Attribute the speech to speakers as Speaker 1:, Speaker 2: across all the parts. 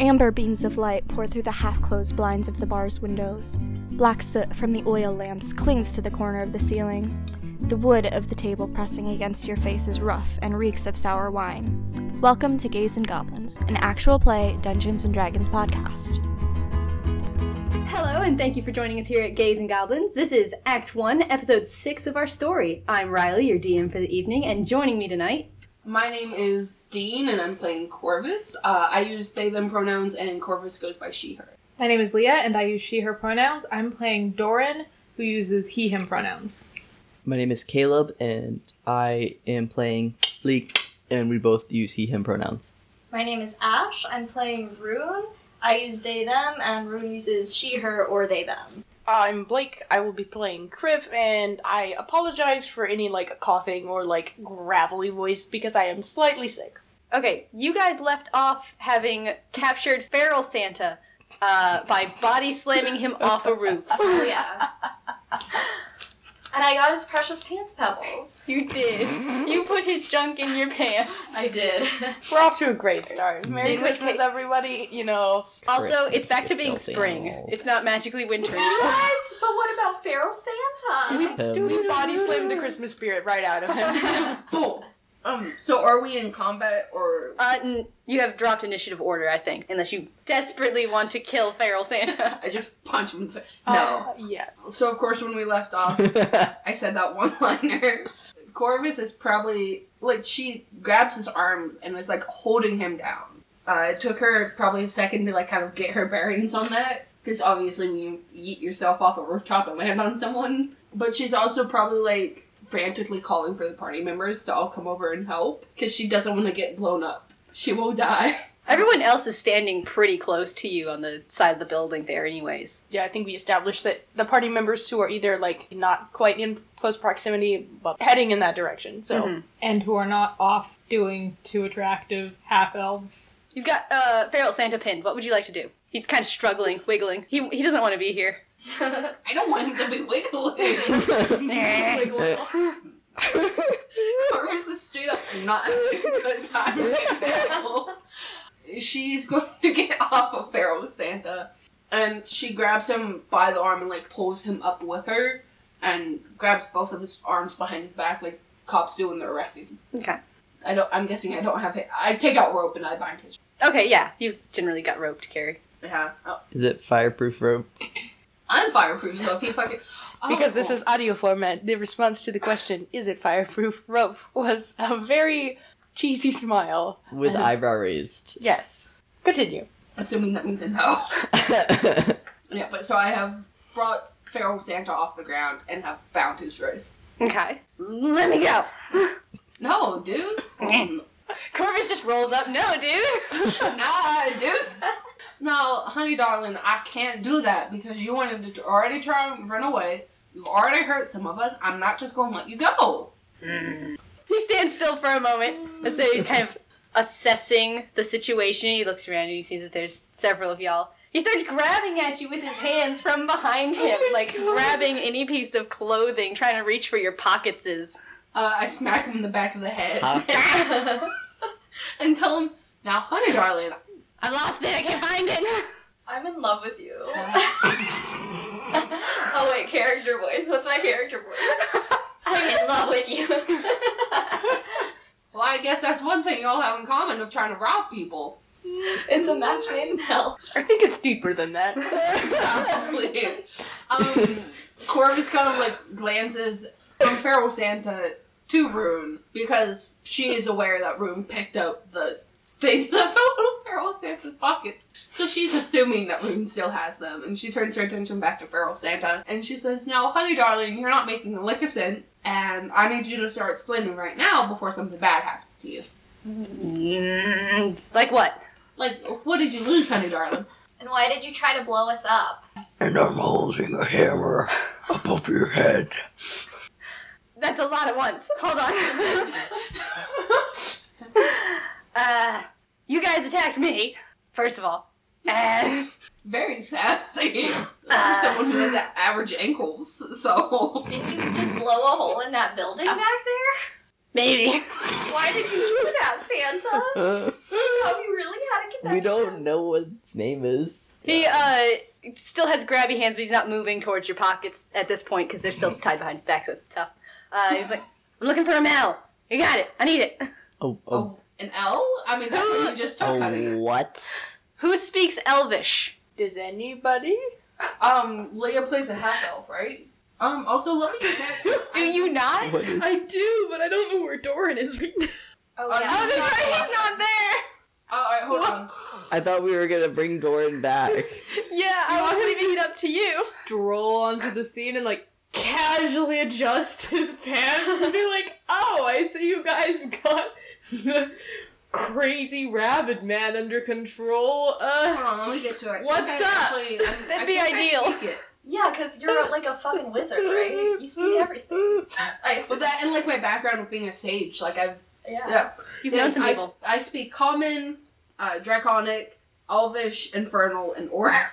Speaker 1: Amber beams of light pour through the half closed blinds of the bar's windows. Black soot from the oil lamps clings to the corner of the ceiling. The wood of the table pressing against your face is rough and reeks of sour wine. Welcome to Gays and Goblins, an actual play Dungeons and Dragons podcast.
Speaker 2: Hello, and thank you for joining us here at Gays and Goblins. This is Act 1, Episode 6 of our story. I'm Riley, your DM for the evening, and joining me tonight.
Speaker 3: My name is Dean, and I'm playing Corvus. Uh, I use they them pronouns, and Corvus goes by she her.
Speaker 4: My name is Leah, and I use she, her pronouns. I'm playing Doran, who uses he, him pronouns.
Speaker 5: My name is Caleb, and I am playing Leek, and we both use he, him pronouns.
Speaker 6: My name is Ash. I'm playing Rune. I use they, them, and Rune uses she, her, or they, them.
Speaker 7: I'm Blake. I will be playing Kriv, and I apologize for any like coughing or like gravelly voice because I am slightly sick.
Speaker 2: Okay, you guys left off having captured Feral Santa uh, by body slamming him off a roof.
Speaker 6: Oh, yeah. and I got his precious pants pebbles.
Speaker 2: You did. You put his junk in your pants.
Speaker 6: I did.
Speaker 7: We're off to a great start. Merry
Speaker 2: In which
Speaker 7: Christmas,
Speaker 2: case-
Speaker 7: everybody. You know,
Speaker 2: Also,
Speaker 5: Christmas
Speaker 2: it's back to being
Speaker 5: with filthy
Speaker 2: spring.
Speaker 5: animals.
Speaker 2: It's not magically winter.
Speaker 6: what? But what about Feral Santa?
Speaker 5: Um,
Speaker 7: we body slammed the Christmas spirit right out of him.
Speaker 3: Boom. Um. So are we in combat or?
Speaker 2: Uh, n- you have dropped initiative order, I think, unless you desperately want to kill Feral Santa.
Speaker 3: I just punch him in the face.
Speaker 7: Uh,
Speaker 3: No.
Speaker 7: yeah.
Speaker 3: So of course, when we left off, I said that one liner. Corvus is probably like she grabs his arms and is like holding him down. Uh, it took her probably a second to like kind of get her bearings on that because obviously when you yeet yourself off a rooftop and land on someone. But she's also probably like frantically calling for the party members to all come over and help because she doesn't want to get blown up. She will die.
Speaker 2: Everyone else is standing pretty close to you on the side of the building there, anyways.
Speaker 7: Yeah, I think we established that the party members who are either like not quite in close proximity but heading in that direction. So
Speaker 2: Mhm.
Speaker 4: And who are not off doing too attractive half elves.
Speaker 2: You've got uh, Feral Santa pinned. What would you like to do? He's kind of struggling, wiggling. He, he doesn't want to be here.
Speaker 3: I don't want him to be wiggling. Wiggle. Corvus is straight up not having a good time right now. She's going to get off of Pharaoh Santa. And she grabs him by the arm and like pulls him up with her and grabs both of his arms behind his back like cops do when they're arresting. him.
Speaker 2: Okay.
Speaker 3: I don't I'm guessing I don't have it. I take out rope and I bind his
Speaker 2: Okay, yeah, you generally got rope to carry.
Speaker 3: yeah. Oh,
Speaker 5: Is it fireproof rope?
Speaker 3: I'm fireproof, so if he fucking Oh,
Speaker 7: Because this
Speaker 3: cool.
Speaker 7: is audio format, the response to the question, is it fireproof rope, was a very cheesy smile.
Speaker 5: With eyebrow raised.
Speaker 7: Yes. Continue.
Speaker 3: assuming that means a no. Yeah, but so I have brought Feral Santa off the ground and have bound his wrists.
Speaker 2: Okay. Let me go.
Speaker 3: No, dude. Mm,
Speaker 2: Corvus just rolls up. No, dude.
Speaker 3: nah, dude. No, honey, darling, I can't do that because you wanted to already try and run away. You've already hurt some of us. I'm not just gonna let you go.
Speaker 2: he stands still for a moment as though he's kind of assessing the situation. He looks around and he sees that there's several of y'all. He starts grabbing at you with his hands from behind him, like grabbing any piece of clothing, trying to reach for your pockets. Is
Speaker 3: Uh, I smack him in the back of the head
Speaker 5: Huh?
Speaker 3: and tell him, "Now, honey, darling,
Speaker 2: I lost it. I can't find it.
Speaker 6: I'm in love with you. oh, wait, character voice. What's my character voice? I'm in love with you.
Speaker 3: well, I guess that's one thing y'all have in common of trying to rob people."
Speaker 6: it's a match made in hell.
Speaker 7: I think it's deeper than that.
Speaker 3: Probably. um, Corvus kind of like glances from Feral Santa to Rune because she is aware that Rune picked up the things that fell out of Feral Santa's pocket. So she's assuming that Rune still has them, and she turns her attention back to Feral Santa and she says, "Now, honey, darling, you're not making a lick of sense, and I need you to start explaining right now before something bad happens to you.
Speaker 2: Like what?
Speaker 3: Like, what did you lose, honey, darling?"
Speaker 6: And why did you try to blow us up?
Speaker 8: and I'm holding a hammer above your head.
Speaker 2: That's a lot at once. Hold on. uh, you guys attacked me, first of all. And
Speaker 3: Very sassy for someone who has average ankles. So
Speaker 6: Did you just blow a hole in that building back there?
Speaker 2: Maybe.
Speaker 6: Why did you do that, Santa? Have you really had a connection?
Speaker 5: we don't know what its name is.
Speaker 2: He uh still has grabby hands, but he's not moving towards your pockets at this point because they're still tied behind his back, so it's tough. Uh, he's like, "I'm looking for a Mel. You got it. I need it."
Speaker 5: Oh, oh,
Speaker 3: Oh, an L? I mean, that's what you just took,
Speaker 5: oh
Speaker 3: honey.
Speaker 5: what?
Speaker 2: Who speaks Elvish?
Speaker 7: Does anybody?
Speaker 3: Um, Leia plays a half elf, right? Um, also, let me check.
Speaker 2: Do you not?
Speaker 5: What is-
Speaker 7: I do, but I don't know where Doran is right now.
Speaker 6: Oh,
Speaker 3: Oh,
Speaker 6: yeah.
Speaker 2: Oh, that's right. He's not there.
Speaker 3: Oh, all right, hold on.
Speaker 5: I thought we were gonna bring Doran back.
Speaker 2: Yeah, I was leaving it up to you.
Speaker 4: Stroll onto the scene and like casually adjust his pants and be like, "Oh, I see you guys got the crazy rabid man under control." Uh,
Speaker 3: Hold on, let me get to it. I think
Speaker 4: What's
Speaker 3: I
Speaker 4: up?
Speaker 3: actually- I- I
Speaker 2: That'd be
Speaker 3: think I
Speaker 2: ideal.
Speaker 3: speak it.
Speaker 6: Yeah, because you're like a fucking wizard, right? You speak everything. I
Speaker 3: Well,
Speaker 6: assume.
Speaker 3: that and like my background with being a sage, like I've
Speaker 6: yeah.
Speaker 3: yeah.
Speaker 2: You've known some
Speaker 3: I,
Speaker 2: people.
Speaker 3: I speak Common, uh, Draconic, Elvish, Infernal, and Auric.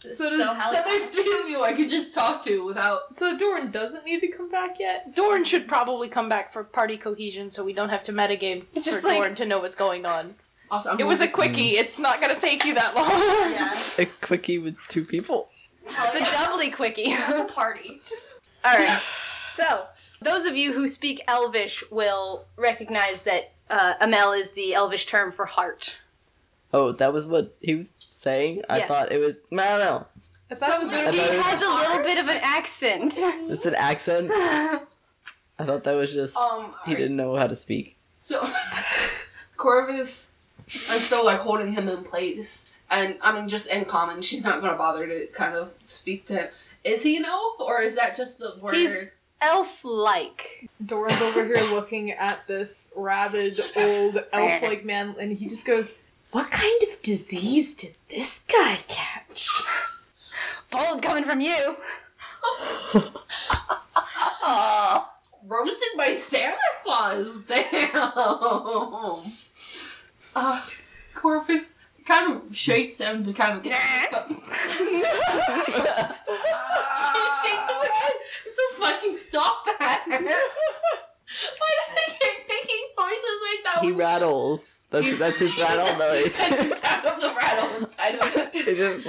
Speaker 4: So
Speaker 6: So,
Speaker 4: does- so
Speaker 6: how
Speaker 3: So there's three of you I could just talk to without.
Speaker 4: so Doran doesn't need to come back yet.
Speaker 7: Doran should probably come back for party cohesion so we don't have to metagame
Speaker 2: It's just
Speaker 7: for
Speaker 2: like-
Speaker 7: Doran to know what's going on.
Speaker 3: Also, I'm
Speaker 7: It was a quickie, it's not gonna take you that long.
Speaker 6: yeah.
Speaker 5: A quickie with two people.
Speaker 6: Hell
Speaker 2: It's
Speaker 6: yeah.
Speaker 2: a doubly quickie. Um,
Speaker 6: It's a party.
Speaker 2: All right. So, those of you who speak Elvish will recognize that uh, Amel is the Elvish term for heart.
Speaker 5: Oh, that was what he was saying. I
Speaker 2: Yeah.
Speaker 5: thought it was. No, no,
Speaker 4: I thought it was
Speaker 5: I
Speaker 2: He
Speaker 5: thought it was-
Speaker 2: has a little bit of an accent.
Speaker 5: That's an accent. I thought that was just
Speaker 3: Um,
Speaker 5: he didn't know how to speak.
Speaker 3: So, Corvus, I'm still like holding him in place, and I mean just in common. She's not gonna bother to kind of speak to him. Is he an elf, or is that just the word?
Speaker 2: He's- Elf-like.
Speaker 4: Doran's over here looking at this rabid old elf-like man, and he just goes, "What kind of disease did this guy catch?"
Speaker 2: Bold coming from you.
Speaker 3: Roasted by Santa Claus. Damn. Uh, Corvus kind of shakes him to kind of get. she shakes Oh him again. He says, "Fucking stop that." Why does he keep making noises like that?
Speaker 5: He
Speaker 3: when-
Speaker 5: rattles. That's that's his rattle noise.
Speaker 3: That's the sound of the rattle inside of it.
Speaker 5: It just.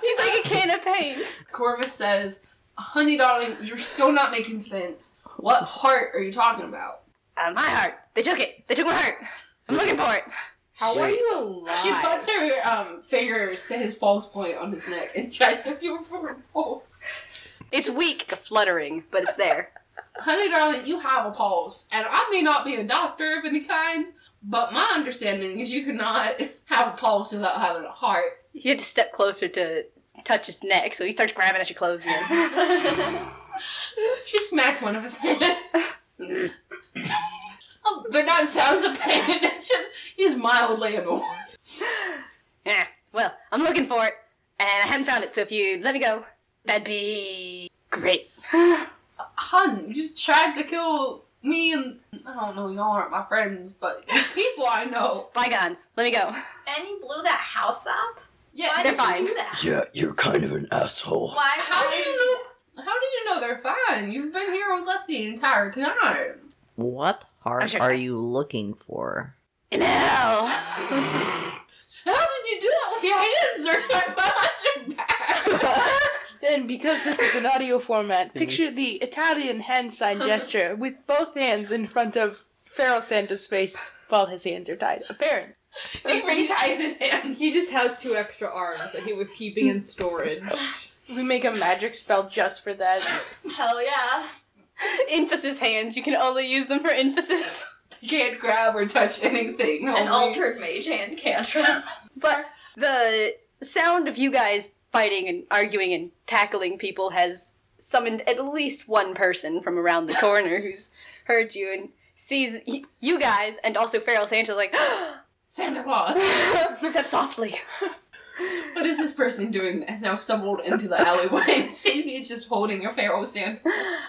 Speaker 2: He's like a can of paint.
Speaker 3: Corvus says, Honey, darling, you're still not making sense. What heart are you talking about?
Speaker 2: Uh, my heart. They took it. They took my heart. I'm looking for it.
Speaker 4: How are
Speaker 5: Shit.
Speaker 4: you alive?
Speaker 3: She puts her um, fingers to his pulse point on his neck and tries to feel for a pulse.
Speaker 2: It's weak, fluttering, but it's there.
Speaker 3: Honey, darling, you have a pulse. And I may not be a doctor of any kind, but my understanding is you cannot have a pulse without having a heart.
Speaker 2: You had to step closer to touch his neck, so he starts grabbing at your clothes again.
Speaker 3: She smacked one of his head. Oh, They're not sounds of pain. It's just he's mildly annoyed.
Speaker 2: yeah. Well, I'm looking for it, and I haven't found it. So if you let me go, that'd be great.
Speaker 3: Hun, you tried to kill me and I don't know, y'all aren't my friends, but these people I know.
Speaker 2: Bygones. Let me go.
Speaker 6: And you blew that house up?
Speaker 3: Yeah,
Speaker 6: Why
Speaker 2: They're
Speaker 6: did you
Speaker 2: fine.
Speaker 6: do that?
Speaker 8: Yeah, you're kind of an asshole.
Speaker 6: Why?
Speaker 3: how do
Speaker 6: why
Speaker 3: you
Speaker 6: did
Speaker 3: know how do you know they're fine? You've been here with us the entire time.
Speaker 5: What
Speaker 2: I'm
Speaker 5: heart
Speaker 2: sure-
Speaker 5: are you looking for?
Speaker 2: No.
Speaker 3: How did you do that with your hands? There's my behind your back.
Speaker 7: Then, because this is an audio format, picture
Speaker 5: Yes.
Speaker 7: the Italian hand sign gesture with both hands in front of Feral Santa's face while his hands are tied. Apparent.
Speaker 3: he reties his hands.
Speaker 4: He just has two extra arms that he was keeping in storage.
Speaker 7: We make a magic spell just for that.
Speaker 6: Hell yeah.
Speaker 2: emphasis hands. You can only use them for emphasis.
Speaker 3: He can't grab or touch anything. Oh,
Speaker 6: An
Speaker 3: homie.
Speaker 6: altered mage hand cantrip.
Speaker 2: But the sound of you guys fighting and arguing and tackling people has summoned at least one person from around the corner who's heard you and sees y- you guys and also Feral Santa like
Speaker 3: Santa Claus.
Speaker 2: step softly.
Speaker 3: What is this person doing that has now stumbled into the alleyway and sees me just holding a feral Santa?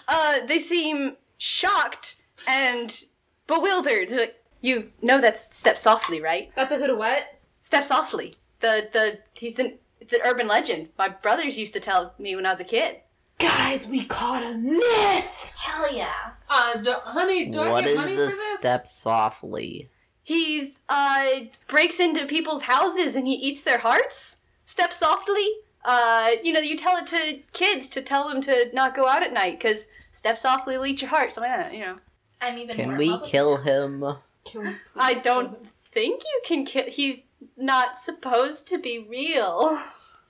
Speaker 2: Uh, they seem shocked and bewildered. They're like, You know that's step softly, right?
Speaker 4: That's a hood what?
Speaker 2: Step softly. The the he's an it's an urban legend. My brothers used to tell me when I was a kid.
Speaker 7: Guys, we caught a myth!
Speaker 6: Hell yeah.
Speaker 3: Uh, do, honey, do I
Speaker 5: What
Speaker 3: get money
Speaker 5: is
Speaker 3: for
Speaker 5: the
Speaker 3: this?
Speaker 5: step softly?
Speaker 2: He's uh breaks into people's houses and he eats their hearts. Step softly. Uh, you know, you tell it to kids to tell them to not go out at night because step softly will eat your heart. Something like that. You know.
Speaker 6: I'm even more
Speaker 5: Can we
Speaker 6: in love with
Speaker 5: kill
Speaker 6: him.
Speaker 5: him?
Speaker 2: I don't think you can kill. He's not supposed to be real.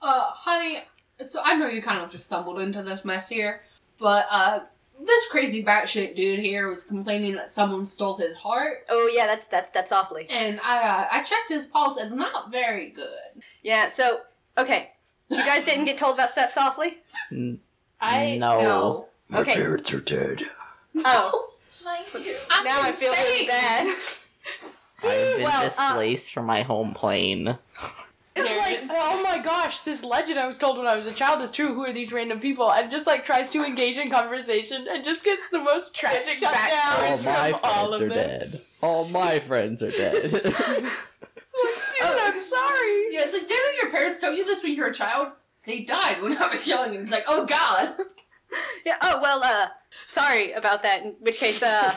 Speaker 3: Uh, honey, so I know you kind of just stumbled into this mess here, but uh, this crazy batshit dude here was complaining that someone stole his heart,
Speaker 2: Oh yeah, that's that's step softly.
Speaker 3: and I uh, I checked his pulse. It's not very good.
Speaker 2: Yeah. So okay, you guys didn't get told about step softly.
Speaker 5: N-
Speaker 7: I.
Speaker 5: no.
Speaker 3: No,
Speaker 8: My
Speaker 2: Okay.
Speaker 8: parents are dead.
Speaker 2: Oh,
Speaker 6: Mine too.
Speaker 3: I'm
Speaker 2: now I feel really
Speaker 3: insane.
Speaker 2: bad.
Speaker 5: I have been
Speaker 2: Well, uh,
Speaker 5: displaced from my home plane.
Speaker 7: It's like, well, oh my gosh, this legend I was told when I was a child is true. Who are these random people? And just like tries to engage in conversation and just gets the most tragic
Speaker 5: All
Speaker 7: backstories
Speaker 5: my
Speaker 7: from all
Speaker 5: friends
Speaker 7: of
Speaker 5: are
Speaker 7: them.
Speaker 5: dead. All my friends are dead.
Speaker 7: Dude, I'm sorry.
Speaker 3: Yeah, it's like didn't your parents tell you this when you were a child? They died when I was young, and it's like, oh god.
Speaker 2: Yeah. Oh well. Uh, sorry about that. In which case, uh,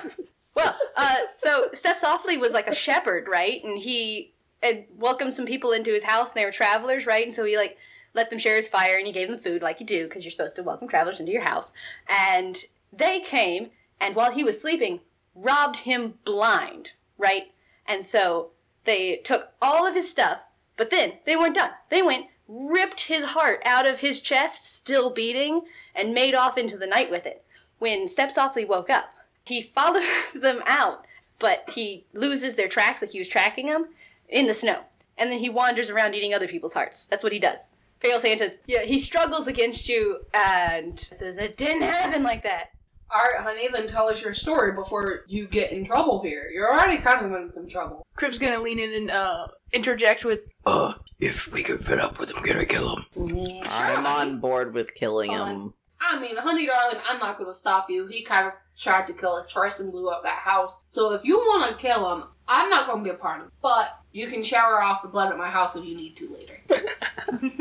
Speaker 2: well, uh, so Step Softly was like a shepherd, right? And he and welcomed some people into his house, and they were travelers, right? And so he like let them share his fire, and he gave them food, like you do, because you're supposed to welcome travelers into your house. And they came, and while he was sleeping, robbed him blind, right? And so they took all of his stuff, but then they weren't done. They went, ripped his heart out of his chest, still beating, and made off into the night with it. When Step Softly woke up, he follows them out, but he loses their tracks, like he was tracking them, in the snow. And then he wanders around eating other people's hearts. That's what he does. Fail Santa, yeah, he struggles against you and says, It didn't happen like that.
Speaker 3: All right, honey, then tell us your story before you get in trouble here. You're already kind of in some trouble.
Speaker 7: Crib's gonna lean in and uh, interject with,
Speaker 8: Uh, if we can fit up with him, can I kill him?
Speaker 5: I'm on board with killing
Speaker 3: Hold
Speaker 5: him.
Speaker 3: I mean, honey, darling, I'm not gonna stop you. He kind of tried to kill us first and blew up that house. So if you want to kill him, I'm not gonna be a part of it. But you can shower off the blood at my house if you need to later.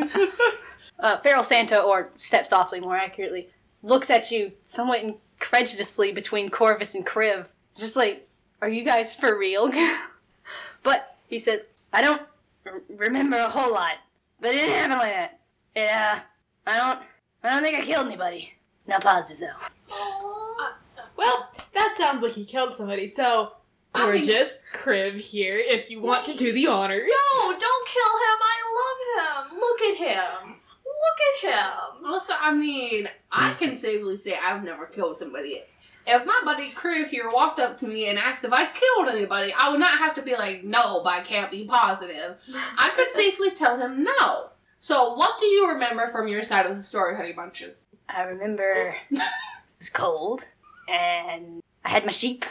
Speaker 2: Uh, Feral Santa, or Step Softly more accurately, looks at you somewhat incredulously between Corvus and Crib. Just like, Are you guys for real? but he says, I don't r- remember a whole lot, but it didn't happen like that. Yeah, I don't, I don't think I killed anybody. Not positive though.
Speaker 4: Well, that sounds like he killed somebody, so
Speaker 3: I mean-
Speaker 4: gorgeous crib here if you want to do the honors.
Speaker 6: No, don't kill him. I love him. Look at him. Look at him.
Speaker 3: Also, I mean, I can safely say I've never killed somebody yet. If my buddy Crib here walked up to me and asked if I killed anybody, I would not have to be like, no, but I can't be positive. I could safely tell him no. So, what do you remember from your side of the story, Honey Bunches?
Speaker 2: I remember it was cold, and I had my sheep,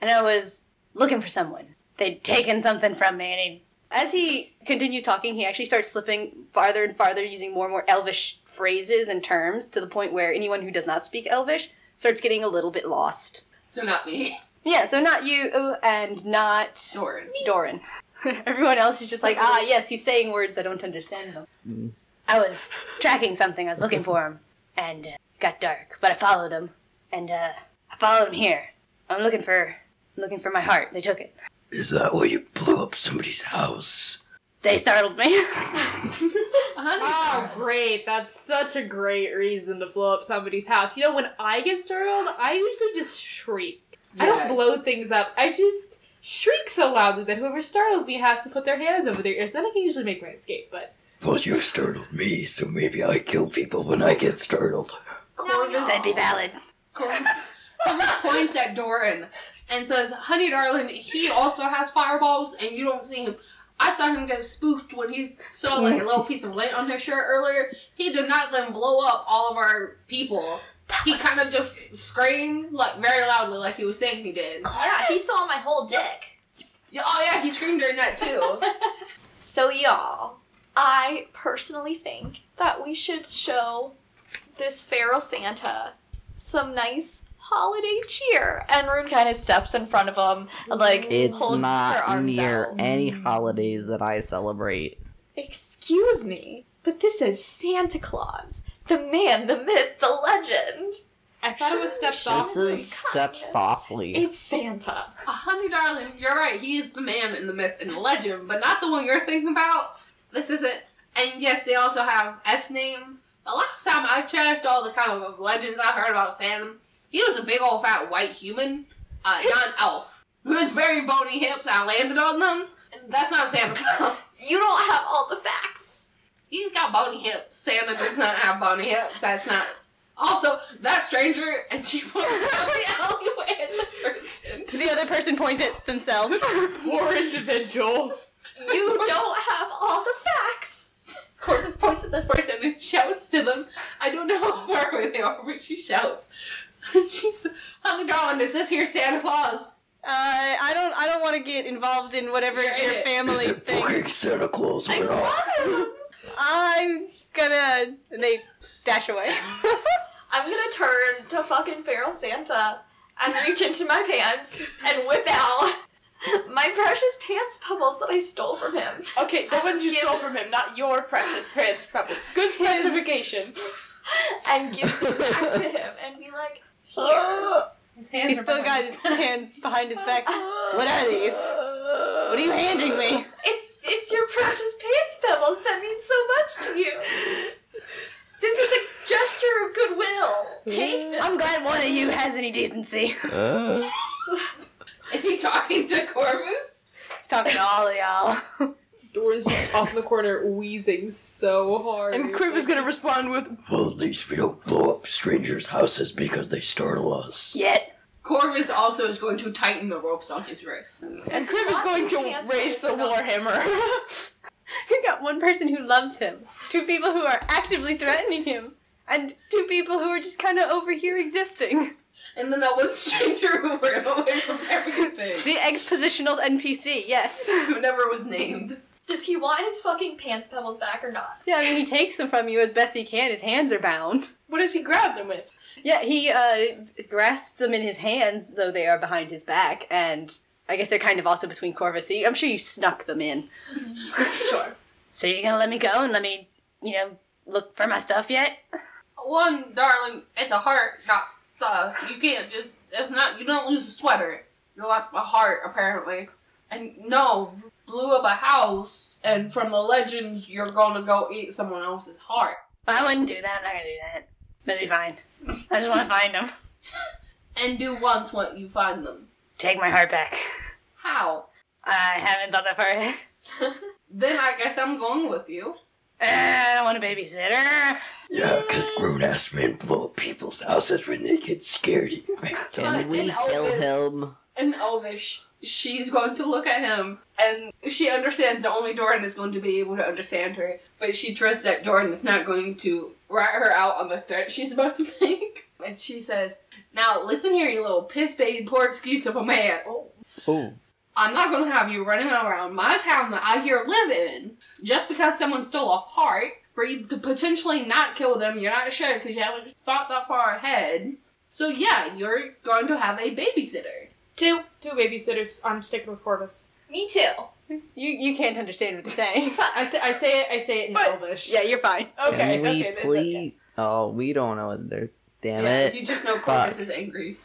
Speaker 2: and I was looking for someone. They'd taken something from me, and he'd... as he continues talking, he actually starts slipping farther and farther, using more and more Elvish phrases and terms to the point where anyone who does not speak Elvish starts getting a little bit lost.
Speaker 3: So, not me.
Speaker 2: Yeah, so not you and not
Speaker 3: Doran.
Speaker 2: Doran. Everyone else is just like, ah, yes, he's saying words I don't understand them. I was tracking something. I was looking for him, and uh, it got dark. But I followed him, and uh, I followed him here. I'm looking for, I'm looking for my heart. They took it.
Speaker 8: Is that why you blew up somebody's house?
Speaker 2: They startled me.
Speaker 3: Honey,
Speaker 4: Oh, great. That's such a great reason to blow up somebody's house. You know, when I get startled, I usually just shriek. I
Speaker 3: Yeah.
Speaker 4: don't blow things up. I just shriek so loudly that whoever startles me has to put their hands over their ears. Then I can usually make my escape, but
Speaker 8: Well, you startled me, so maybe I kill people when I get startled.
Speaker 3: Corvus,
Speaker 2: That'd be valid.
Speaker 3: Corvus, Corvus points at Doran and says, Honey darling, he also has fireballs and you don't see him. I saw him get spoofed when he saw like a little piece of lint on his shirt earlier. He did not let him blow up all of our people. He kind of just screamed like very loudly, like he was saying he did.
Speaker 6: Yeah, he saw my whole dick.
Speaker 3: Yeah, oh yeah, he screamed during that too.
Speaker 6: So, y'all, I personally think that we should show this feral Santa some nice holiday cheer. And Rune kind of steps in front of him and, like,
Speaker 5: It's
Speaker 6: holds her
Speaker 5: not
Speaker 6: arms
Speaker 5: near
Speaker 6: out.
Speaker 5: any holidays that I celebrate.
Speaker 6: Excuse me, but this is Santa Claus. The man, the myth, the legend.
Speaker 9: I thought it was step soft.
Speaker 6: This is
Speaker 5: step
Speaker 6: kindness.
Speaker 5: softly.
Speaker 6: It's Santa.
Speaker 3: Honey, darling, you're right. He is the man and the myth and the legend, but not the one you're thinking about. This isn't. And yes, they also have S names. The last time I checked all the kind of legends I heard about Santa, he was a big old fat white human, uh, non elf. With his very bony hips, I landed on them. And that's not Santa Claus.
Speaker 6: You don't have all the facts.
Speaker 3: He's got bony hips. Santa does not have bony hips. That's not. Also, that stranger, and she was down the alleyway at the person.
Speaker 2: The other person points at themselves.
Speaker 4: Poor individual.
Speaker 6: You don't have all the facts.
Speaker 3: Corpus points at this person and shouts to them. I don't know where they are, but she shouts. She's, honey, darling, is this here Santa Claus?
Speaker 2: Uh, I don't. I don't want to get involved in whatever
Speaker 3: You're in
Speaker 2: your
Speaker 3: it.
Speaker 8: Is
Speaker 2: family
Speaker 8: it
Speaker 2: thing.
Speaker 8: fucking Santa Claus
Speaker 6: I
Speaker 8: or not?
Speaker 6: love him.
Speaker 2: I'm gonna. And they dash away.
Speaker 6: I'm gonna turn to fucking feral Santa and reach into my pants and whip out my precious pants pebbles that I stole from him.
Speaker 7: Okay, the ones you stole from him, not your precious pants pebbles. Good specification.
Speaker 6: and give them back to him and be like, here.
Speaker 3: His hands
Speaker 2: He's
Speaker 3: are
Speaker 2: still got
Speaker 3: behind
Speaker 2: his hand behind his back. What are these? What are you handing me?
Speaker 6: It's it's your precious pants pebbles that mean so much to you. This is a gesture of goodwill. Take them.
Speaker 2: I'm glad one of you has any decency.
Speaker 5: Uh,
Speaker 3: Is he talking to Corvus?
Speaker 2: He's talking to all of y'all.
Speaker 4: Dora's just off in the corner wheezing so hard.
Speaker 7: And Crib is gonna respond with,
Speaker 8: Well, at least we don't blow up strangers' houses because they startle us.
Speaker 2: Yet.
Speaker 3: Corvus also is going to tighten the ropes on his wrists.
Speaker 7: and Crib is going to raise the warhammer.
Speaker 2: He got one person who loves him, two people who are actively threatening him, and two people who are just kind of over here existing.
Speaker 3: And then that one stranger who ran away from everything,
Speaker 2: The expositional NPC, yes.
Speaker 3: who never was named.
Speaker 6: Does he want his fucking pants pebbles back or not?
Speaker 2: Yeah, I mean, he takes them from you as best he can. His hands are bound.
Speaker 7: what does he grab them with?
Speaker 2: Yeah, he uh, grasps them in his hands, though they are behind his back, and I guess they're kind of also between Corvus. So you- I'm sure you snuck them in. Mm-hmm.
Speaker 3: Sure.
Speaker 2: So you're gonna let me go and let me, you know, look for my stuff yet?
Speaker 3: One, darling, it's a heart, not stuff. You can't just. It's not. You don't lose a sweater. You lost a heart, apparently. And no, blew up a house. And from the legend, you're gonna go eat someone else's heart.
Speaker 2: I wouldn't do that. I'm not gonna do that. That'd be fine. I just want to find them.
Speaker 3: And do once what you find them.
Speaker 2: Take my heart back.
Speaker 3: How?
Speaker 2: I haven't thought that far ahead.
Speaker 3: Then I guess I'm going with you.
Speaker 2: Uh, I don't want a babysitter.
Speaker 8: Yeah, because grown ass men blow up people's houses when they get scared. It's a-
Speaker 3: But
Speaker 5: can we
Speaker 3: in
Speaker 5: kill
Speaker 3: Elvis-
Speaker 5: him?
Speaker 3: And Elvish, she's going to look at him, and she understands that only Doran is going to be able to understand her, but she trusts that Doran is not going to rat her out on the threat she's about to make. And she says, Now listen here, you little piss baby Portuguese of a man.
Speaker 5: Oh,
Speaker 3: I'm not going to have you running around my town that I here live in just because someone stole a heart for you to potentially not kill them. You're not sure because you haven't thought that far ahead. So, yeah, you're going to have a babysitter.
Speaker 9: Two. Two babysitters. I'm sticking with Corvus.
Speaker 6: Me too.
Speaker 2: You you can't understand what they're saying.
Speaker 9: I say, I say it. I say it in
Speaker 7: But-
Speaker 9: Elvish.
Speaker 2: yeah, you're fine.
Speaker 7: Okay,
Speaker 5: can we
Speaker 7: okay, then-
Speaker 5: please? Oh, we don't know what they're. Damn
Speaker 3: yeah,
Speaker 5: it.
Speaker 3: you just know Corvus is angry.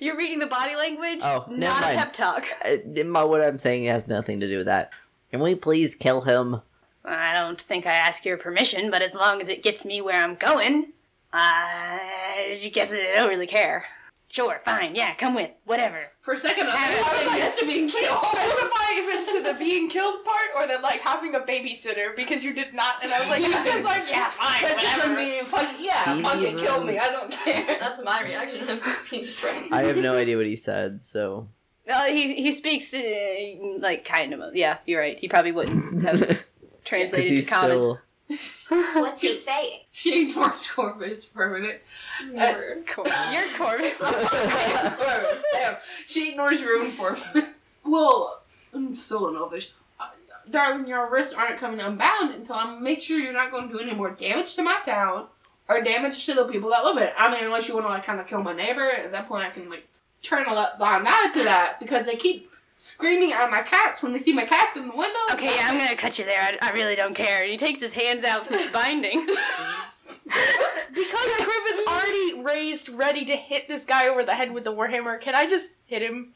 Speaker 2: you're reading the body language.
Speaker 5: Oh, never
Speaker 2: not a
Speaker 5: mind.
Speaker 2: pep talk.
Speaker 5: I- my- Uh, what I'm saying has nothing to do with that. Can we please kill him?
Speaker 2: I don't think I ask your permission, but as long as it gets me where I'm going, I guess I don't really care. Sure, fine, yeah, come with, whatever.
Speaker 3: For a second, I was like, yes, to being killed.
Speaker 7: Specify if it's to the being killed part or the like having a babysitter because you did not. And I was like, he's just like, yeah, fine,
Speaker 3: That just doesn't
Speaker 7: whatever.
Speaker 3: mean, fuck, yeah,
Speaker 5: Leave
Speaker 3: fuck
Speaker 5: me
Speaker 3: it, kill
Speaker 5: alone.
Speaker 3: me, I don't care.
Speaker 6: That's my reaction to him being threatened.
Speaker 5: I have no idea what he said, so.
Speaker 2: No, he he speaks uh, like kind of. Yeah, you're right. He probably wouldn't have
Speaker 5: Because
Speaker 2: translated
Speaker 5: he's
Speaker 2: to common.
Speaker 5: still.
Speaker 6: What's he saying?
Speaker 3: She ignores Corvus for a minute. Uh,
Speaker 6: Word.
Speaker 2: Cor- you're Corvus.
Speaker 3: Gross, damn. She ignores room for Well, I'm still an elvish. Uh, Darling, your wrists aren't coming unbound until I make sure you're not going to do any more damage to my town or damage to the people that live in it. I mean, unless you want to, like, kind of kill my neighbor, at that point I can, like, turn a li- blind eye to that because they keep screaming at my cats when they see my cat through the window.
Speaker 2: okay, yeah, I'm gonna cut you there. I, I really don't care. And he takes his hands out from his bindings.
Speaker 7: Because Crib is already raised, ready to hit this guy over the head with the warhammer, can I just hit him?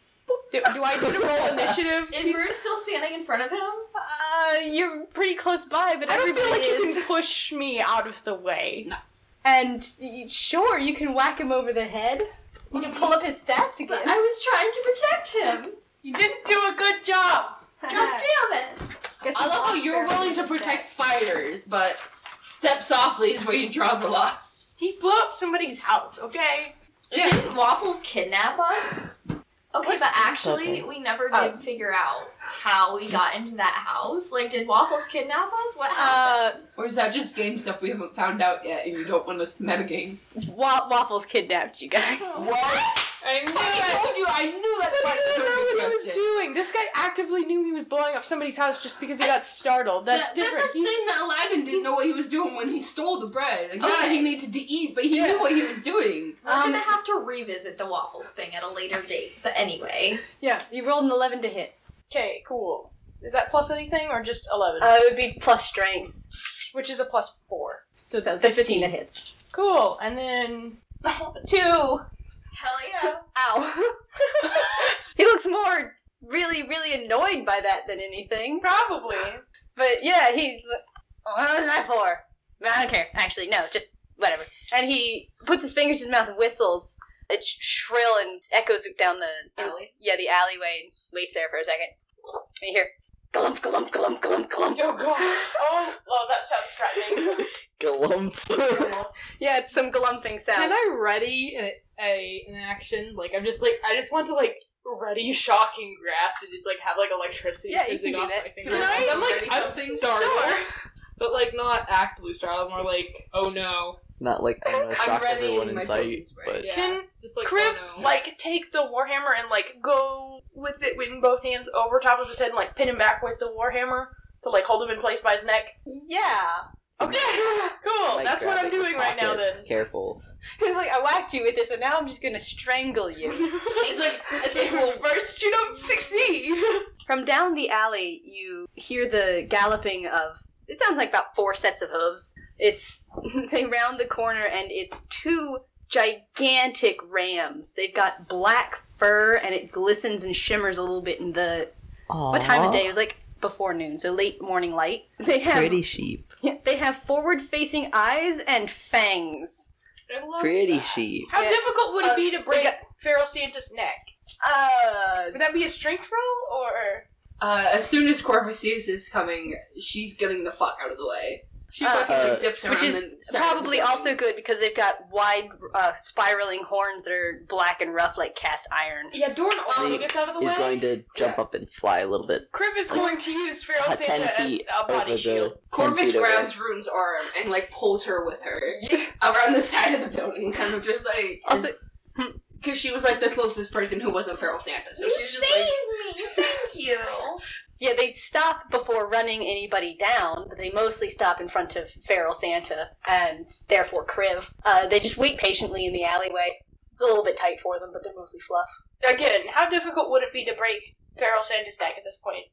Speaker 7: Do, do I need to roll initiative?
Speaker 6: Is Rune still standing in front of him?
Speaker 7: Uh, you're pretty close by, but I don't feel like you can push me out of the way.
Speaker 2: And y- sure, you can whack him over the head. You can pull up his stats again.
Speaker 6: But I was trying to protect him.
Speaker 7: You didn't do a good job.
Speaker 6: God damn it!
Speaker 3: I love how you're willing to protect spiders, but step softly is where you draw the line.
Speaker 7: He blew up somebody's house. Okay.
Speaker 3: Yeah.
Speaker 6: Didn't Waffles kidnap us? Oh. Okay, but actually,
Speaker 5: Okay.
Speaker 6: we never did figure out how we got into that house. Like, did Waffles kidnap us? What happened?
Speaker 2: Uh,
Speaker 3: Or is that just game stuff we haven't found out yet and you don't want us to metagame?
Speaker 2: Wa- Waffles kidnapped you guys.
Speaker 7: Oh. I knew
Speaker 3: I
Speaker 7: it.
Speaker 3: told you, I knew that
Speaker 7: But
Speaker 3: part
Speaker 7: I didn't know what he was
Speaker 3: was
Speaker 7: doing. This guy actively knew he was blowing up somebody's house just because he got startled. That's
Speaker 3: That-
Speaker 7: different.
Speaker 3: That's like
Speaker 7: He's-
Speaker 3: saying that Aladdin didn't know what he was doing when he stole the bread. Like, yeah,
Speaker 6: Okay.
Speaker 3: he needed to eat, but he knew what he was doing.
Speaker 6: We're gonna have to revisit the Waffles thing at a later date. But anyway,
Speaker 2: Yeah, you rolled an 11 to hit.
Speaker 7: okay, cool. Is that plus anything or just eleven?
Speaker 2: Uh, it would be plus strength.
Speaker 7: Which is a plus four.
Speaker 2: So, so that's 15 that hits.
Speaker 7: Cool. And then
Speaker 2: Two!
Speaker 6: hell yeah.
Speaker 2: Ow. he looks more really, really annoyed by that than anything.
Speaker 7: probably
Speaker 2: But yeah, he's like, "Oh, what was that for? I don't care. Actually, no, just whatever. And he puts his fingers in his mouth and whistles. It's shrill and echoes down the
Speaker 3: Alley?
Speaker 2: Yeah, the alleyway and waits there for a second. And you hear glump, glump, glump, glump, glump.
Speaker 7: oh, oh, that sounds threatening.
Speaker 5: Glump.
Speaker 2: Yeah, it's some glumping sound.
Speaker 9: Can I ready an, a an action? Like I'm just like I just want to like ready shocking grasp and just like have like electricity
Speaker 2: Yeah, you
Speaker 9: fizzing
Speaker 2: can do
Speaker 9: off
Speaker 2: that.
Speaker 9: my
Speaker 3: Can I
Speaker 9: fingers.
Speaker 3: roll
Speaker 9: I'm like
Speaker 3: thirty
Speaker 9: I'm
Speaker 3: something?
Speaker 9: startled, but like not actively startled. More like oh no,
Speaker 5: Not like I'm gonna
Speaker 3: I'm
Speaker 5: shock
Speaker 3: ready
Speaker 5: everyone
Speaker 3: in
Speaker 5: in
Speaker 3: my
Speaker 5: sight,
Speaker 3: potions, right?
Speaker 5: but
Speaker 9: yeah.
Speaker 7: Can
Speaker 9: just like
Speaker 7: Crib
Speaker 9: oh no.
Speaker 7: like take the warhammer and like go with it in both hands over top of his head and like pin him back with the warhammer to like hold him in place by his neck.
Speaker 2: yeah.
Speaker 7: Okay, cool.
Speaker 5: like,
Speaker 7: That's what
Speaker 5: grab
Speaker 7: I'm
Speaker 5: it with
Speaker 7: doing right now. Then
Speaker 5: pockets. Careful.
Speaker 2: He's like, I whacked you with this and now I'm just gonna strangle you.
Speaker 3: It's like, it's like, well,
Speaker 7: first you don't succeed.
Speaker 2: From down the alley, you hear the galloping of. It sounds like about four sets of hooves. It's they round the corner, and it's two gigantic rams. They've got black fur, and it glistens and shimmers a little bit in the what time of day? It was like before noon, so late morning light. They have
Speaker 5: Pretty sheep.
Speaker 2: yeah, they have forward-facing eyes and fangs.
Speaker 9: I love
Speaker 5: Pretty
Speaker 9: that.
Speaker 5: sheep.
Speaker 7: How
Speaker 2: Yeah.
Speaker 7: difficult would it
Speaker 2: Uh,
Speaker 7: be to break
Speaker 2: got-
Speaker 7: Feral Santa's neck?
Speaker 2: Uh,
Speaker 7: Would that be a strength roll or?
Speaker 3: uh, as soon as Corvus sees this coming, she's getting the fuck out of the way. She
Speaker 2: Uh,
Speaker 3: fucking
Speaker 5: uh,
Speaker 3: like, dips around
Speaker 2: which is
Speaker 3: and sets
Speaker 2: probably
Speaker 3: the building.
Speaker 2: also good because they've got wide, uh, spiraling horns that are black and rough like cast iron.
Speaker 9: Yeah, Dorn also
Speaker 5: Sleep
Speaker 9: gets out of the
Speaker 5: Is
Speaker 9: way.
Speaker 5: going to jump up and fly a little bit.
Speaker 7: Crib is going to use Feral
Speaker 5: Uh, ten
Speaker 7: Santa as
Speaker 5: feet
Speaker 7: a body
Speaker 5: over
Speaker 7: shield.
Speaker 5: the.
Speaker 3: Corvus grabs Rune's arm and like pulls her with her around the side of the building, kind of just like
Speaker 2: Also- hmm.
Speaker 3: because she was like the closest person who wasn't feral Santa, so
Speaker 6: you
Speaker 3: she's
Speaker 6: saved
Speaker 3: just like
Speaker 6: me. Thank you.
Speaker 2: Yeah, they stop before running anybody down, but they mostly stop in front of Feral Santa and therefore Kriv. Uh, they just wait patiently in the alleyway. It's a little bit tight for them, but they're mostly fluff.
Speaker 7: Again, how difficult would it be to break Feral Santa's neck at this point?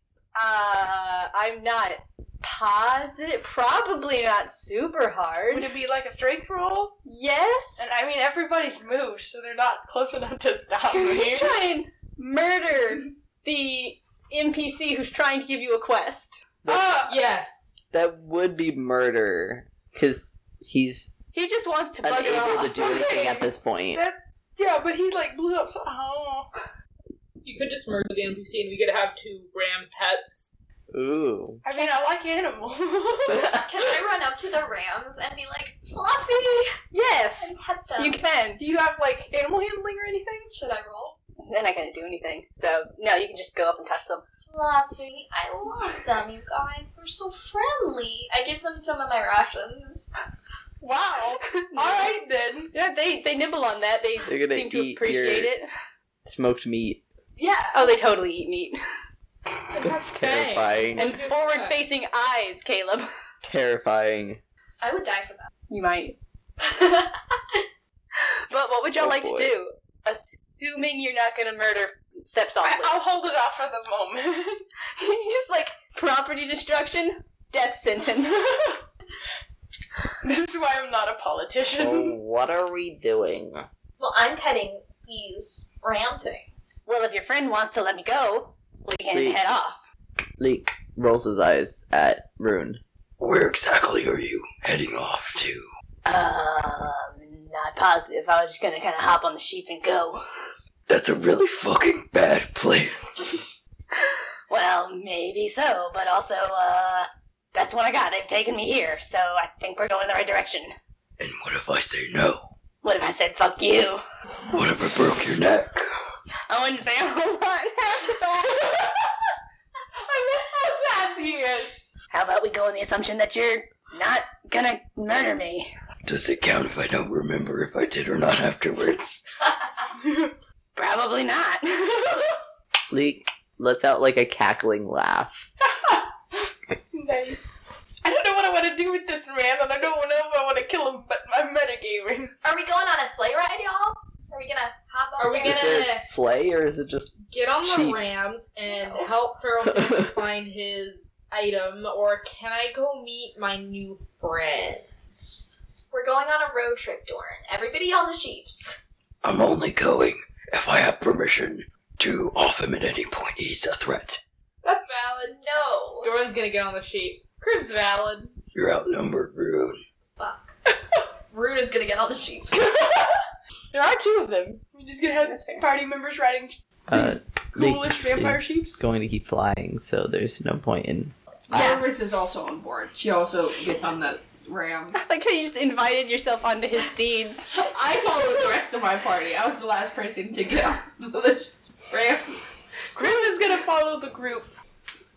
Speaker 2: Uh, I'm not positive. Probably not super
Speaker 7: Would
Speaker 2: hard.
Speaker 7: it be like a strength roll?
Speaker 2: Yes?
Speaker 7: And I mean, everybody's moved, so they're not close enough to stop me.
Speaker 2: Try and murder the NPC who's trying to give you a quest.
Speaker 7: Uh,
Speaker 9: Yes.
Speaker 5: That would be murder, because he's
Speaker 2: He just wants to bug it
Speaker 5: unable
Speaker 2: off.
Speaker 5: to do anything at this point.
Speaker 7: yeah, but he like blew up. So oh.
Speaker 9: You could just murder the NPC and we could have two ram pets.
Speaker 5: Ooh.
Speaker 7: I mean, I like animals. I
Speaker 6: Can I run up to the rams and be like, Fluffy,
Speaker 2: Yes!
Speaker 6: and pet them?
Speaker 2: You can.
Speaker 7: Do you have like animal handling or anything?
Speaker 6: Should I roll?
Speaker 2: They're not gonna do anything. So, no, you can just go up and touch them.
Speaker 6: Fluffy, I love them, you guys. They're so friendly. I give them some of my rations.
Speaker 7: Wow. All right then.
Speaker 2: Yeah, they they nibble on that. They
Speaker 5: They're gonna
Speaker 2: seem to
Speaker 5: eat
Speaker 2: appreciate
Speaker 5: your-
Speaker 2: it.
Speaker 5: Smoked meat.
Speaker 6: Yeah.
Speaker 2: Oh, they totally eat meat.
Speaker 9: fangs.
Speaker 5: That's terrifying.
Speaker 2: And
Speaker 9: uh,
Speaker 2: forward-facing eyes, Caleb.
Speaker 5: Terrifying.
Speaker 6: I would die for
Speaker 2: You might.
Speaker 6: that.
Speaker 2: But what would y'all
Speaker 5: Oh,
Speaker 2: like
Speaker 5: boy.
Speaker 2: to do? Assuming you're not gonna murder steps off.
Speaker 7: I- I'll hold it off for the moment.
Speaker 2: just like property destruction, death sentence.
Speaker 7: This is why I'm not a politician.
Speaker 10: So what are we doing?
Speaker 6: Well, I'm cutting these ram things.
Speaker 2: Well, if your friend wants to let me go, we can
Speaker 5: Please.
Speaker 2: head off.
Speaker 5: Leek rolls his eyes at Rune.
Speaker 8: Where exactly are you heading off to?
Speaker 2: uh, Um, not positive. I was just gonna kind of hop on the sheep and go.
Speaker 8: That's a really fucking bad plan.
Speaker 2: Well, maybe so, but also, uh, that's what I got. They've taken me here, so I think we're going the right direction.
Speaker 8: And what if I say no?
Speaker 2: What if I said fuck you?
Speaker 8: What if I broke your neck?
Speaker 2: I wouldn't say a whole lot after that.
Speaker 7: How sassy he is.
Speaker 2: How about we go on the assumption that you're not gonna murder me?
Speaker 8: Does it count if I don't remember if I did or not afterwards?
Speaker 2: Probably not.
Speaker 5: Leek lets out like a cackling laugh.
Speaker 7: Nice. I don't know what I want to do with this man, and I don't know if I want to kill him, but I'm metagaming.
Speaker 6: Are we going on a sleigh ride, y'all? Are we gonna hop on?
Speaker 9: Are we
Speaker 6: there?
Speaker 5: Is there sleigh or is it just
Speaker 9: Get on the
Speaker 5: Cheap.
Speaker 9: rams and
Speaker 6: No.
Speaker 9: help Feral Santa find his item, or can I go meet my new friends?
Speaker 6: We're going on a road trip, Dorn. Everybody on the sheeps.
Speaker 8: I'm only going if I have permission to off him at any point. He's a threat.
Speaker 9: That's valid.
Speaker 6: No.
Speaker 9: Doran's gonna get on the sheep. Crib's valid.
Speaker 8: You're outnumbered, Rune.
Speaker 6: Fuck. Rune is gonna get on the sheep.
Speaker 7: There are two of them. We're just gonna have
Speaker 2: That's fair.
Speaker 7: party members riding
Speaker 5: uh,
Speaker 7: coolest vampire
Speaker 5: is
Speaker 7: sheeps?
Speaker 5: going to keep flying? So there's no point in.
Speaker 3: Corvus is also on board. She also gets on the ram.
Speaker 2: like how you just invited yourself onto his steeds.
Speaker 3: I followed the rest of my party. I was the last person to get on the ram.
Speaker 7: Grim is gonna follow the group,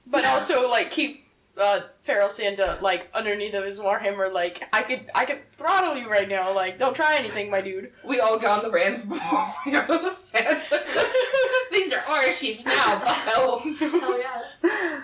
Speaker 7: but also like keep uh Feral Santa like underneath of his warhammer. Like I could I could throttle you right now. Like don't try anything, my dude.
Speaker 3: We all got on the rams before we were on Santa. These are our sheep now, Bo.
Speaker 6: Hell yeah.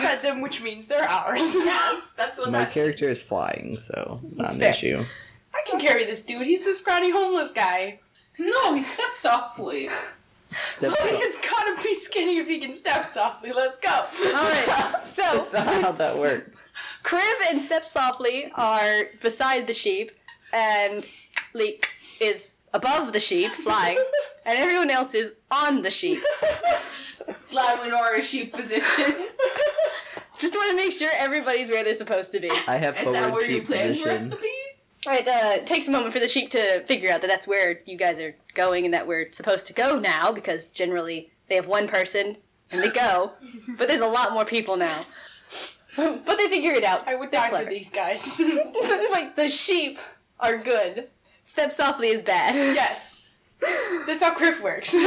Speaker 7: fed them, which means they're ours.
Speaker 6: Yes, that's what
Speaker 5: My
Speaker 6: that
Speaker 5: character
Speaker 6: means.
Speaker 5: is flying, so not an
Speaker 3: fair.
Speaker 5: issue.
Speaker 7: I can carry this dude. He's this scrawny homeless guy.
Speaker 3: No, he steps softly.
Speaker 5: Step
Speaker 7: He's gotta be skinny if he can step softly. Let's go.
Speaker 2: Alright, so
Speaker 5: That's not how that works.
Speaker 2: Crib and Step Softly are beside the sheep, and Leek is above the sheep, flying, and everyone else is on the sheep.
Speaker 3: Glad we know our sheep position.
Speaker 2: Just want to make sure everybody's where they're supposed to be.
Speaker 5: I have
Speaker 3: Is that
Speaker 5: forward
Speaker 3: where you
Speaker 5: sheep
Speaker 3: planned for us
Speaker 5: position.
Speaker 3: to be?
Speaker 2: All right, uh, it takes a moment for the sheep to figure out that that's where you guys are going and that we're supposed to go now because generally they have one person and they go, but there's a lot more people now. but they figure it out.
Speaker 7: I would
Speaker 2: They're
Speaker 7: die
Speaker 2: clever.
Speaker 7: for these guys.
Speaker 2: like the sheep are good. Step softly is bad.
Speaker 7: yes, that's how Griff works.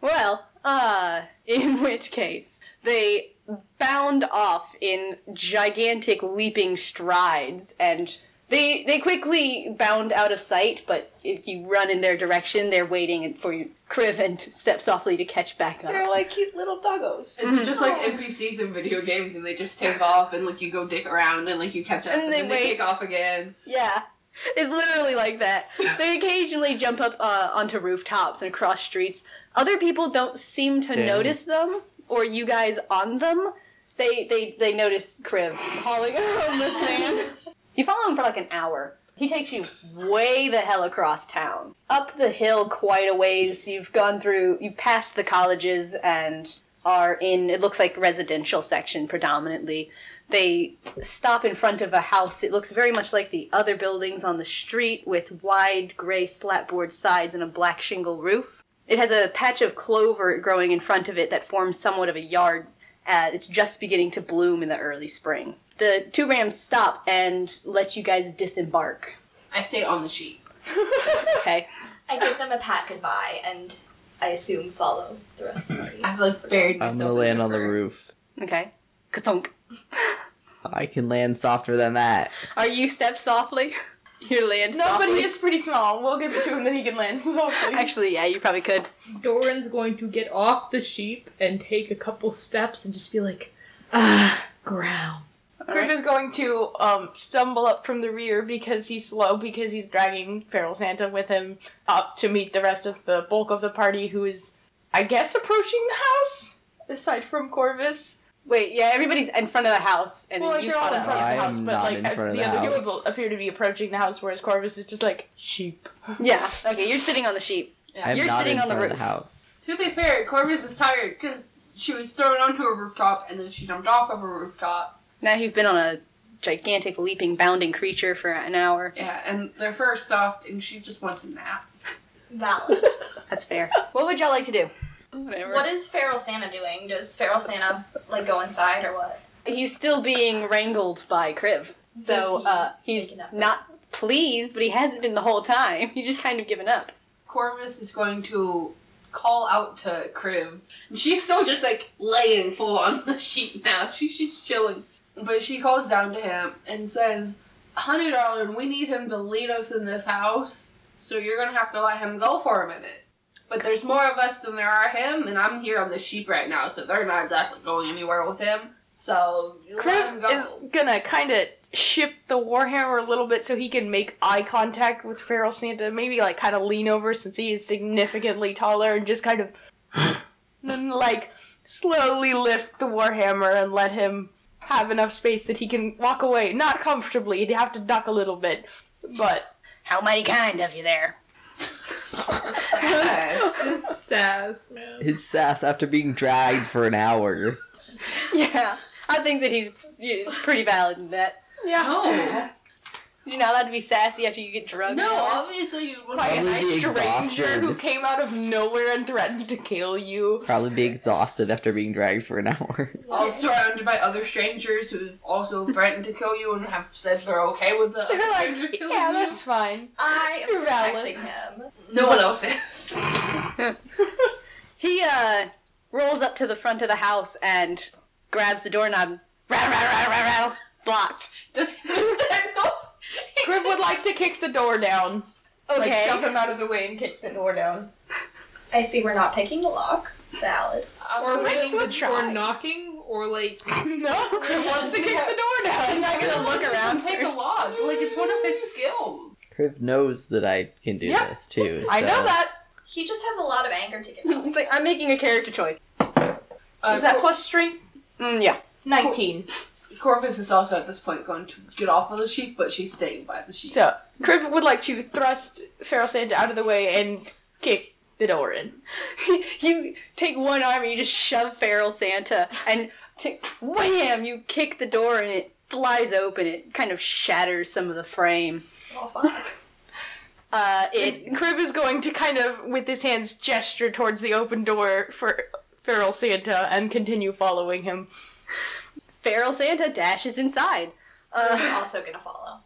Speaker 2: Well, uh, in which case, they bound off in gigantic leaping strides and they they quickly bound out of sight, but if you run in their direction, they're waiting for you Kriv and step softly to catch back up.
Speaker 7: they're like cute little doggos.
Speaker 2: Mm-hmm.
Speaker 3: Is it just like NPCs in video games and they just take off and like you go dick around and like you catch up
Speaker 2: And
Speaker 3: and,
Speaker 2: they
Speaker 3: then they
Speaker 2: wait.
Speaker 3: take off again?
Speaker 2: Yeah. It's literally like that. They occasionally jump up uh, onto rooftops and cross streets. Other people don't seem to
Speaker 5: Yeah.
Speaker 2: notice them, or you guys on them. They they, they notice Crib hauling a homeless man. You follow him for like an hour. He takes you way the hell across town. Up the hill quite a ways. You've gone through, you've passed the colleges and are in, it looks like residential section predominantly. They stop in front of a house. It looks very much like the other buildings on the street with wide gray slatboard sides and a black shingle roof. It has a patch of clover growing in front of it that forms somewhat of a yard. Uh, it's just beginning to bloom in the early spring. The two rams stop and let you guys disembark.
Speaker 3: I stay on the sheep.
Speaker 2: Okay.
Speaker 6: I give them a pat goodbye and I assume follow the rest of the party.
Speaker 3: I've like buried myself.
Speaker 5: I'm gonna
Speaker 3: in
Speaker 5: land
Speaker 3: their
Speaker 5: on the
Speaker 3: fur.
Speaker 5: roof.
Speaker 2: Okay. Kathunk.
Speaker 5: I can land softer than that.
Speaker 2: Are you step softly? Your land
Speaker 7: No,
Speaker 2: softly.
Speaker 7: but he is pretty small. We'll give it to him, then he can land softly.
Speaker 2: Actually, yeah, you probably could.
Speaker 9: Doran's going to get off the sheep and take a couple steps and just be like, ah, ground.
Speaker 7: Griff is going to um, stumble up from the rear because he's slow because he's dragging Feral Santa with him up to meet the rest of the bulk of the party who is, I guess, approaching the house. Aside from Corvus,
Speaker 2: Wait, yeah, everybody's in front of the house, and
Speaker 7: well, like
Speaker 2: you
Speaker 7: they're all in front of
Speaker 5: I'm
Speaker 7: the house, but
Speaker 5: not
Speaker 7: like
Speaker 5: in
Speaker 7: uh,
Speaker 5: front of
Speaker 7: the
Speaker 5: the
Speaker 7: other
Speaker 5: house.
Speaker 7: people appear to be approaching the house, whereas Corvus is just like sheep.
Speaker 2: Yeah, okay, you're sitting on the sheep.
Speaker 5: I'm
Speaker 2: You're
Speaker 5: not
Speaker 2: sitting
Speaker 5: in
Speaker 2: on the
Speaker 5: front
Speaker 2: roof.
Speaker 5: of the house.
Speaker 3: To be fair, Corvus is tired because she was thrown onto a rooftop and then she jumped off of a rooftop.
Speaker 2: Now you've been on a gigantic, leaping, bounding creature for an hour.
Speaker 3: Yeah, and their fur soft and she just wants a nap.
Speaker 6: Valid.
Speaker 2: That's fair. what would y'all like to do?
Speaker 7: Whatever.
Speaker 6: what is Feral Santa doing? Does Feral Santa like go inside or what?
Speaker 2: He's still being wrangled by Kriv. So
Speaker 6: Does he
Speaker 2: uh, he's
Speaker 6: make an effort?
Speaker 2: not pleased, but he hasn't been the whole time. He's just kind of given up.
Speaker 3: Corvus is going to call out to Kriv. She's still just like laying full on the sheet now. She's just chilling. But she calls down to him and says, Honey darling, we need him to lead us in this house, so you're gonna have to let him go for a minute. But there's more of us than there are him, and I'm here on the sheep right now, so they're not exactly going anywhere with him. So let him go.
Speaker 7: Kriv is gonna kind of shift the warhammer a little bit so he can make eye contact with Feral Santa. Maybe like kind of lean over since he is significantly taller and just kind of then like slowly lift the warhammer and let him have enough space that he can walk away. Not comfortably, he'd have to duck a little bit, but
Speaker 2: How mighty kind of you there.
Speaker 3: Yes.
Speaker 9: Sass, man.
Speaker 5: His sass after being dragged for an hour.
Speaker 2: Yeah, I think that he's yeah, pretty valid in that.
Speaker 7: yeah.
Speaker 3: No.
Speaker 2: You're not allowed to be sassy after you get drugged.
Speaker 3: No, obviously you would
Speaker 7: By a
Speaker 5: Probably
Speaker 7: stranger who
Speaker 5: exhausted.
Speaker 7: came out of nowhere and threatened to kill you.
Speaker 5: Probably be exhausted after being dragged for an hour.
Speaker 3: all surrounded by other strangers who also threatened to kill you and have said they're okay with the other
Speaker 7: They're
Speaker 3: stranger
Speaker 7: like,
Speaker 3: killing
Speaker 7: yeah,
Speaker 3: you.
Speaker 7: that's fine.
Speaker 6: I am
Speaker 7: You're valid.
Speaker 6: protecting him.
Speaker 3: No one else is.
Speaker 2: He uh rolls up to the front of the house and grabs the doorknob. Rattle, rattle, rattle, rattle, rattle. Blocked.
Speaker 3: Does that go?
Speaker 7: Griff would like to kick the door down. Like,
Speaker 2: Okay.
Speaker 7: shove him out of the way and kick the door down.
Speaker 6: I see we're not picking the lock. Valid.
Speaker 9: Or
Speaker 7: Rinse
Speaker 9: waiting
Speaker 7: would try.
Speaker 9: or knocking or like
Speaker 7: No, Griff wants to kick the door down. He's not gonna look
Speaker 3: around. Take a log. Like it's one of his skills.
Speaker 5: Kriv knows that I can do
Speaker 7: Yep.
Speaker 5: this too. So.
Speaker 7: I know that.
Speaker 6: He just has a lot of anger to get out.
Speaker 2: It's like I'm making a character choice.
Speaker 3: Uh,
Speaker 7: Is that
Speaker 3: Cor-
Speaker 7: plus strength?
Speaker 2: Mm, yeah.
Speaker 7: 19.
Speaker 3: Corvus is also at this point going to get off of the sheep, but she's staying by the sheep.
Speaker 7: So, Griff would like to thrust Feral Santa out of the way and kick the door in.
Speaker 2: you take one arm and you just shove feral Santa and t- wham! Um, You kick the door and it flies open. It kind of shatters some of the frame.
Speaker 6: Well, Oh, fuck.
Speaker 2: Uh, it
Speaker 7: And Crib is going to kind of, with his hands, gesture towards the open door for Feral Santa and continue following him.
Speaker 2: feral Santa dashes inside. Uh,
Speaker 6: It's also gonna follow.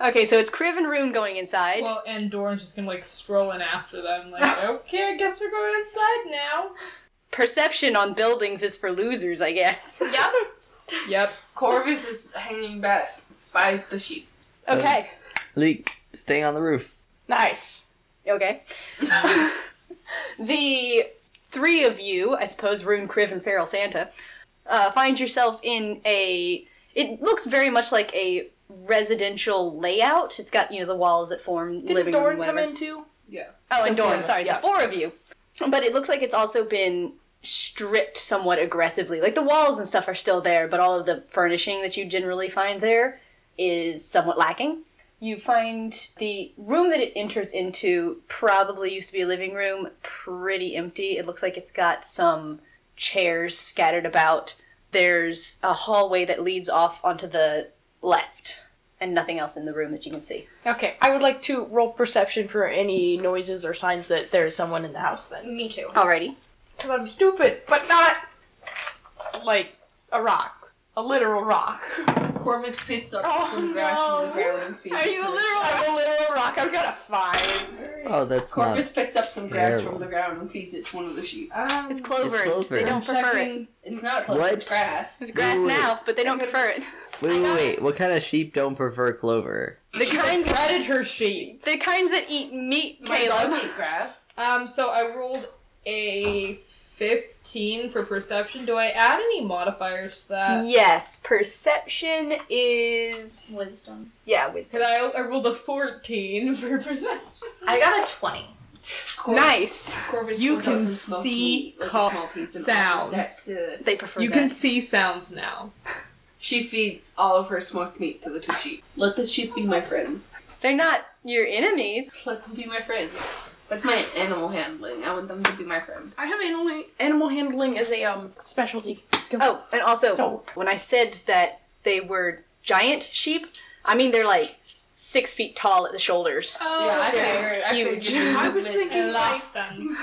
Speaker 2: okay, so it's Kriv and Rune going inside.
Speaker 9: well, and Doran's just gonna like stroll in after them. Like, okay, I guess we're going inside now.
Speaker 2: Perception on buildings is for losers, I guess.
Speaker 6: Yep.
Speaker 9: Yep.
Speaker 3: Corvus is hanging back by the sheep.
Speaker 2: Okay.
Speaker 5: Leek, staying on the roof.
Speaker 7: Nice.
Speaker 2: Okay. the three of you, I suppose, Rune, Kriv, and Feral Santa, uh, find yourself in a. It looks very much like a residential layout. It's got you know the walls that form
Speaker 7: Did
Speaker 2: living room,
Speaker 7: Doran
Speaker 2: whatever.
Speaker 7: come in too?
Speaker 3: Yeah.
Speaker 2: Oh, and
Speaker 9: So four
Speaker 2: Doran.
Speaker 9: of us,
Speaker 2: Sorry,
Speaker 9: yeah.
Speaker 2: the four of you. But it looks like it's also been stripped somewhat aggressively. Like the walls and stuff are still there, but all of the furnishing that you generally find there is somewhat lacking. You find the room that it enters into probably used to be a living room, pretty empty. It looks like it's got some chairs scattered about. There's a hallway that leads off onto the left, and nothing else in the room that you can see.
Speaker 7: Okay, I would like to roll perception for any noises or signs that there is someone in the house then.
Speaker 6: Me too.
Speaker 2: Alrighty.
Speaker 7: Because I'm stupid, but not like a rock. A literal rock.
Speaker 3: Corvus picks up
Speaker 7: Oh,
Speaker 3: some grass from the
Speaker 7: no.
Speaker 3: ground and feeds
Speaker 7: Are
Speaker 3: it
Speaker 7: you
Speaker 3: to
Speaker 7: a
Speaker 3: the
Speaker 7: literal?
Speaker 3: sheep.
Speaker 7: I'm a literal rock. I've got a five.
Speaker 5: Oh, that's
Speaker 3: Corvus picks up some grass
Speaker 5: terrible.
Speaker 3: from the ground and feeds it to one of the sheep. Uh,
Speaker 7: Um,
Speaker 2: It's clover.
Speaker 5: clover.
Speaker 2: They don't prefer it.
Speaker 3: It's not close.
Speaker 5: What?
Speaker 3: It's grass.
Speaker 2: It's grass
Speaker 5: Ooh.
Speaker 2: now, but they don't prefer it.
Speaker 5: not. Wait, wait, wait. What kind of sheep don't prefer clover?
Speaker 2: The kind,
Speaker 9: Predator sheep.
Speaker 2: the kinds that eat meat,
Speaker 3: My
Speaker 2: Caleb.
Speaker 3: dogs eat grass.
Speaker 9: Um, so I rolled a fifteen for perception. Do I add any modifiers to that?
Speaker 2: yes, perception is
Speaker 6: Wisdom.
Speaker 2: yeah, wisdom.
Speaker 9: Cause I, I rolled a fourteen for perception.
Speaker 6: I got a twenty.
Speaker 2: Nice.
Speaker 3: Corvus
Speaker 4: You
Speaker 3: pulls out
Speaker 4: can
Speaker 3: some smoked
Speaker 4: see
Speaker 3: meat, like a
Speaker 4: co-
Speaker 3: small piece and
Speaker 4: sounds.
Speaker 3: offers that to-
Speaker 2: They prefer
Speaker 4: You
Speaker 2: that.
Speaker 4: can see sounds now.
Speaker 3: she feeds all of her smoked meat to the two sheep. Let the sheep be my friends.
Speaker 2: They're not your enemies.
Speaker 3: Let them be my friends. That's my animal handling. I want them to be my friend.
Speaker 7: I have animal animal handling as a um specialty skill.
Speaker 2: Oh, and also,
Speaker 7: So-
Speaker 2: when I said that they were giant sheep, I mean they're like six feet tall at the shoulders.
Speaker 3: yeah, I
Speaker 2: they're
Speaker 3: figured. I
Speaker 2: huge.
Speaker 3: figured.
Speaker 7: I was
Speaker 9: uh,
Speaker 7: thinking like
Speaker 9: them.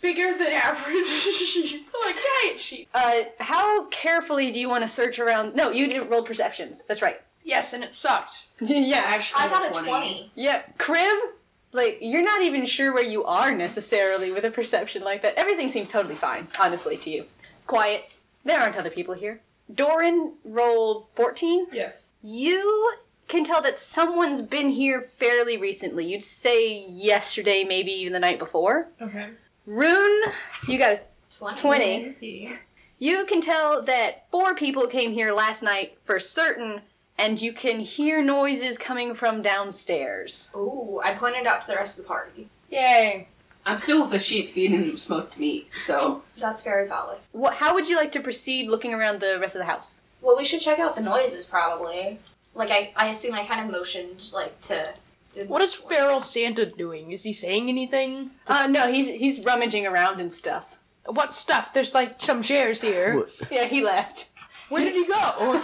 Speaker 7: bigger than average sheep, like giant sheep.
Speaker 2: Uh, how carefully do you want to search around? No, you didn't roll perceptions. That's right.
Speaker 7: Yes, and it sucked.
Speaker 2: yeah,
Speaker 6: I got a 20.
Speaker 2: yeah. Crib, like you're not even sure where you are necessarily with a perception like that. Everything seems totally fine, honestly, to you. It's quiet. There aren't other people here. Doran rolled 14.
Speaker 9: Yes.
Speaker 2: You can tell that someone's been here fairly recently. You'd say yesterday, maybe even the night before.
Speaker 9: Okay.
Speaker 2: Rune, you got a
Speaker 6: 20.
Speaker 2: 20. You can tell that four people came here last night for certain, and you can hear noises coming from downstairs.
Speaker 6: Ooh, I pointed out to the rest of the party.
Speaker 2: Yay.
Speaker 3: I'm still with the sheep feeding them smoked meat, so
Speaker 6: That's very valid.
Speaker 2: What, how would you like to proceed looking around the rest of the house?
Speaker 6: Well, we should check out the noises probably. Like, I, I assume I kind of motioned, like, to. the-
Speaker 7: What is feral Santa doing? Is he saying anything?
Speaker 2: Uh, no, he's, he's rummaging around and stuff.
Speaker 7: What stuff? There's like some chairs here.
Speaker 5: What?
Speaker 2: Yeah, he left.
Speaker 7: Where did he go?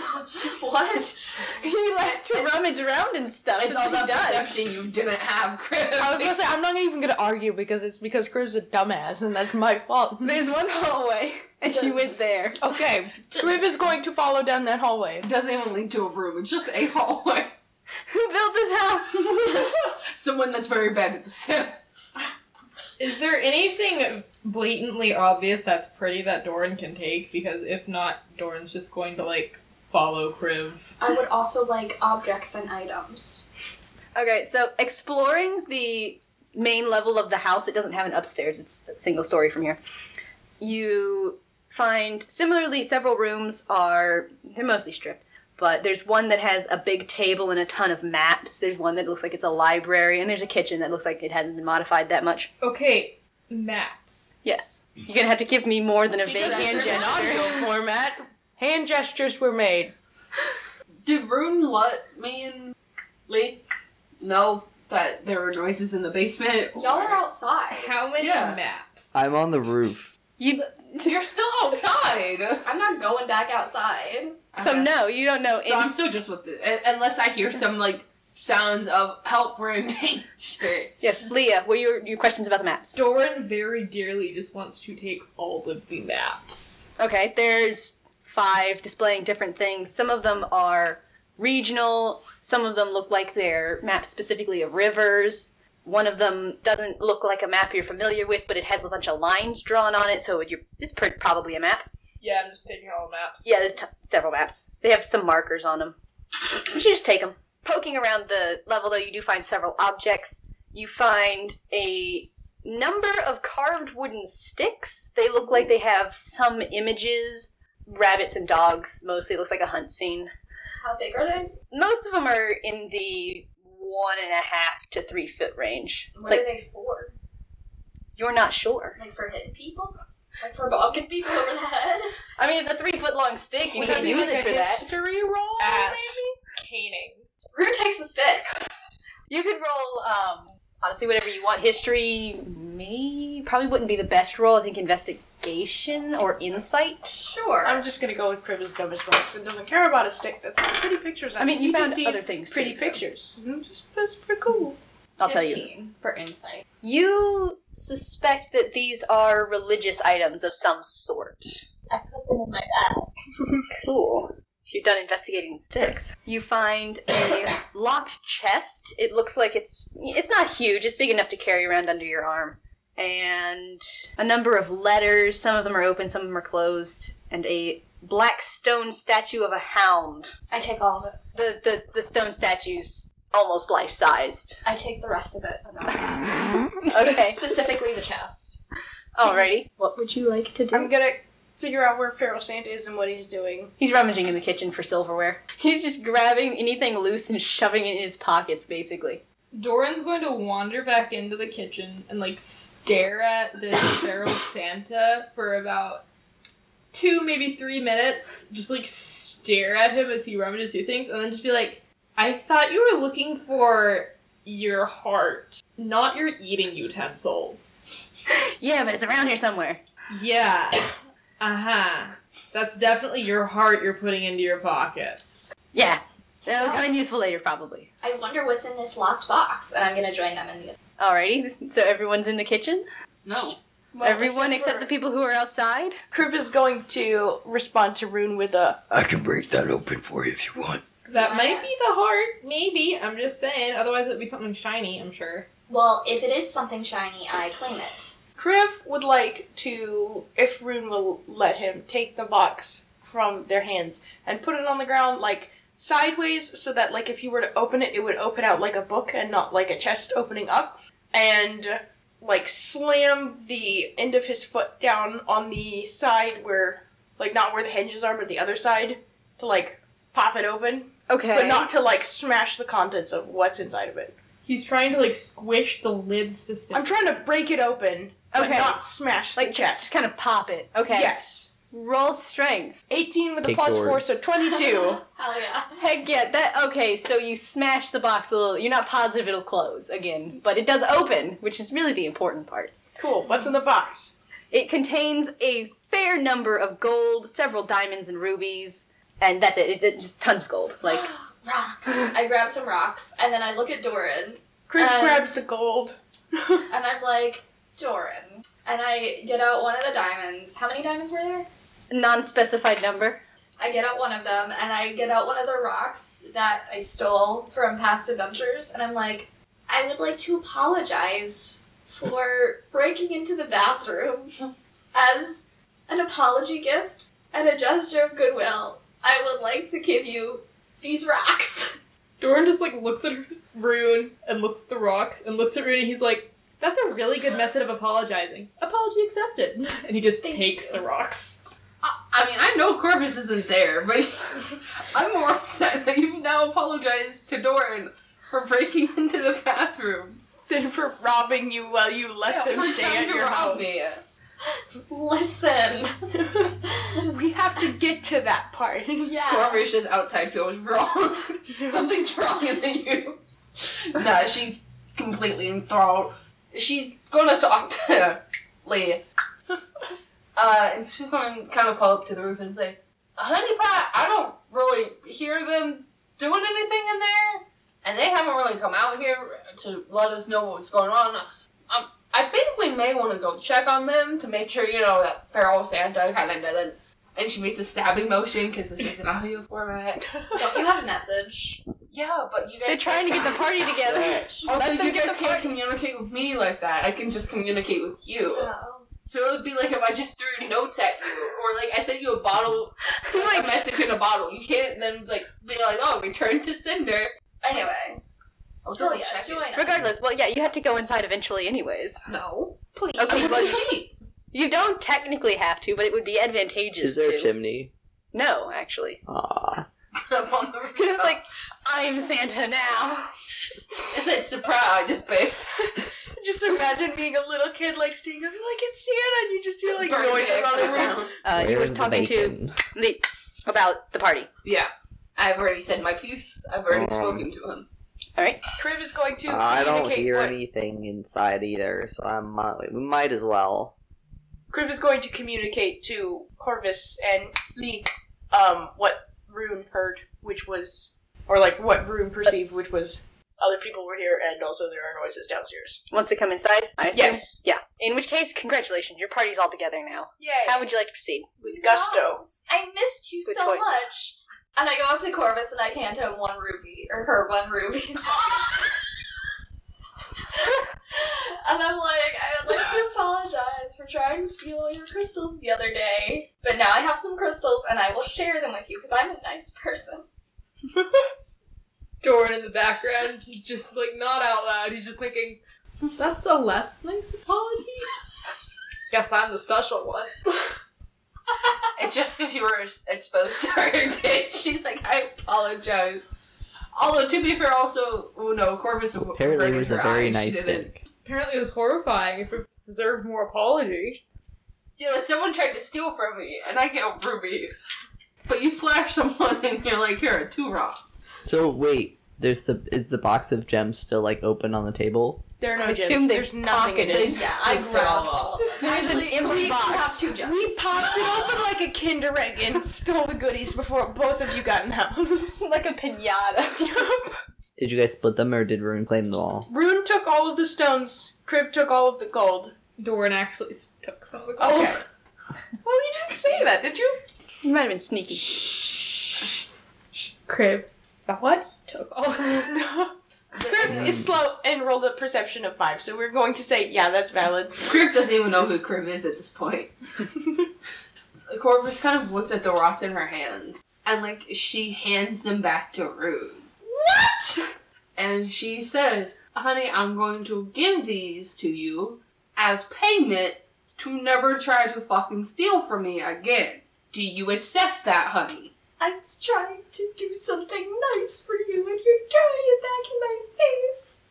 Speaker 6: What?
Speaker 2: He left to rummage around and stuff.
Speaker 3: it's all that perception you didn't have, Chris.
Speaker 7: I was gonna say I'm not even gonna argue because it's because Crib's a dumbass and that's my fault.
Speaker 2: There's one hallway, and she went there.
Speaker 7: Okay, Crib is going to follow down that hallway.
Speaker 3: It doesn't even lead to a room. It's just a hallway.
Speaker 2: Who built this house?
Speaker 3: Someone that's very bad at the sim.
Speaker 9: Is there anything blatantly obvious that's pretty that Doran can take? Because if not, Doran's just going to like follow Kriv.
Speaker 6: I would also like objects and items.
Speaker 2: okay, so exploring the main level of the house, it doesn't have an upstairs, it's a single story from here. You find, similarly, several rooms are, they're mostly stripped, but there's one that has a big table and a ton of maps. There's one that looks like it's a library, and there's a kitchen that looks like it hasn't been modified that much.
Speaker 9: Okay, maps.
Speaker 2: Yes. You're gonna have to give me more than a vague
Speaker 7: Because
Speaker 2: hand
Speaker 7: it's an
Speaker 2: gesture.
Speaker 7: audio format. Hand gestures were made.
Speaker 3: Did Rune let me and Lee know that there were noises in the basement?
Speaker 6: Y'all are outside.
Speaker 9: How many
Speaker 3: Yeah.
Speaker 9: maps?
Speaker 5: I'm on the roof.
Speaker 2: You,
Speaker 3: You're still outside.
Speaker 6: I'm not going back outside.
Speaker 2: so
Speaker 3: Okay.
Speaker 2: no, you don't know
Speaker 3: So
Speaker 2: any
Speaker 3: I'm still just with it, un- unless I hear some like sounds of help. We're in danger.
Speaker 2: Yes, Leah, what are your, your questions about the maps?
Speaker 9: Doran very dearly just wants to take all of the maps.
Speaker 2: Okay, there's five displaying different things. Some of them are regional, some of them look like they're maps specifically of rivers. One of them doesn't look like a map you're familiar with, but it has a bunch of lines drawn on it, so it- you're, it's pr- probably a map.
Speaker 9: Yeah, I'm just taking all the maps.
Speaker 2: Yeah, there's t- several maps. They have some markers on them. You should just take them. Poking around the level, though, you do find several objects. You find a number of carved wooden sticks. They look like they have some images. Rabbits and dogs, mostly. It looks like a hunt scene.
Speaker 6: How big are they?
Speaker 2: Most of them are in the one and a half to three foot range.
Speaker 6: What
Speaker 2: like,
Speaker 6: are they for?
Speaker 2: you're not sure.
Speaker 6: Like for hitting people? Like for bonking people over the head?
Speaker 2: I mean, it's a three foot long stick. You
Speaker 9: Would
Speaker 2: can't
Speaker 9: that be
Speaker 2: use
Speaker 9: like
Speaker 2: it
Speaker 9: a
Speaker 2: for that. Ah. Uh,
Speaker 9: history roll?
Speaker 6: Oh,
Speaker 7: Ash.
Speaker 9: Maybe? Caning.
Speaker 6: Rue takes the sticks.
Speaker 2: You could roll, um, honestly, whatever you want. History, me probably wouldn't be the best roll. I think investigation or insight.
Speaker 6: Sure.
Speaker 7: I'm just gonna go with Crib's dumbest box and doesn't care about a stick. That's got pretty pictures. on
Speaker 2: I mean,
Speaker 7: it.
Speaker 2: you
Speaker 7: can
Speaker 2: found
Speaker 7: see
Speaker 2: other
Speaker 7: his
Speaker 2: things,
Speaker 7: Pretty
Speaker 2: too, so.
Speaker 7: pictures. Mhm, Just that's pretty cool.
Speaker 2: I'll tell you.
Speaker 6: 15 for insight.
Speaker 2: You suspect that these are religious items of some sort.
Speaker 6: I put them in my bag.
Speaker 2: Cool. If you've done investigating sticks, you find a locked chest. It looks like it's it's not huge. It's big enough to carry around under your arm, and a number of letters. Some of them are open, some of them are closed, and a black stone statue of a hound.
Speaker 6: I take all of it.
Speaker 2: The the, the stone statue's almost life sized.
Speaker 6: I take the rest of it. I'm not-
Speaker 2: Okay.
Speaker 6: Specifically the chest.
Speaker 2: Alrighty. What would you like to
Speaker 7: I'm gonna figure out where feral Santa is and what he's doing.
Speaker 2: He's rummaging in the kitchen for silverware. He's just grabbing anything loose and shoving it in his pockets, basically.
Speaker 9: Doran's going to wander back into the kitchen and like stare at this feral Santa for about two, maybe three minutes. Just like stare at him as he rummages through things, and then just be like, "I thought you were looking for your heart, not your eating utensils."
Speaker 2: Yeah, but it's around here somewhere.
Speaker 9: Yeah. Uh huh. That's definitely your heart you're putting into your pockets.
Speaker 2: Yeah. That'll come in useful later, probably.
Speaker 6: I wonder what's in this locked box, and I'm gonna join them in the.
Speaker 2: Alrighty, so everyone's in the kitchen?
Speaker 3: No.
Speaker 2: Everyone except the people who are outside?
Speaker 7: Crib is going to respond to Rune with a.
Speaker 8: I can break that open for you if you want.
Speaker 9: That might be
Speaker 6: Yes.
Speaker 9: the heart, maybe. I'm just saying. Otherwise, it would be something shiny, I'm sure.
Speaker 6: Well, if it is something shiny, I claim it.
Speaker 7: Crib would like to, if Rune will let him, take the box from their hands and put it on the ground, like sideways, so that like if you were to open it, it would open out like a book and not like a chest opening up, and like slam the end of his foot down on the side where, like not where the hinges are, but the other side to like pop it open.
Speaker 2: Okay.
Speaker 7: but not to like smash the contents of what's inside of it.
Speaker 9: He's trying to like squish the lid specifically.
Speaker 7: I'm trying to break it open, but
Speaker 2: Okay.
Speaker 7: not smash
Speaker 2: like
Speaker 7: the
Speaker 2: just,
Speaker 7: chest.
Speaker 2: just kind of pop it. Okay.
Speaker 7: Yes.
Speaker 2: Roll strength.
Speaker 7: 18 with a
Speaker 5: Take
Speaker 7: plus four,
Speaker 5: yours.
Speaker 7: so 22.
Speaker 6: Hell yeah.
Speaker 2: Heck yeah, that okay, so you smash the box a little you're not positive it'll close again, but it does open, which is really the important part.
Speaker 7: cool. What's in the box?
Speaker 2: It contains a fair number of gold, several diamonds and rubies, and that's it. It, it just tons of gold. Like
Speaker 6: Rocks. I grab some rocks, and then I look at Doran,
Speaker 7: Griff
Speaker 6: Um,
Speaker 7: grabs the gold.
Speaker 6: and I'm like, Doran. And I get out one of the diamonds. How many diamonds were there?
Speaker 2: non-specified number.
Speaker 6: I get out one of them, and I get out one of the rocks that I stole from past adventures, and I'm like, I would like to apologize for breaking into the bathroom as an apology gift and a gesture of goodwill. I would like to give you these rocks.
Speaker 9: Doran just like looks at Rune and looks at the rocks and looks at Rune and he's like, "That's a really good method of apologizing. Apology accepted." And he just
Speaker 6: Thank
Speaker 9: takes
Speaker 6: you.
Speaker 9: the rocks.
Speaker 3: I, I mean, I know Corvus isn't there, but I'm more upset that you've now apologized to Doran for breaking into the bathroom.
Speaker 7: Then for robbing you while you let
Speaker 3: Yeah,
Speaker 7: them
Speaker 3: for
Speaker 7: stay
Speaker 3: trying
Speaker 7: at
Speaker 3: to
Speaker 7: your
Speaker 3: rob
Speaker 7: house.
Speaker 3: me.
Speaker 6: Listen.
Speaker 7: We have to get to that part.
Speaker 6: yeah.
Speaker 3: Corvus just outside feels wrong. Something's wrong in you. Nah, she's completely enthralled. She's gonna talk to Lee. Uh, and she's gonna kind of call up to the roof and say, Honey Pot, I don't really hear them doing anything in there. And they haven't really come out here to let us know what's going on. Um, I think we may want to go check on them to make sure, you know, that feral Santa kind of didn't. And she makes a stabbing motion because this is an audio format.
Speaker 6: Don't you have a message?
Speaker 3: Yeah, but you guys.
Speaker 2: They're trying to get the party together.
Speaker 3: Also,
Speaker 2: Let them
Speaker 3: you
Speaker 2: get
Speaker 3: guys
Speaker 2: the
Speaker 3: can't
Speaker 2: party-
Speaker 3: communicate with me like that. I can just communicate with you.
Speaker 6: No.
Speaker 3: So it would be like if I just threw notes at you, or like I sent you a bottle, like, a message in a bottle. You can't then like be like, oh, return to sender.
Speaker 6: Anyway.
Speaker 3: I'll
Speaker 6: Oh
Speaker 3: double
Speaker 6: yeah,
Speaker 3: check it.
Speaker 6: join us.
Speaker 2: Regardless, well, yeah, you have to go inside eventually, anyways.
Speaker 3: No.
Speaker 6: Please.
Speaker 2: Okay,
Speaker 3: It
Speaker 2: well,
Speaker 3: was cheap.
Speaker 2: you don't technically have to, but it would be advantageous.
Speaker 5: Is there
Speaker 2: to.
Speaker 5: a chimney?
Speaker 2: No, actually.
Speaker 5: Ah,
Speaker 3: I'm on the
Speaker 2: He's
Speaker 3: roof.
Speaker 2: like, I'm Santa now.
Speaker 3: it's like surprise, babe.
Speaker 7: just imagine being a little kid, like, staying up, you're like, it's Santa, and you just hear, like,
Speaker 3: Burn
Speaker 7: noises
Speaker 3: it
Speaker 7: on the
Speaker 3: down.
Speaker 7: room.
Speaker 2: Uh, you were talking to Lee about the party.
Speaker 3: Yeah, I've already said my piece. I've already
Speaker 10: Um,
Speaker 3: spoken to him.
Speaker 7: Crib is going
Speaker 5: Uh,
Speaker 7: to
Speaker 10: I don't
Speaker 7: communicate
Speaker 10: hear
Speaker 7: what-
Speaker 10: anything inside either, so I might, we might as well.
Speaker 7: Crib is going to communicate to Corvus and Lee um, what Rune heard, which was, or like what Rune perceived, which was other people were here and also there are noises downstairs.
Speaker 2: Once they come inside, I assume?
Speaker 7: Yes.
Speaker 2: Yeah. In which case, congratulations, your party's all together now.
Speaker 7: Yay.
Speaker 2: How would you like to proceed?
Speaker 7: With gusto.
Speaker 6: I missed you
Speaker 2: Good
Speaker 6: so
Speaker 2: choice.
Speaker 6: much. And I go up to Corvus and I hand him one ruby, or her one ruby. and I'm like, I would like to apologize for trying to steal all your crystals the other day. But now I have some crystals and I will share them with you because I'm a nice person.
Speaker 9: Doran in the background, he's just like not out loud. He's just thinking, "That's a less nice apology." Guess I'm the special one.
Speaker 3: And just because you were exposed to her, did she's like, I apologize. Although to be fair, also oh no, Corvus
Speaker 5: Apparently, it was a
Speaker 3: averted her
Speaker 5: very
Speaker 3: eyes. She
Speaker 5: nice
Speaker 3: didn't-
Speaker 5: thing.
Speaker 9: Apparently, it was horrifying. If it deserved more apology.
Speaker 3: Yeah, like someone tried to steal from me, and I get a ruby. But you flash someone, and you're like, here are two rocks.
Speaker 5: So wait, there's the is the box of gems still like open on the table?
Speaker 7: There are no
Speaker 2: I assume
Speaker 7: gems.
Speaker 2: they
Speaker 7: There's nothing in
Speaker 3: They
Speaker 7: it.
Speaker 3: just
Speaker 6: Yeah, I
Speaker 3: scooped it
Speaker 6: grabbed
Speaker 3: all up.
Speaker 6: all of them. Actually, we have two gems.
Speaker 7: We popped it open like a Kinder Egg and stole the goodies before both of you got in the house.
Speaker 2: like a pinata.
Speaker 5: Did you guys split them or did Rune claim them all?
Speaker 7: Rune took all of the stones. Crib took all of the gold.
Speaker 9: Doran actually s- took some of the gold.
Speaker 7: Oh. well, you didn't say that, did you?
Speaker 2: you might have been sneaky.
Speaker 9: Crib. About what? He took all.
Speaker 7: no. Crib
Speaker 2: Mm.
Speaker 7: is slow and rolled a perception of five, so we're going to say, yeah, that's valid.
Speaker 3: Crib doesn't even know who Crib is at this point. Corvus kind of looks at the rocks in her hands, and like she hands them back to Rune.
Speaker 7: What?
Speaker 3: And she says, Honey, I'm going to give these to you as payment to never try to fucking steal from me again. Do you accept that, honey?
Speaker 6: I was trying to do something nice for you, and you're throwing it back in my face.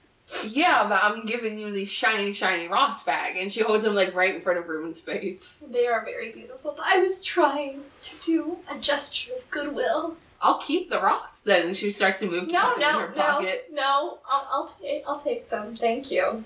Speaker 3: Yeah, but I'm giving you these shiny, shiny rocks back. And she holds them like right in front of Ruben's face.
Speaker 6: They are very beautiful, but I was trying to do a gesture of goodwill.
Speaker 3: I'll keep the rocks then. And she starts to move
Speaker 6: No,
Speaker 3: them in
Speaker 6: no,
Speaker 3: her
Speaker 6: no,
Speaker 3: pocket.
Speaker 6: no. I'll, I'll take, I'll take them. Thank you.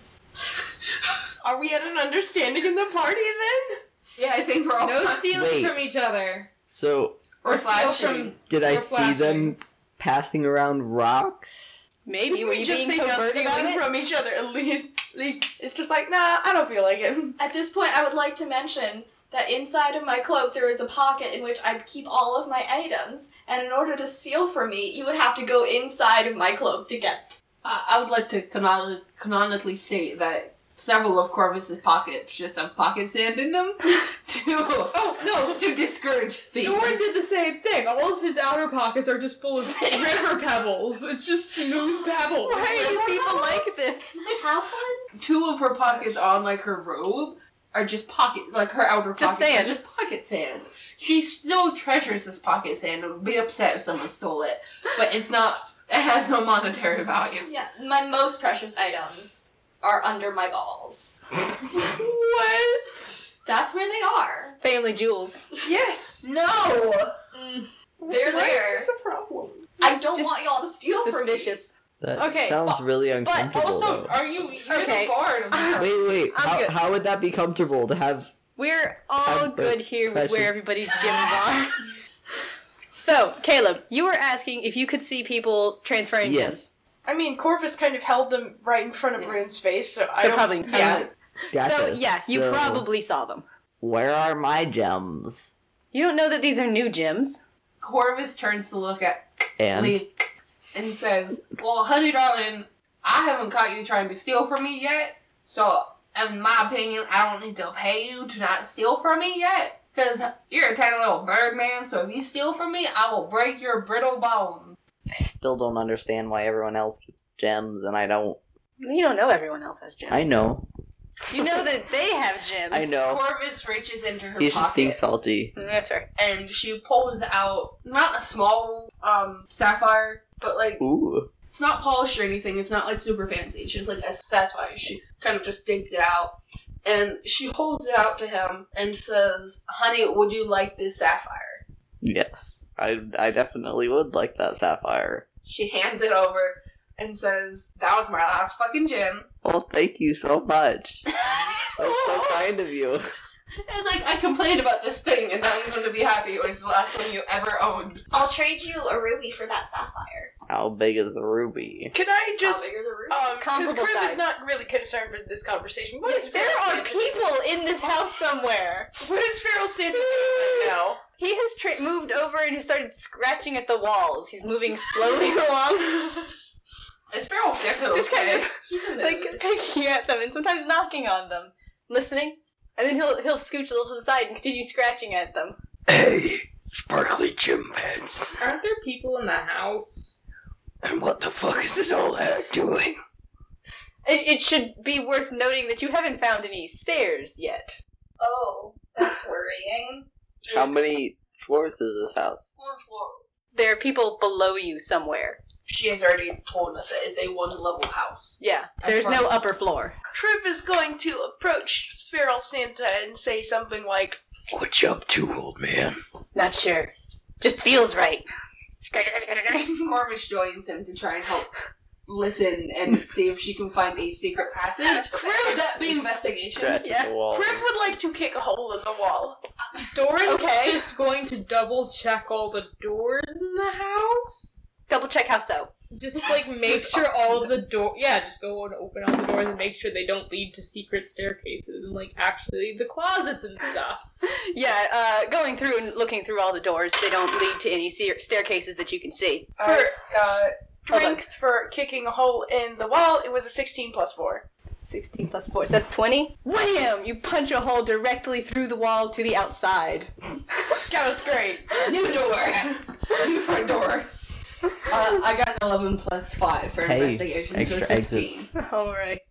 Speaker 7: Are we at an understanding in the party then?
Speaker 3: Yeah, I think we're all
Speaker 9: No stealing
Speaker 5: Wait.
Speaker 9: from each other.
Speaker 5: So
Speaker 3: or
Speaker 9: steal
Speaker 3: slashing.
Speaker 5: did I
Speaker 9: They're
Speaker 5: see them passing around rocks?
Speaker 2: Maybe
Speaker 7: Didn't
Speaker 2: were
Speaker 7: we
Speaker 2: you
Speaker 7: just
Speaker 2: being
Speaker 7: say no
Speaker 2: covert about
Speaker 7: stealing
Speaker 2: it?
Speaker 7: from each other at least? Like, it's just like, nah, I don't feel like it.
Speaker 6: At this point, I would like to mention that inside of my cloak there is a pocket in which I keep all of my items, and in order to steal from me, you would have to go inside of my cloak to get
Speaker 3: Uh, I would like to canoni- canonically state that several of Corvus's pockets just have pocket sand in them to,
Speaker 9: Oh no!
Speaker 3: to discourage thieves.
Speaker 9: Doran did the same thing. All of his outer pockets are just full of river pebbles. It's just smooth pebbles.
Speaker 6: Are people like this? I have one.
Speaker 3: two of her pockets on like her robe are just pocket like her outer
Speaker 4: Just
Speaker 3: pockets
Speaker 4: sand.
Speaker 3: are just pocket sand. She still treasures this pocket sand and would be upset if someone stole it. But it's not it has no monetary value.
Speaker 6: Yeah, my most precious items are under my balls.
Speaker 7: What?
Speaker 6: That's where they are.
Speaker 2: Family jewels.
Speaker 7: Yes.
Speaker 3: No
Speaker 6: They're
Speaker 7: Why
Speaker 6: there.
Speaker 7: is this a problem?
Speaker 6: I don't
Speaker 2: Just
Speaker 6: want y'all to steal
Speaker 2: Suspicious.
Speaker 5: That
Speaker 4: Okay,
Speaker 5: sounds really
Speaker 3: But
Speaker 5: uncomfortable.
Speaker 3: also are you you're
Speaker 2: Okay.
Speaker 3: the bard of the
Speaker 5: though. Wait, wait.
Speaker 2: I'm
Speaker 5: How,
Speaker 2: good.
Speaker 5: how would that be comfortable to have?
Speaker 2: We're all
Speaker 5: Um, but
Speaker 2: good here with
Speaker 5: precious-
Speaker 2: where everybody's gyms are. So, Caleb, you were asking if you could see people transferring
Speaker 5: Yes.
Speaker 7: I mean, Corvus kind of held them right in front of Rune's face, so, I
Speaker 2: So
Speaker 7: don't.
Speaker 2: probably-
Speaker 3: Kinda
Speaker 2: Yeah.
Speaker 3: like-
Speaker 5: Gotcha.
Speaker 2: gems. So, yeah, you
Speaker 5: So,
Speaker 2: probably saw them.
Speaker 5: Where are my gems?
Speaker 2: You don't know that these are new gyms.
Speaker 3: Corvus turns to look at
Speaker 5: And
Speaker 3: Lee and says, Well, honey darling, I haven't caught you trying to steal from me yet. So, in my opinion, I don't need to pay you to not steal from me yet. Because you're a tiny little bird man, so if you steal from me, I will break your brittle bones.
Speaker 10: I still don't understand why everyone else gets gems and I don't.
Speaker 2: You don't know everyone else has gyms.
Speaker 10: I know.
Speaker 2: You know that they have gyms.
Speaker 10: I know.
Speaker 3: Corvus reaches into her
Speaker 10: Oh. He's just
Speaker 3: pocket
Speaker 10: being salty.
Speaker 2: Mm, That's right.
Speaker 3: and she pulls out not a small um sapphire, but like
Speaker 10: Ooh.
Speaker 3: It's not polished or anything. It's not like super fancy. It's just like a sapphire. She kind of just digs it out. And she holds it out to him and says, Honey, would you like this sapphire?
Speaker 10: Yes. I, I definitely would like that sapphire.
Speaker 3: She hands it over and says, That was my last fucking gem.
Speaker 10: Well, Oh, thank you so much. That's so kind of you.
Speaker 3: It's like, I complained about this thing and now you're going to be happy. It was the last one you ever owned.
Speaker 6: I'll trade you a ruby for that sapphire.
Speaker 10: How big is the ruby?
Speaker 7: Can I
Speaker 6: How
Speaker 7: just.
Speaker 6: big are the rubies?
Speaker 7: Um, because
Speaker 2: Comparable
Speaker 7: Crib
Speaker 2: size.
Speaker 7: is not really concerned with this conversation. What is
Speaker 2: There
Speaker 7: Feral
Speaker 2: are
Speaker 7: Santa-
Speaker 2: people in this house somewhere.
Speaker 7: What is Feral Santa doing right now?
Speaker 2: He has tra- moved over and he started scratching at the walls. He's moving slowly along,
Speaker 3: It's feral different.
Speaker 2: just kind of
Speaker 6: He's a mood.
Speaker 2: like picking at them and sometimes knocking on them, listening, and then he'll he'll scooch a little to the side and continue scratching at them.
Speaker 8: Hey, sparkly gym pants.
Speaker 9: Aren't there people in the house?
Speaker 8: And what the fuck is this old hag doing?
Speaker 2: It, it should be worth noting that you haven't found any stairs yet.
Speaker 6: oh, that's worrying.
Speaker 10: How many floors is this house?
Speaker 3: One floor.
Speaker 2: There are people below you somewhere.
Speaker 3: she has already told us it is a one level house.
Speaker 2: Yeah,
Speaker 3: As
Speaker 2: there's
Speaker 3: far
Speaker 2: no
Speaker 3: as-
Speaker 2: upper floor.
Speaker 7: Crip is going to approach Feral Santa and say something like,
Speaker 8: What you up to, old man?
Speaker 2: Not sure. Just feels right.
Speaker 3: Corvus joins him to try and help listen and see if she can find a secret passage. Would that be investigation?
Speaker 10: Scratch
Speaker 2: Yeah.
Speaker 10: at the wall.
Speaker 7: Crip would like to kick a hole in the wall.
Speaker 9: Doran's
Speaker 2: Okay.
Speaker 9: just going to double check all the doors in the house.
Speaker 2: Double check how so.
Speaker 9: Just like make sure all of the door. Yeah, just go and open all the doors and make sure they don't lead to secret staircases and like actually the closets and stuff.
Speaker 2: Yeah, uh, going through and looking through all the doors, they don't lead to any stair- staircases that you can see.
Speaker 3: I got
Speaker 2: Hold on.
Speaker 7: Strength for kicking a hole in the wall, it was a 16 plus 4.
Speaker 2: 16 plus 4, so that's 20. Wham! You punch a hole directly through the wall to the outside.
Speaker 7: That was great.
Speaker 3: new door, new front door. Uh, I got an eleven plus five for
Speaker 5: Hey,
Speaker 3: investigation, so
Speaker 5: extra
Speaker 3: sixteen.
Speaker 5: exits.
Speaker 2: Alright.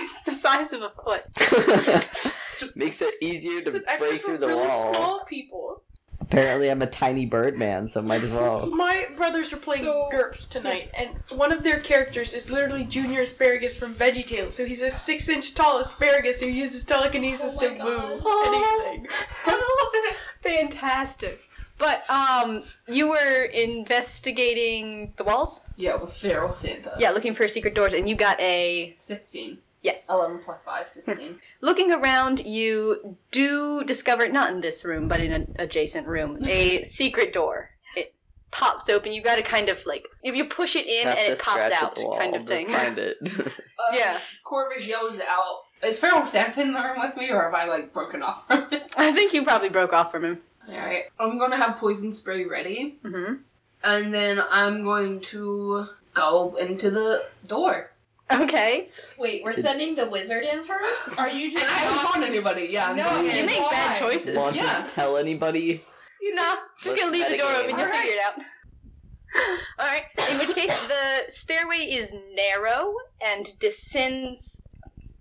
Speaker 2: Oh, the size of a foot.
Speaker 5: Makes it easier
Speaker 7: It's
Speaker 5: to
Speaker 7: an extra
Speaker 5: break
Speaker 7: for
Speaker 5: through the
Speaker 7: really
Speaker 5: wall.
Speaker 7: small people.
Speaker 5: Apparently, I'm a tiny bird man, so might as well.
Speaker 7: My brothers are playing
Speaker 9: So-
Speaker 7: GURPS tonight, and one of their characters is literally Junior Asparagus from VeggieTales. So he's a six-inch tall asparagus who uses telekinesis
Speaker 9: Oh my
Speaker 7: to
Speaker 9: God.
Speaker 7: move
Speaker 2: Oh.
Speaker 7: anything.
Speaker 2: Fantastic. But um, you were investigating the walls?
Speaker 3: Yeah, with feral Santa.
Speaker 2: Yeah, looking for secret doors, and you got a.
Speaker 3: Sixteen.
Speaker 2: Yes.
Speaker 3: Eleven plus five, sixteen.
Speaker 2: Looking around, you do discover, not in this room, but in an adjacent room, a secret door. It pops open. You gotta kind of like, if you push it in
Speaker 10: Have
Speaker 2: and
Speaker 10: to
Speaker 2: it
Speaker 10: scratch
Speaker 2: pops
Speaker 10: at
Speaker 2: out,
Speaker 10: the wall
Speaker 2: kind of
Speaker 10: to
Speaker 2: thing.
Speaker 10: Find it.
Speaker 3: Uh,
Speaker 2: Yeah.
Speaker 3: Corvus yells out. Is feral Santa in the room with me, or have I like broken off from it?
Speaker 2: I think you probably broke off from him.
Speaker 3: All right, I'm gonna have poison spray ready,
Speaker 2: hmm
Speaker 5: Mm-hmm.
Speaker 3: and then I'm going to go into the door.
Speaker 2: Okay.
Speaker 6: Wait, we're sending the wizard in first?
Speaker 9: Are you
Speaker 3: And I haven't
Speaker 9: not-
Speaker 3: told anybody. Yeah, I'm
Speaker 9: No,
Speaker 3: going
Speaker 9: you
Speaker 3: in.
Speaker 2: You make bad
Speaker 9: Why?
Speaker 2: choices.
Speaker 5: Want
Speaker 3: Yeah.
Speaker 5: to tell anybody?
Speaker 2: You know, just
Speaker 10: Let's
Speaker 2: gonna leave the door
Speaker 10: metagame.
Speaker 2: open. You'll
Speaker 10: All
Speaker 2: figure it out. All right. In which case, the stairway is narrow and descends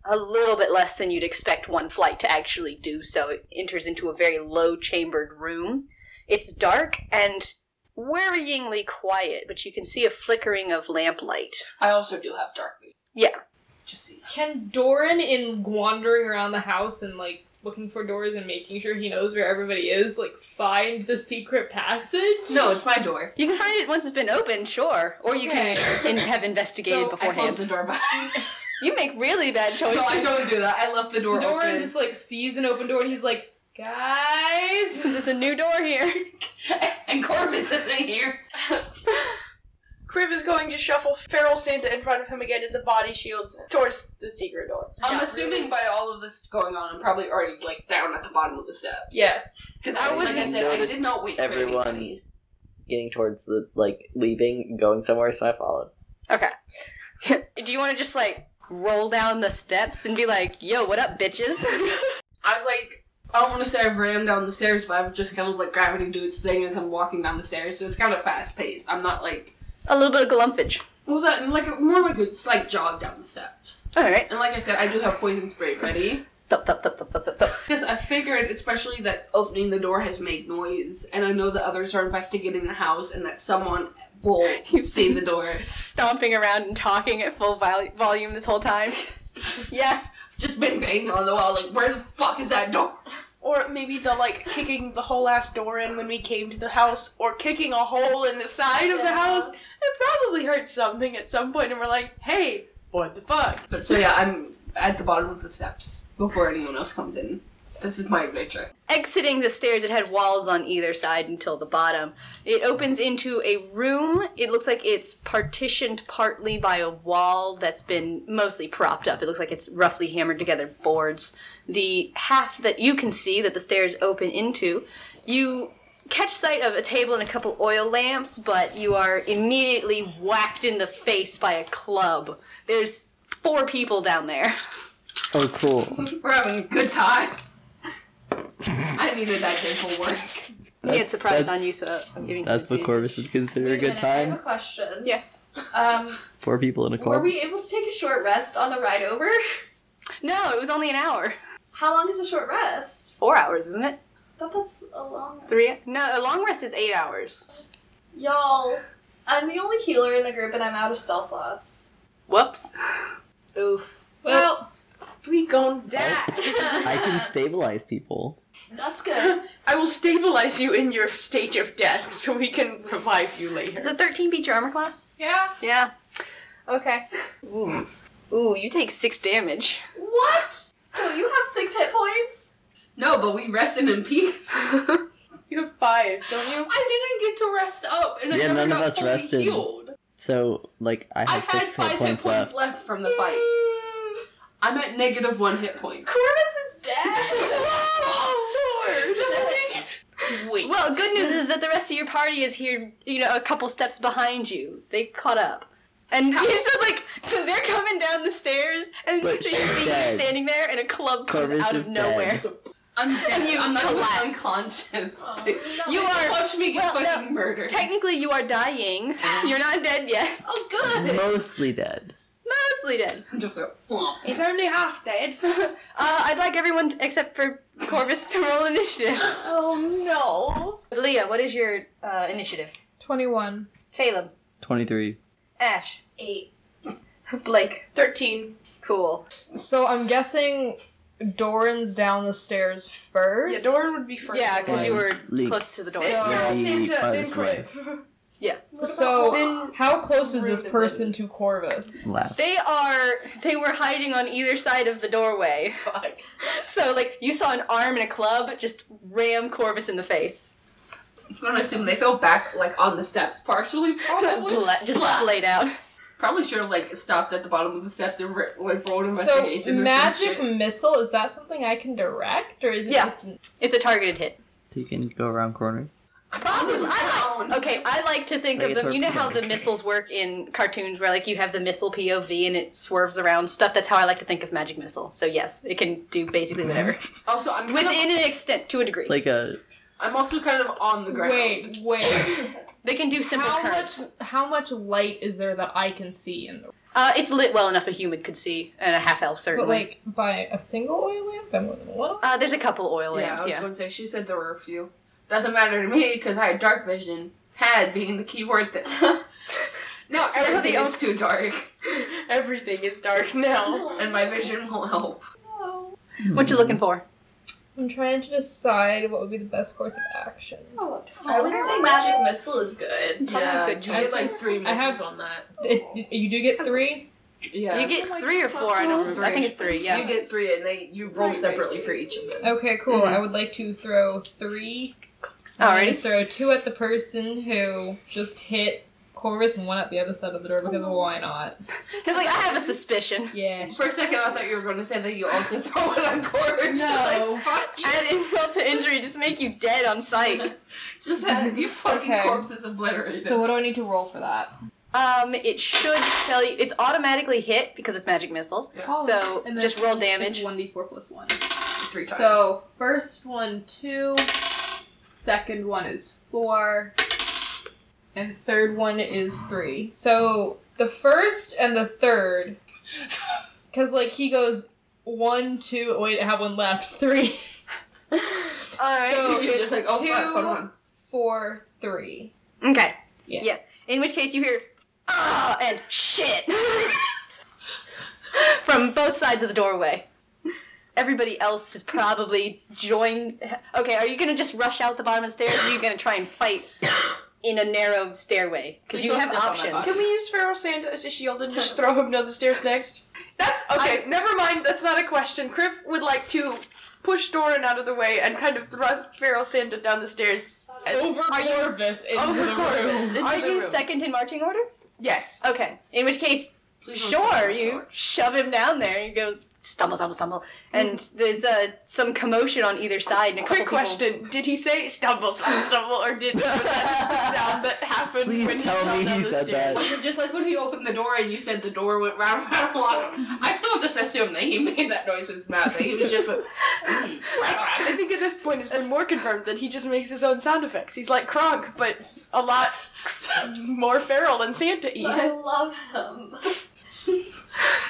Speaker 2: a little bit less than you'd expect one flight to actually do. So it enters into a very low chambered room. It's dark and worryingly quiet, but you can see a flickering of lamplight.
Speaker 3: I also do have dark vision.
Speaker 2: Yeah.
Speaker 3: Just so you
Speaker 9: Can Doran, in wandering around the house and like looking for doors and making sure he knows where everybody is, like find the secret passage?
Speaker 3: know. No, it's my door.
Speaker 2: You can find it once it's been opened, sure, or you can
Speaker 9: Okay.
Speaker 2: in- have investigated
Speaker 9: So, I
Speaker 3: I
Speaker 2: beforehand.
Speaker 3: closed the door behind. me.
Speaker 2: You make really bad choices.
Speaker 3: No, I don't do that. I left the door
Speaker 9: Doran
Speaker 3: open.
Speaker 9: just like sees an open door and he's like, guys.
Speaker 2: There's a new door here.
Speaker 3: and Corvus isn't here.
Speaker 7: Crib is going to shuffle Feral Santa in front of him again as a body shields towards the secret door.
Speaker 3: I'm assuming by all of this going on, I'm probably already like down at the bottom of the steps.
Speaker 9: Yes.
Speaker 3: because I was like I
Speaker 10: wasn't
Speaker 3: said, I
Speaker 10: noticed
Speaker 3: did not wait
Speaker 10: everyone.
Speaker 3: for anybody.
Speaker 10: Getting towards the like leaving, going somewhere, so I followed.
Speaker 2: Okay. Do you want to just like roll down the steps and be like, "Yo, what up, bitches?"
Speaker 3: I like. I don't want to say I've rammed down the stairs, but I've just kind of like gravity do its thing as I'm walking down the stairs, so it's kind of fast paced. I'm not like
Speaker 2: a little bit of glumpage.
Speaker 3: well, that like more like a slight jog down the steps.
Speaker 2: All right.
Speaker 3: And like I said, I do have poison spray ready.
Speaker 2: Thup thup thup thup thup thup. thup.
Speaker 3: Because I figured, especially that opening the door has made noise, and I know that others are investigating the house, and that someone will see the door.
Speaker 2: Stomping around and talking at full vol- volume this whole time. yeah.
Speaker 3: Just been banging on the wall, like, where the fuck is that door?
Speaker 7: Or maybe the like kicking the whole ass door in when we came to the house, or kicking a hole in the side of the
Speaker 6: Yeah.
Speaker 7: house. It probably hurt something at some point, and we're like, hey, what the fuck?
Speaker 3: But so yeah, I'm at the bottom of the steps before anyone else comes in. This is my adventure.
Speaker 2: Exiting the stairs, it had walls on either side until the bottom. It opens into a room. It looks like it's partitioned partly by a wall that's been mostly propped up. It looks like it's roughly hammered together boards. The half that you can see that the stairs open into, you catch sight of a table and a couple oil lamps, but you are immediately whacked in the face by a club. There's four people down there.
Speaker 5: Oh, cool.
Speaker 3: We're having a good time. I needed that day for work.
Speaker 2: He had
Speaker 5: That's-
Speaker 2: surprise
Speaker 5: that's-
Speaker 2: on you, so I'm giving
Speaker 5: That's what Corvus would consider
Speaker 6: Wait
Speaker 5: a good
Speaker 6: minute, I have
Speaker 5: time.
Speaker 6: a question.
Speaker 2: Yes.
Speaker 6: Um,
Speaker 5: Four people in a
Speaker 6: were
Speaker 5: club.
Speaker 6: we able to take a short rest on the ride over?
Speaker 2: No, it was only an hour.
Speaker 6: How long is a short rest?
Speaker 2: Four hours, isn't it?
Speaker 6: I thought that's a long.
Speaker 2: Three? No, a long rest is eight hours.
Speaker 6: Y'all, I'm the only healer in the group, and I'm out of spell slots.
Speaker 2: Whoops.
Speaker 7: Oof.
Speaker 6: Well,
Speaker 7: We gon' die.
Speaker 5: I can stabilize people.
Speaker 6: that's good.
Speaker 7: I will stabilize you in your stage of death so we can revive you
Speaker 2: Does
Speaker 7: later.
Speaker 2: a 13 beat your armor class?
Speaker 3: Yeah.
Speaker 2: Yeah. Okay. Ooh. Ooh, you take six damage.
Speaker 3: What?
Speaker 6: Oh, you have six hit points.
Speaker 3: No, but we rest him in peace.
Speaker 7: You have five, don't you?
Speaker 3: I didn't get to rest up, and I
Speaker 5: Yeah,
Speaker 3: never
Speaker 5: none of
Speaker 3: got
Speaker 5: us
Speaker 3: fully
Speaker 5: rested.
Speaker 3: healed.
Speaker 5: So, like, I
Speaker 3: I
Speaker 5: have
Speaker 3: had
Speaker 5: six
Speaker 3: five
Speaker 5: hit
Speaker 3: hit
Speaker 5: points left.
Speaker 3: from the fight. I'm at negative one hit point.
Speaker 6: Corvus is dead.
Speaker 7: Wait.
Speaker 2: Well, good news is that the rest of your party is here, you know, a couple steps behind you. They caught up. And
Speaker 3: How-
Speaker 2: James is like, so they're coming down the stairs, and
Speaker 5: But
Speaker 2: they
Speaker 5: she's
Speaker 2: see
Speaker 5: dead.
Speaker 2: you standing there, and a club comes
Speaker 5: Corvus
Speaker 2: out
Speaker 5: is
Speaker 2: of nowhere.
Speaker 5: dead.
Speaker 3: I'm dead.
Speaker 2: you
Speaker 3: I'm not even
Speaker 2: collapse.
Speaker 3: unconscious.
Speaker 2: You are-
Speaker 3: Watch me get
Speaker 2: well, no,
Speaker 3: fucking murdered.
Speaker 2: Technically, you are dying. You're not dead yet.
Speaker 3: oh, good.
Speaker 5: Mostly dead.
Speaker 2: Mostly dead.
Speaker 3: I'm just oh, go. "Womp."
Speaker 7: He's only half dead.
Speaker 2: uh, I'd like everyone t- except for Corvus to roll initiative.
Speaker 6: oh no.
Speaker 2: Leah, what is your uh, initiative?
Speaker 9: 21.
Speaker 2: Caleb,
Speaker 5: 23.
Speaker 2: Ash,
Speaker 6: Eight.
Speaker 2: Blake.
Speaker 7: Thirteen.
Speaker 2: Cool.
Speaker 9: So I'm guessing Doran's down the stairs
Speaker 7: Yeah,
Speaker 9: first.
Speaker 7: Doran would be first.
Speaker 2: Yeah, because you were
Speaker 5: Leaks.
Speaker 2: close to the door.
Speaker 7: Then
Speaker 9: So-
Speaker 7: Feral
Speaker 5: Very
Speaker 7: Santa, then
Speaker 5: farthest way.
Speaker 7: Crave.
Speaker 9: So,
Speaker 7: Then-
Speaker 9: how close is
Speaker 7: Rude
Speaker 9: this
Speaker 7: and
Speaker 9: person to Corvus?
Speaker 5: Last.
Speaker 2: They are. They were hiding on either side of the doorway.
Speaker 3: Fuck.
Speaker 2: So, like, you saw an arm and a club just ram Corvus in the face.
Speaker 3: I'm gonna assume they fell back like on the steps, partially, probably.
Speaker 2: Bla- just
Speaker 3: Blah.
Speaker 2: splayed out.
Speaker 3: probably should have like stopped at the bottom of the steps and re- like rolled
Speaker 9: So,
Speaker 3: investigation. or some
Speaker 9: magic
Speaker 3: shit.
Speaker 9: missile, is that something I can direct? Or is it
Speaker 2: Yeah.
Speaker 9: just. an-
Speaker 2: It's a targeted hit.
Speaker 5: So you can go around corners.
Speaker 3: Probably
Speaker 2: I like,
Speaker 3: down.
Speaker 2: okay, I like to think
Speaker 5: Like
Speaker 2: of
Speaker 5: a
Speaker 2: them. You know how
Speaker 5: torpedo.
Speaker 2: the missiles work in cartoons, where like you have the missile POV and it swerves around stuff. That's how I like to think of magic missile. So yes, it can do basically whatever
Speaker 3: Also, I'm kind of,
Speaker 2: within an extent to a degree.
Speaker 5: It's like uh, a.
Speaker 3: I'm also kind of on the ground.
Speaker 9: Wait, wait.
Speaker 2: they can do simple
Speaker 9: how
Speaker 2: curves.
Speaker 9: much how much light is there that I can see in the
Speaker 2: Uh, it's lit well enough a human could see, and a half elf certainly.
Speaker 9: But like by a single oil lamp, by more than one.
Speaker 2: uh, there's a couple oil
Speaker 3: Yeah, I
Speaker 2: lamps.
Speaker 3: was
Speaker 2: Yeah.
Speaker 3: gonna say she said there were a few. Doesn't matter to me because I had dark vision. Had being the key word that. now everything is too dark,
Speaker 7: Everything is dark now.
Speaker 3: and my vision won't help.
Speaker 2: What you looking for?
Speaker 9: I'm trying to decide what would be the best course of action.
Speaker 6: I would say magic missile is good.
Speaker 3: Yeah, you get like three
Speaker 9: I
Speaker 3: misses
Speaker 9: have-
Speaker 3: on that.
Speaker 9: It, you do get three.
Speaker 3: Yeah,
Speaker 2: You get three or four. I don't. I think it's three. Yeah.
Speaker 3: you get three, and they you roll separately for each of them.
Speaker 9: Okay, cool. I would like to throw three.
Speaker 2: Mm-hmm. All
Speaker 9: I'm gonna
Speaker 2: right.
Speaker 9: Throw two at the person who just hit Corvus and one at the other side of the door because
Speaker 2: Oh.
Speaker 9: why not?
Speaker 2: He's like, I have a suspicion.
Speaker 9: Yeah.
Speaker 3: For a second, I thought you were going to say that you also throw it on Corvus.
Speaker 9: No.
Speaker 3: like, fuck you.
Speaker 2: Add insult to injury, just make you dead on sight.
Speaker 3: Just had you fucking
Speaker 9: Okay.
Speaker 3: corpse is obliterated.
Speaker 9: So what do I need to roll for that?
Speaker 2: Um, it should tell you. It's automatically hit because it's magic missile. So, just roll damage.
Speaker 9: One d four plus one.
Speaker 3: three times.
Speaker 9: So first one two, second one is four, and third one is three. So the first and the third, because like he goes one two. oh, Wait, I have one left. Three
Speaker 2: All right.
Speaker 9: So-
Speaker 3: you're just like, oh fuck, hold
Speaker 9: two-
Speaker 3: on.
Speaker 9: four three.
Speaker 2: okay.
Speaker 9: Yeah.
Speaker 2: In which case, you hear ah and shit from both sides of the doorway. Everybody else is probably joined. Okay, are you gonna just rush out the bottom of the stairs? Or are you gonna try and fight in a narrow stairway? Because
Speaker 3: Please
Speaker 2: you
Speaker 3: don't
Speaker 2: have
Speaker 3: step on my
Speaker 2: options.
Speaker 3: body.
Speaker 7: Can we use Feral Santa as a shield and just throw him down the stairs next? That's okay. never mind. That's not a question. Crib would like to push Doran out of the way and kind of thrust Feral Santa down the stairs. as-
Speaker 9: Over Corvus into
Speaker 7: Over
Speaker 9: the
Speaker 7: Corvus.
Speaker 9: room.
Speaker 7: Into
Speaker 2: Are
Speaker 7: the
Speaker 2: you
Speaker 7: room.
Speaker 2: second in marching order?
Speaker 7: Yes.
Speaker 2: Okay. In which case,
Speaker 3: Please don't step
Speaker 2: Sure,
Speaker 3: on my
Speaker 2: you
Speaker 3: door.
Speaker 2: shove him down there and you go stumble, stumble, stumble. And
Speaker 3: Mm.
Speaker 2: there's uh, some commotion on either side. And a couple
Speaker 7: Quick
Speaker 2: people-
Speaker 7: question: Did he say stumble, stumble, stumble, or did was that just the sound that happened?
Speaker 5: Please
Speaker 7: when he
Speaker 5: tell
Speaker 7: fell
Speaker 5: me
Speaker 7: down
Speaker 5: he
Speaker 7: the
Speaker 5: said that.
Speaker 7: stairs?
Speaker 3: Was it just like when he opened the door and you said the door went round, round, round? I still just assume that he made that noise with his mouth. That he was just like, mm, round, round.
Speaker 7: I think at this point it's been more confirmed that he just makes his own sound effects. He's like Kronk, but a lot more feral than Santa
Speaker 6: I
Speaker 7: y.
Speaker 6: love him.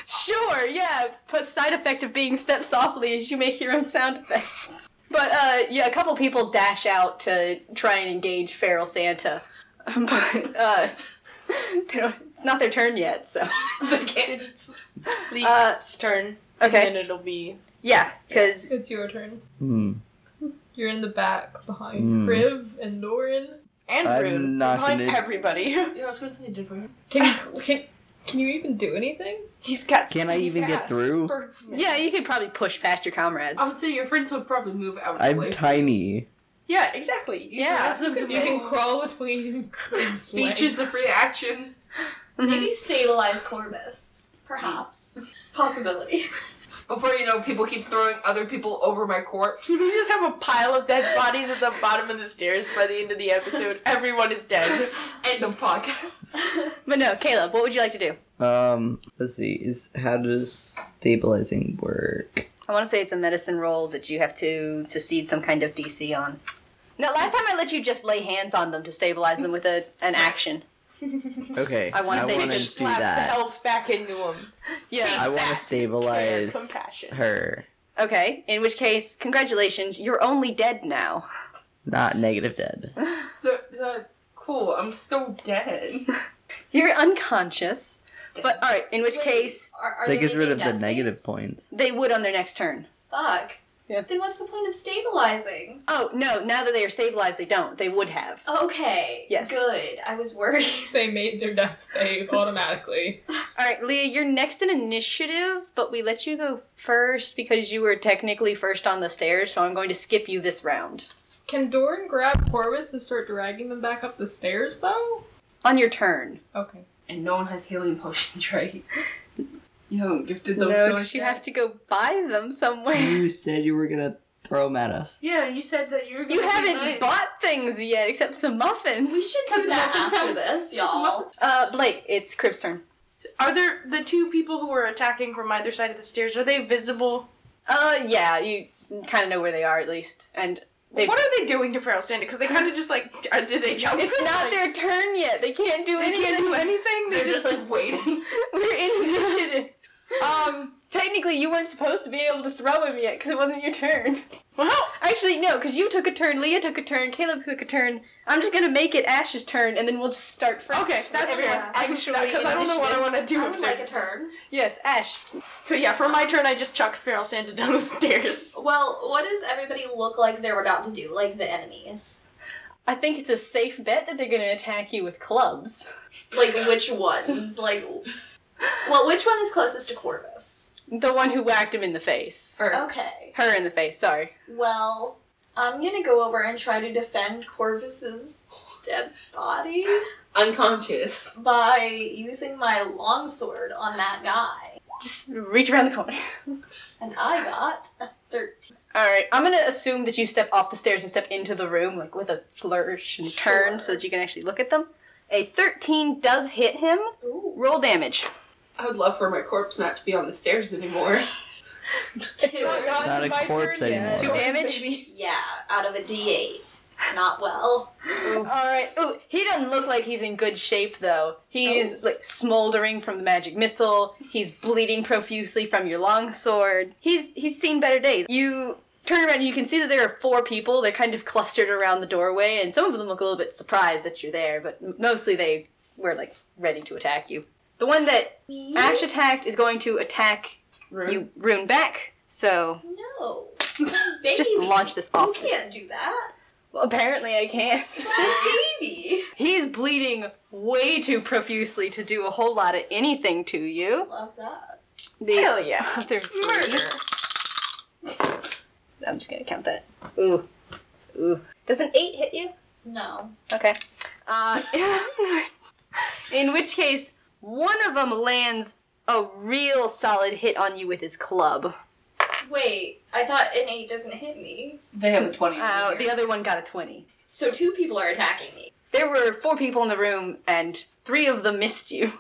Speaker 2: Sure, yeah. But side effect of being stepped softly is you make your own sound effects. But uh, yeah, a couple people dash out to try and engage Feral Santa. But uh, They don't- it's not their turn yet, so they can't.
Speaker 7: It's
Speaker 2: Uh,
Speaker 7: Leek's turn.
Speaker 2: okay.
Speaker 7: And then it'll be.
Speaker 2: Yeah, because
Speaker 9: It's your turn.
Speaker 5: Hmm.
Speaker 9: You're in the back behind
Speaker 5: Mm.
Speaker 9: Kriv and Norin.
Speaker 7: And
Speaker 5: I'm
Speaker 7: rude.
Speaker 5: not
Speaker 7: Remind
Speaker 5: gonna-
Speaker 7: everybody.
Speaker 3: Yeah, I was gonna say different.
Speaker 9: Can you can, can you even do anything?
Speaker 7: He's got.
Speaker 5: Can I even get
Speaker 7: fast.
Speaker 5: through?
Speaker 2: yeah, you could probably push past your comrades.
Speaker 3: I would say your friends would probably move out of the
Speaker 5: I'm
Speaker 3: way.
Speaker 5: tiny.
Speaker 7: Yeah, exactly.
Speaker 3: yeah,
Speaker 9: You can, you can crawl between Kriv's
Speaker 3: Speech
Speaker 9: legs.
Speaker 3: is a free action.
Speaker 6: Maybe stabilize Corvus. Perhaps. Possibility.
Speaker 3: Before you know, people keep throwing other people over my corpse.
Speaker 7: We just have a pile of dead bodies at the bottom of the stairs by the end of the episode. Everyone is dead.
Speaker 3: End of podcast.
Speaker 2: But no, Caleb, what would you like to do?
Speaker 5: Um, let's see. Is how does stabilizing work?
Speaker 2: I want to say it's a medicine roll that you have to succeed some kind of DC on. No, last time I let you just lay hands on them to stabilize them with a, an action.
Speaker 5: Okay.
Speaker 2: I wanna say
Speaker 5: wanna
Speaker 2: just
Speaker 5: do
Speaker 7: Slap the
Speaker 5: that.
Speaker 7: elf back into him.
Speaker 2: Yeah.
Speaker 5: I want to
Speaker 7: Care,
Speaker 5: stabilize
Speaker 7: compassion.
Speaker 5: her.
Speaker 2: Okay. In which case, congratulations, you're only dead now.
Speaker 5: Not negative dead.
Speaker 3: So, so cool. I'm still dead.
Speaker 2: You're unconscious. But all right. In which
Speaker 6: Wait,
Speaker 2: case,
Speaker 6: are, are
Speaker 5: That
Speaker 6: they
Speaker 5: gets rid of
Speaker 6: making
Speaker 5: the
Speaker 6: death
Speaker 5: negative
Speaker 6: saves?
Speaker 5: points.
Speaker 2: they would on their next turn.
Speaker 6: Fuck.
Speaker 2: Yeah.
Speaker 6: Then what's the point of stabilizing?
Speaker 2: Oh no! Now that they are stabilized, they don't. They would have.
Speaker 6: Okay.
Speaker 2: Yes.
Speaker 6: Good. I was worried.
Speaker 9: They made their death save automatically.
Speaker 2: All right, Leah, you're next in initiative, but we let you go first because you were technically first on the stairs. So I'm going to skip you this round
Speaker 9: Can Doran grab Corvus and start dragging them back up the stairs, though?
Speaker 2: on your turn.
Speaker 9: Okay.
Speaker 3: And no one has healing potions, right? You haven't gifted
Speaker 2: No,
Speaker 3: those to
Speaker 2: 'cause
Speaker 3: us
Speaker 2: you
Speaker 3: yet?
Speaker 2: have to go buy them somewhere.
Speaker 5: You said you were gonna throw them at us.
Speaker 3: Yeah, you said that you were gonna
Speaker 2: You
Speaker 3: be
Speaker 2: haven't
Speaker 3: nice.
Speaker 2: bought things yet, except some
Speaker 6: We
Speaker 2: muffins.
Speaker 6: should do that
Speaker 3: Nothing's
Speaker 6: after
Speaker 3: happened.
Speaker 6: this, y'all.
Speaker 2: Uh, Blake, it's Crib's turn.
Speaker 7: Are there the two people who were attacking from either side of the stairs? Are they visible?
Speaker 2: Uh, yeah, you kind of know where they are at least, and they.
Speaker 7: what are they doing to Feral Santa? Because they kind of just like, are- did they jump?
Speaker 2: It's not their turn yet. They can't do
Speaker 7: They
Speaker 2: anything.
Speaker 7: can't do anything. They're,
Speaker 3: They're
Speaker 7: just,
Speaker 3: just like waiting.
Speaker 2: We're in initiative.
Speaker 7: um.
Speaker 2: Technically, you weren't supposed to be able to throw him yet because it wasn't your turn.
Speaker 7: Well,
Speaker 2: Actually, no, because you took a turn, Leah took a turn, Caleb took a turn. I'm just gonna make it Ash's turn, and then we'll just start fresh.
Speaker 7: okay, that's
Speaker 2: Everyone
Speaker 7: fair.
Speaker 2: Actually,
Speaker 7: Because I don't know what I
Speaker 2: initiative.
Speaker 7: want to do.
Speaker 6: I
Speaker 7: if
Speaker 6: would
Speaker 7: they're-
Speaker 6: like a turn.
Speaker 2: Yes, Ash.
Speaker 7: so yeah, for my turn, I just chucked Feral Santa down the stairs.
Speaker 6: Well, what does everybody look like they're about to do? Like the enemies.
Speaker 2: I think it's a safe bet that they're gonna attack you with clubs.
Speaker 6: Like which ones? Like, well, which one is closest to Corvus?
Speaker 2: The one who whacked him in the face.
Speaker 3: Or-
Speaker 6: Okay.
Speaker 2: Her in the face, sorry.
Speaker 6: Well, I'm gonna go over and try to defend Corvus's dead body
Speaker 3: unconscious.
Speaker 6: by using my longsword on that guy,
Speaker 2: Just reach around the corner.
Speaker 6: and I got a thirteen.
Speaker 2: Alright, I'm gonna assume that you step off the stairs and step into the room, like with a flourish and turn
Speaker 6: Sure.
Speaker 2: so that you can actually look at them. A 13 does hit him.
Speaker 6: Ooh.
Speaker 2: Roll damage.
Speaker 3: I would love for my corpse not to be on the stairs anymore.
Speaker 6: Two.
Speaker 9: gotten
Speaker 5: Not a
Speaker 9: my
Speaker 5: corpse
Speaker 9: turn yet.
Speaker 2: Two
Speaker 5: anymore.
Speaker 2: damage.
Speaker 3: Maybe.
Speaker 6: Yeah, out of a D8. Not well.
Speaker 2: All right. Ooh, he doesn't look like he's in good shape though. He's like smoldering from the magic missile. He's bleeding profusely from your longsword. He's he's seen better days. You turn around and you can see that there are four people. They're kind of clustered around the doorway, and some of them look a little bit surprised that you're there, but m- mostly they were like ready to attack you. The one that Ash attacked is going to attack you, Rune back. So
Speaker 6: No. Baby.
Speaker 2: just launch this off.
Speaker 6: You can't do that.
Speaker 2: Well, apparently, I can't.
Speaker 6: Baby.
Speaker 2: He's bleeding way too profusely to do a whole lot of anything to you.
Speaker 6: Love that.
Speaker 2: The
Speaker 7: Hell yeah.
Speaker 2: other
Speaker 7: Murder.
Speaker 2: three- I'm just gonna count that. Ooh, ooh. Does an eight hit you?
Speaker 6: No.
Speaker 2: Okay. Uh, in which case, one of them lands a real solid hit on you with his club.
Speaker 6: Wait, I thought an 8 doesn't hit me.
Speaker 3: They have a 20.
Speaker 2: Uh,
Speaker 3: over
Speaker 2: the
Speaker 3: here.
Speaker 2: other one got a twenty.
Speaker 6: So two people are attacking me.
Speaker 2: There were four people in the room, and three of them missed you.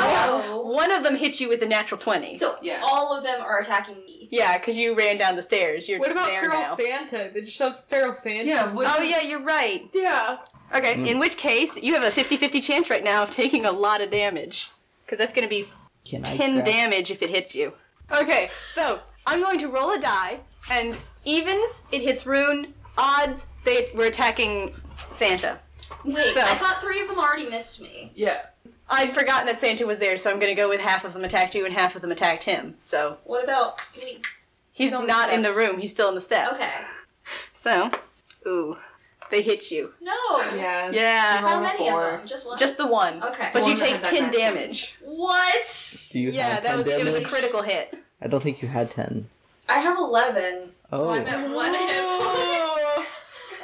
Speaker 6: Wow.
Speaker 2: One of them hit you with a natural twenty.
Speaker 6: So
Speaker 3: Yeah.
Speaker 6: all of them are attacking me.
Speaker 2: Yeah, because you ran down the stairs. You're
Speaker 9: What about
Speaker 2: there
Speaker 9: Feral
Speaker 2: now.
Speaker 9: Santa? They just have Feral Santa.
Speaker 3: yeah, what,
Speaker 2: Oh, yeah, you're right.
Speaker 7: Yeah.
Speaker 2: Okay,
Speaker 5: Mm.
Speaker 2: in which case, you have a 50 50 chance right now of taking a lot of damage. Because that's going to be
Speaker 5: Can I?
Speaker 2: 10
Speaker 5: grab-
Speaker 2: damage if it hits you. Okay, so I'm going to roll a die, and evens, it hits Rune, odds, they were attacking Santa.
Speaker 6: Wait,
Speaker 2: So-
Speaker 6: I thought three of them already missed me.
Speaker 3: Yeah.
Speaker 2: I'd forgotten that Santa was there, so I'm gonna go with half of them attacked you and half of them attacked him. So
Speaker 6: What about me?
Speaker 2: he's
Speaker 9: on the
Speaker 2: not in the
Speaker 9: steps.
Speaker 2: room, he's still in the steps.
Speaker 6: Okay.
Speaker 2: So, ooh, they hit you.
Speaker 6: No.
Speaker 3: Yeah.
Speaker 2: Yeah,
Speaker 6: How many
Speaker 3: Four.
Speaker 6: of them? Just one.
Speaker 2: just the one.
Speaker 6: okay.
Speaker 2: But you
Speaker 3: One that
Speaker 2: take
Speaker 3: had that
Speaker 2: 10
Speaker 3: max
Speaker 2: damage.
Speaker 6: what?
Speaker 5: Do you
Speaker 2: yeah,
Speaker 5: have
Speaker 2: that
Speaker 5: 10
Speaker 2: was it was a
Speaker 5: damage?
Speaker 2: critical hit.
Speaker 5: I don't think you had 10.
Speaker 6: I have eleven, so I'm
Speaker 5: Oh.
Speaker 6: at one hit point.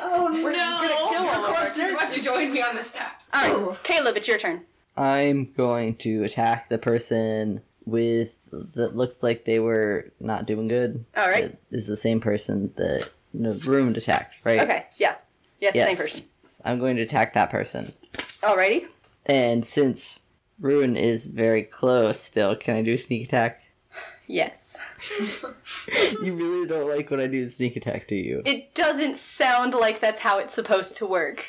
Speaker 2: Oh no! We're gonna kill all
Speaker 3: Your
Speaker 2: of our
Speaker 3: corpse is about to join me on the step.
Speaker 2: All
Speaker 5: Oh.
Speaker 2: right, Caleb, it's your turn.
Speaker 5: I'm going to attack the person with that looked like they were not doing good.
Speaker 2: All right.
Speaker 5: That is the same person that no, Ruined attacked, right?
Speaker 2: Okay. Yeah. Yes,
Speaker 5: Yes.
Speaker 2: same person.
Speaker 5: I'm going to attack that person.
Speaker 2: Alrighty.
Speaker 5: And since Ruin is very close still, can I do a sneak attack?
Speaker 2: Yes.
Speaker 5: you really don't like when I do the sneak attack, do you?
Speaker 2: It doesn't sound like that's how it's supposed to work,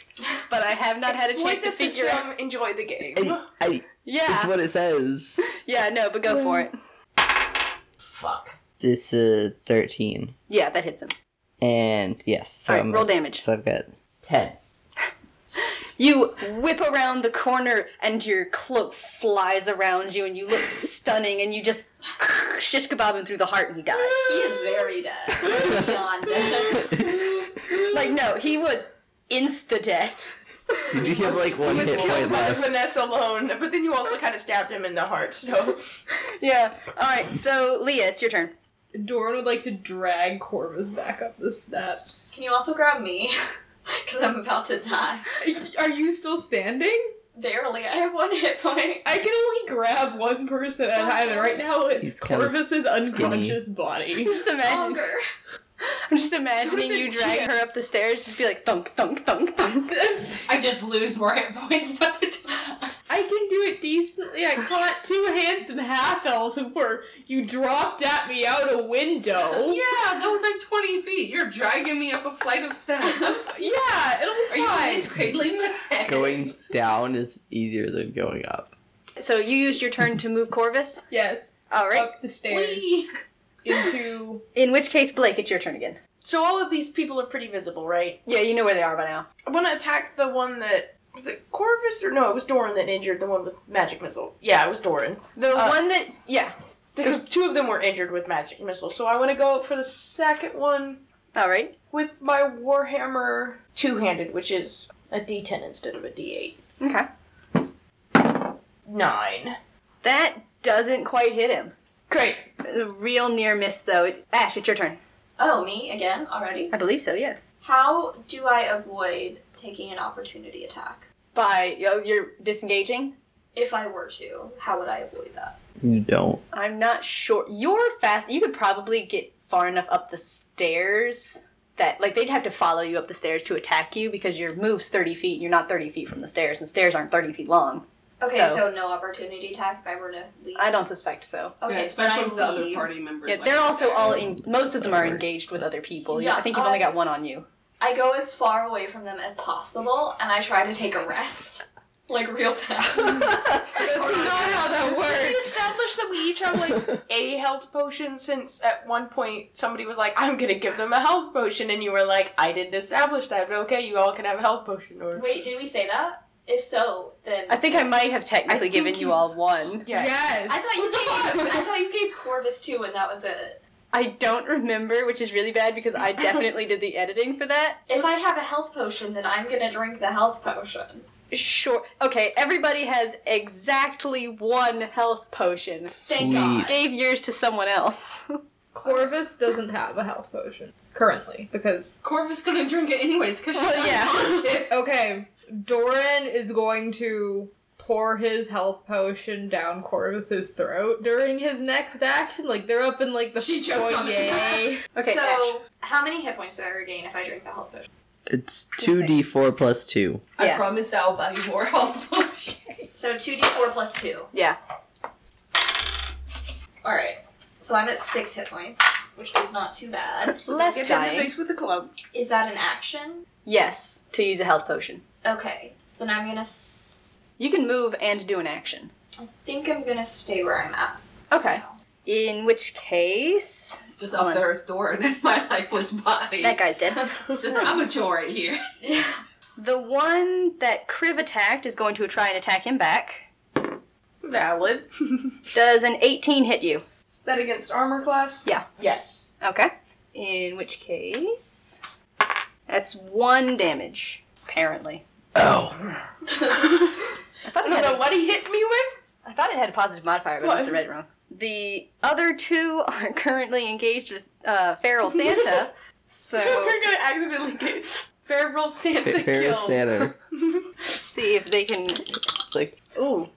Speaker 2: but I have not had a chance
Speaker 7: Exploit
Speaker 2: to
Speaker 7: the
Speaker 2: figure
Speaker 7: system.
Speaker 2: out.
Speaker 7: Enjoy the game.
Speaker 5: I, I, it's
Speaker 2: Yeah.
Speaker 5: what it says.
Speaker 2: Yeah. No, but go for it.
Speaker 3: Fuck.
Speaker 5: It's a 13.
Speaker 2: Yeah, that hits him.
Speaker 5: And yes, so
Speaker 2: All right,
Speaker 5: I'm
Speaker 2: roll damage.
Speaker 5: So I've got 10.
Speaker 2: You whip around the corner and your cloak flies around you and you look stunning and you just shish kebab him through the heart and he dies.
Speaker 6: He is very dead. He's Beyond dead.
Speaker 2: Like, no, he was insta dead.
Speaker 5: You do have like one
Speaker 7: He was
Speaker 5: hit
Speaker 7: killed
Speaker 5: point
Speaker 7: by
Speaker 5: left.
Speaker 7: Vanessa alone, but then you also kind of stabbed him in the heart. So
Speaker 2: Yeah. Alright, so Leah, it's your turn.
Speaker 9: Doran would like to drag Corvus back up the steps.
Speaker 6: Can you also grab me? Because I'm about to die.
Speaker 9: Are you still standing?
Speaker 6: Barely. I have one hit point.
Speaker 9: I can only grab one person at a time, and right now it's
Speaker 5: He's kinda
Speaker 9: Corvus's
Speaker 5: skinny.
Speaker 9: unconscious body.
Speaker 2: I'm just imagining,
Speaker 6: Stronger.
Speaker 2: I'm just imagining
Speaker 9: Who's
Speaker 2: you
Speaker 9: the
Speaker 2: drag
Speaker 9: kid?
Speaker 2: her up the stairs, just be like thunk, thunk, thunk, thunk.
Speaker 3: I just lose more hit points by the time.
Speaker 9: I can do it decently. I caught two handsome half elves who were you dropped at me out a window.
Speaker 3: Yeah, that was like 20 feet. You're dragging me up a flight of steps.
Speaker 9: Yeah, it'll
Speaker 3: Are
Speaker 9: be
Speaker 3: you
Speaker 9: fine.
Speaker 3: always cradling the head?
Speaker 5: Going down is easier than going up.
Speaker 2: So you used your turn to move Corvus.
Speaker 9: yes,
Speaker 2: Alright.
Speaker 9: up the stairs into.
Speaker 2: In which case, Blake, it's your turn again.
Speaker 7: so all of these people are pretty visible, right?
Speaker 2: Yeah, you know where they are by now.
Speaker 7: I want to attack the one that was it Corvus or no? It was Doran that injured the one with magic missile. Yeah, it was Doran.
Speaker 2: The
Speaker 7: Uh,
Speaker 2: one that yeah.
Speaker 7: Because two of them were injured with magic missile, so I want to go for the second one
Speaker 2: Alright.
Speaker 7: with my warhammer two-handed, which is a D10 instead of a D8.
Speaker 2: Okay.
Speaker 7: Nine.
Speaker 2: That doesn't quite hit him.
Speaker 7: Great.
Speaker 2: A real near miss though. Ash, it's your turn.
Speaker 6: Oh, me again already?
Speaker 2: I believe so, yeah.
Speaker 6: How do I avoid taking an opportunity attack?
Speaker 2: By yo, you're disengaging?
Speaker 6: If I were to, how would I avoid that?
Speaker 5: You don't.
Speaker 2: I'm not sure. You're fast. You could probably get far enough up the stairs that like they'd have to follow you up the stairs to attack you because your move's 30 feet. You're not 30 feet from the stairs, and the stairs aren't 30 feet long.
Speaker 6: Okay,
Speaker 2: So-
Speaker 6: so, no opportunity attack if I were to leave.
Speaker 2: I don't suspect so.
Speaker 6: Okay,
Speaker 3: yeah,
Speaker 6: then
Speaker 3: especially
Speaker 6: I
Speaker 3: if the other
Speaker 6: leave.
Speaker 3: party members.
Speaker 2: Yeah,
Speaker 3: like
Speaker 2: they're also
Speaker 3: that.
Speaker 2: all in. Most of them are
Speaker 5: Fireworks.
Speaker 2: engaged with other people.
Speaker 6: Yeah,
Speaker 2: I think you've only
Speaker 6: I-
Speaker 2: got one on you.
Speaker 6: I go as far away from them as possible, and I try to take a rest, like real fast.
Speaker 7: We established that we each have like a health potion since at one point somebody was like, I'm gonna give them a health potion, and you were like, I didn't establish that, but okay, you all can have a health potion or
Speaker 6: Wait, did we say that? If so, then
Speaker 2: I think I might have technically
Speaker 7: think
Speaker 2: given you...
Speaker 7: you-
Speaker 2: all one.
Speaker 7: yeah.
Speaker 6: I thought you gave I thought you gave Corvus two, and that was it.
Speaker 2: I don't remember, which is really bad because I definitely did the editing for that.
Speaker 6: If I have a health potion, then I'm gonna drink the health potion.
Speaker 2: Sure. Okay, everybody has exactly one health potion.
Speaker 6: Thank God.
Speaker 2: Gave yours to someone else.
Speaker 9: Corvus doesn't have a health potion currently because.
Speaker 3: Corvus gonna drink it anyways because she's
Speaker 2: Well, yeah.
Speaker 3: unconscious.
Speaker 9: Okay, Doran is going to pour his health potion down Corvus's throat during his next action. Like they're up in like the
Speaker 3: She chokes on
Speaker 9: foyer.
Speaker 2: Okay,
Speaker 6: so
Speaker 2: Ash.
Speaker 6: how many hit points do I regain if I drink the health potion?
Speaker 5: It's 2d4 plus 2.
Speaker 3: I
Speaker 2: Yeah.
Speaker 3: promise I'll buy you more health potions.
Speaker 6: So two d four plus two.
Speaker 2: Yeah.
Speaker 6: All right. So I'm at six hit points, which is not too bad.
Speaker 2: Less
Speaker 7: Get hit in the
Speaker 2: dying.
Speaker 7: face with a club.
Speaker 6: Is that an action?
Speaker 2: Yes, to use a health potion.
Speaker 6: Okay. Then I'm gonna. S-
Speaker 2: You can move and do an action.
Speaker 6: I think I'm gonna stay where I'm at.
Speaker 2: Okay. In which case,
Speaker 3: Just
Speaker 2: Come on.
Speaker 3: up there with Doran and my lifeless body.
Speaker 2: that guy's dead.
Speaker 3: It's just I'm a chore right here.
Speaker 2: The one that Kriv attacked is going to try and attack him back.
Speaker 7: Valid.
Speaker 2: Does an 18 hit you?
Speaker 7: That against armor class?
Speaker 2: Yeah.
Speaker 7: Yes.
Speaker 2: Okay. In which case, that's one damage, apparently.
Speaker 8: Ow.
Speaker 2: I thought
Speaker 7: I
Speaker 2: it
Speaker 7: don't
Speaker 2: had
Speaker 7: know
Speaker 2: a,
Speaker 7: what he hit me with.
Speaker 2: I thought it had a positive modifier, but I
Speaker 7: What?
Speaker 2: must have read it wrong. The other two are currently engaged with uh, Feral Santa, so
Speaker 7: We're gonna accidentally get Feral Santa
Speaker 5: Fa- Ferris
Speaker 7: killed.
Speaker 5: Santa.
Speaker 2: let's see if they can.
Speaker 5: It's like
Speaker 2: Ooh,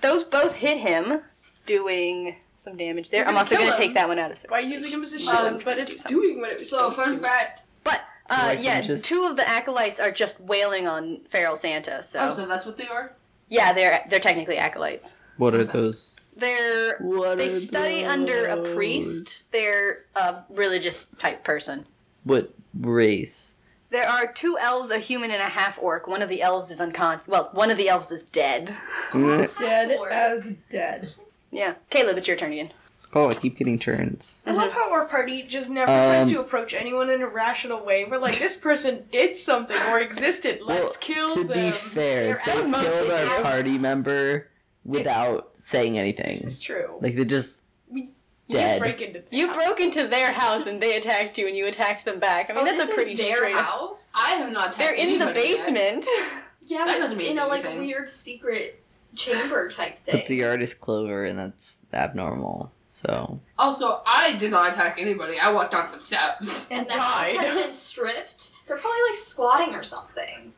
Speaker 2: those both hit him, doing some damage there.
Speaker 7: You're
Speaker 2: I'm
Speaker 7: gonna
Speaker 2: also
Speaker 7: kill
Speaker 2: going to
Speaker 7: him.
Speaker 2: take that one out of.
Speaker 7: By using him as a shield,
Speaker 3: Um,
Speaker 7: but it's doing what it was
Speaker 3: So,
Speaker 7: supposed
Speaker 3: fun
Speaker 7: to.
Speaker 3: fact.
Speaker 2: But uh,
Speaker 5: Like
Speaker 2: yeah,
Speaker 5: just-
Speaker 2: two of the acolytes are just wailing on Feral Santa. So
Speaker 3: Oh, so that's what they are?
Speaker 2: yeah, they're they're technically acolytes.
Speaker 5: what are those?
Speaker 2: They're
Speaker 5: What
Speaker 2: they
Speaker 5: are
Speaker 2: study under a priest. They're a religious type person.
Speaker 5: What race?
Speaker 2: There are two elves, a human, and a half orc. One of the elves is uncon. Well, one of the elves is dead.
Speaker 5: Mm.
Speaker 9: Dead as dead.
Speaker 2: Yeah, Caleb, it's your turn again.
Speaker 5: Oh, I keep getting turns.
Speaker 7: I love how our party just never
Speaker 5: Um,
Speaker 7: tries to approach anyone in a rational way. We're like, this person did something or existed. Let's kill
Speaker 5: to
Speaker 7: them.
Speaker 5: be fair, they
Speaker 7: out mostly
Speaker 5: killed our
Speaker 7: out.
Speaker 5: party member without saying anything.
Speaker 7: this is true.
Speaker 5: Like they just
Speaker 7: We- You
Speaker 5: dead.
Speaker 7: break into the
Speaker 2: You
Speaker 7: house.
Speaker 2: broke into their house and they attacked you, and you attacked them back. I mean,
Speaker 6: oh,
Speaker 2: that's
Speaker 6: this
Speaker 2: a pretty
Speaker 6: is their
Speaker 2: straight.
Speaker 6: house.
Speaker 3: I have not
Speaker 2: They're
Speaker 3: attacked
Speaker 2: in the
Speaker 3: anybody yet.
Speaker 2: basement.
Speaker 6: Yeah,
Speaker 3: That
Speaker 6: but
Speaker 3: doesn't mean
Speaker 6: in a like
Speaker 3: anything.
Speaker 6: weird secret chamber type
Speaker 5: But the
Speaker 6: thing.
Speaker 5: yard is clover, and that's abnormal. So
Speaker 3: Also, I did not attack anybody. I walked on some steps.
Speaker 5: uh,
Speaker 6: And the
Speaker 7: Died.
Speaker 6: house has been stripped. They're probably like squatting or something.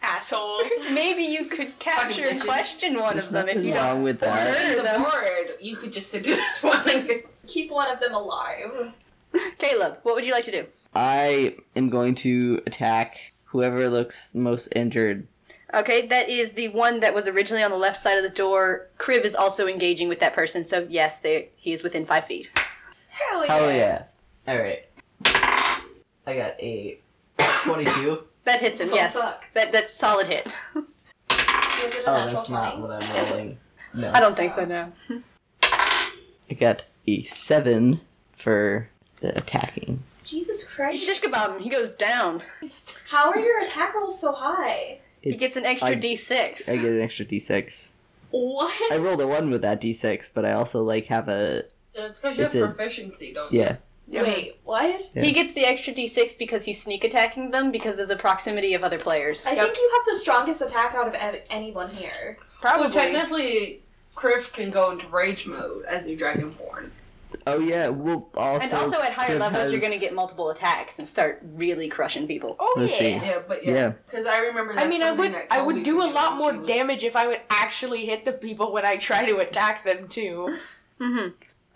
Speaker 7: assholes.
Speaker 2: Maybe you could capture
Speaker 3: Fucking
Speaker 2: and
Speaker 3: bitches.
Speaker 2: question one
Speaker 5: there's
Speaker 2: of them if
Speaker 5: nothing
Speaker 2: you don't.
Speaker 5: wrong with
Speaker 3: Or
Speaker 5: that.
Speaker 3: in the
Speaker 2: them.
Speaker 3: board, you could just seduce one. and-
Speaker 6: Keep one of them alive.
Speaker 2: Caleb, what would you like to do?
Speaker 5: I am going to attack whoever looks most injured.
Speaker 2: Okay, that is the one that was originally on the left side of the door. Crib is also engaging with that person, so yes, they, he is within five feet.
Speaker 6: Hell yeah.
Speaker 5: Hell yeah! All right, I got a twenty-two.
Speaker 2: That hits him,
Speaker 6: Fuck,
Speaker 2: yes.
Speaker 6: fuck.
Speaker 2: That that's solid hit.
Speaker 6: Was it a
Speaker 5: Oh,
Speaker 6: natural
Speaker 5: that's not
Speaker 6: 20?
Speaker 5: what I'm rolling.
Speaker 2: I
Speaker 5: No,
Speaker 2: don't think so, no.
Speaker 5: I got a seven for the attacking.
Speaker 6: Jesus
Speaker 2: You
Speaker 6: Christ.
Speaker 2: shish kebab him, he goes down.
Speaker 6: How are your attack rolls so high?
Speaker 2: He gets an extra
Speaker 5: I-
Speaker 2: d6.
Speaker 5: I get an extra d6.
Speaker 6: What?
Speaker 5: I rolled a one with that d6, but I also like have a
Speaker 3: It's because you
Speaker 5: It's a-
Speaker 3: have proficiency, don't you?
Speaker 5: yeah.
Speaker 6: Wait, what?
Speaker 5: Yeah.
Speaker 2: He gets the extra d6 because he's sneak attacking them because of the proximity of other players.
Speaker 6: I think you have the strongest attack out of ev- anyone here.
Speaker 3: Probably. Well, technically, Criff can go into rage mode as a dragonborn.
Speaker 5: Oh yeah. Well, also.
Speaker 2: and also at higher
Speaker 5: Crib
Speaker 2: levels, you're
Speaker 5: has-
Speaker 2: going to get multiple attacks and start really crushing people.
Speaker 7: oh
Speaker 5: Let's
Speaker 7: yeah.
Speaker 5: see.
Speaker 3: Yeah, but
Speaker 5: Yeah.
Speaker 3: yeah. Because I remember that's
Speaker 7: I mean, I
Speaker 3: something
Speaker 7: would
Speaker 3: that
Speaker 7: I
Speaker 3: Colby
Speaker 7: would do a
Speaker 3: could
Speaker 7: lot
Speaker 3: when
Speaker 7: more
Speaker 3: she was-
Speaker 7: damage if I would actually hit the people when I try to attack them too.
Speaker 2: Mm-hmm.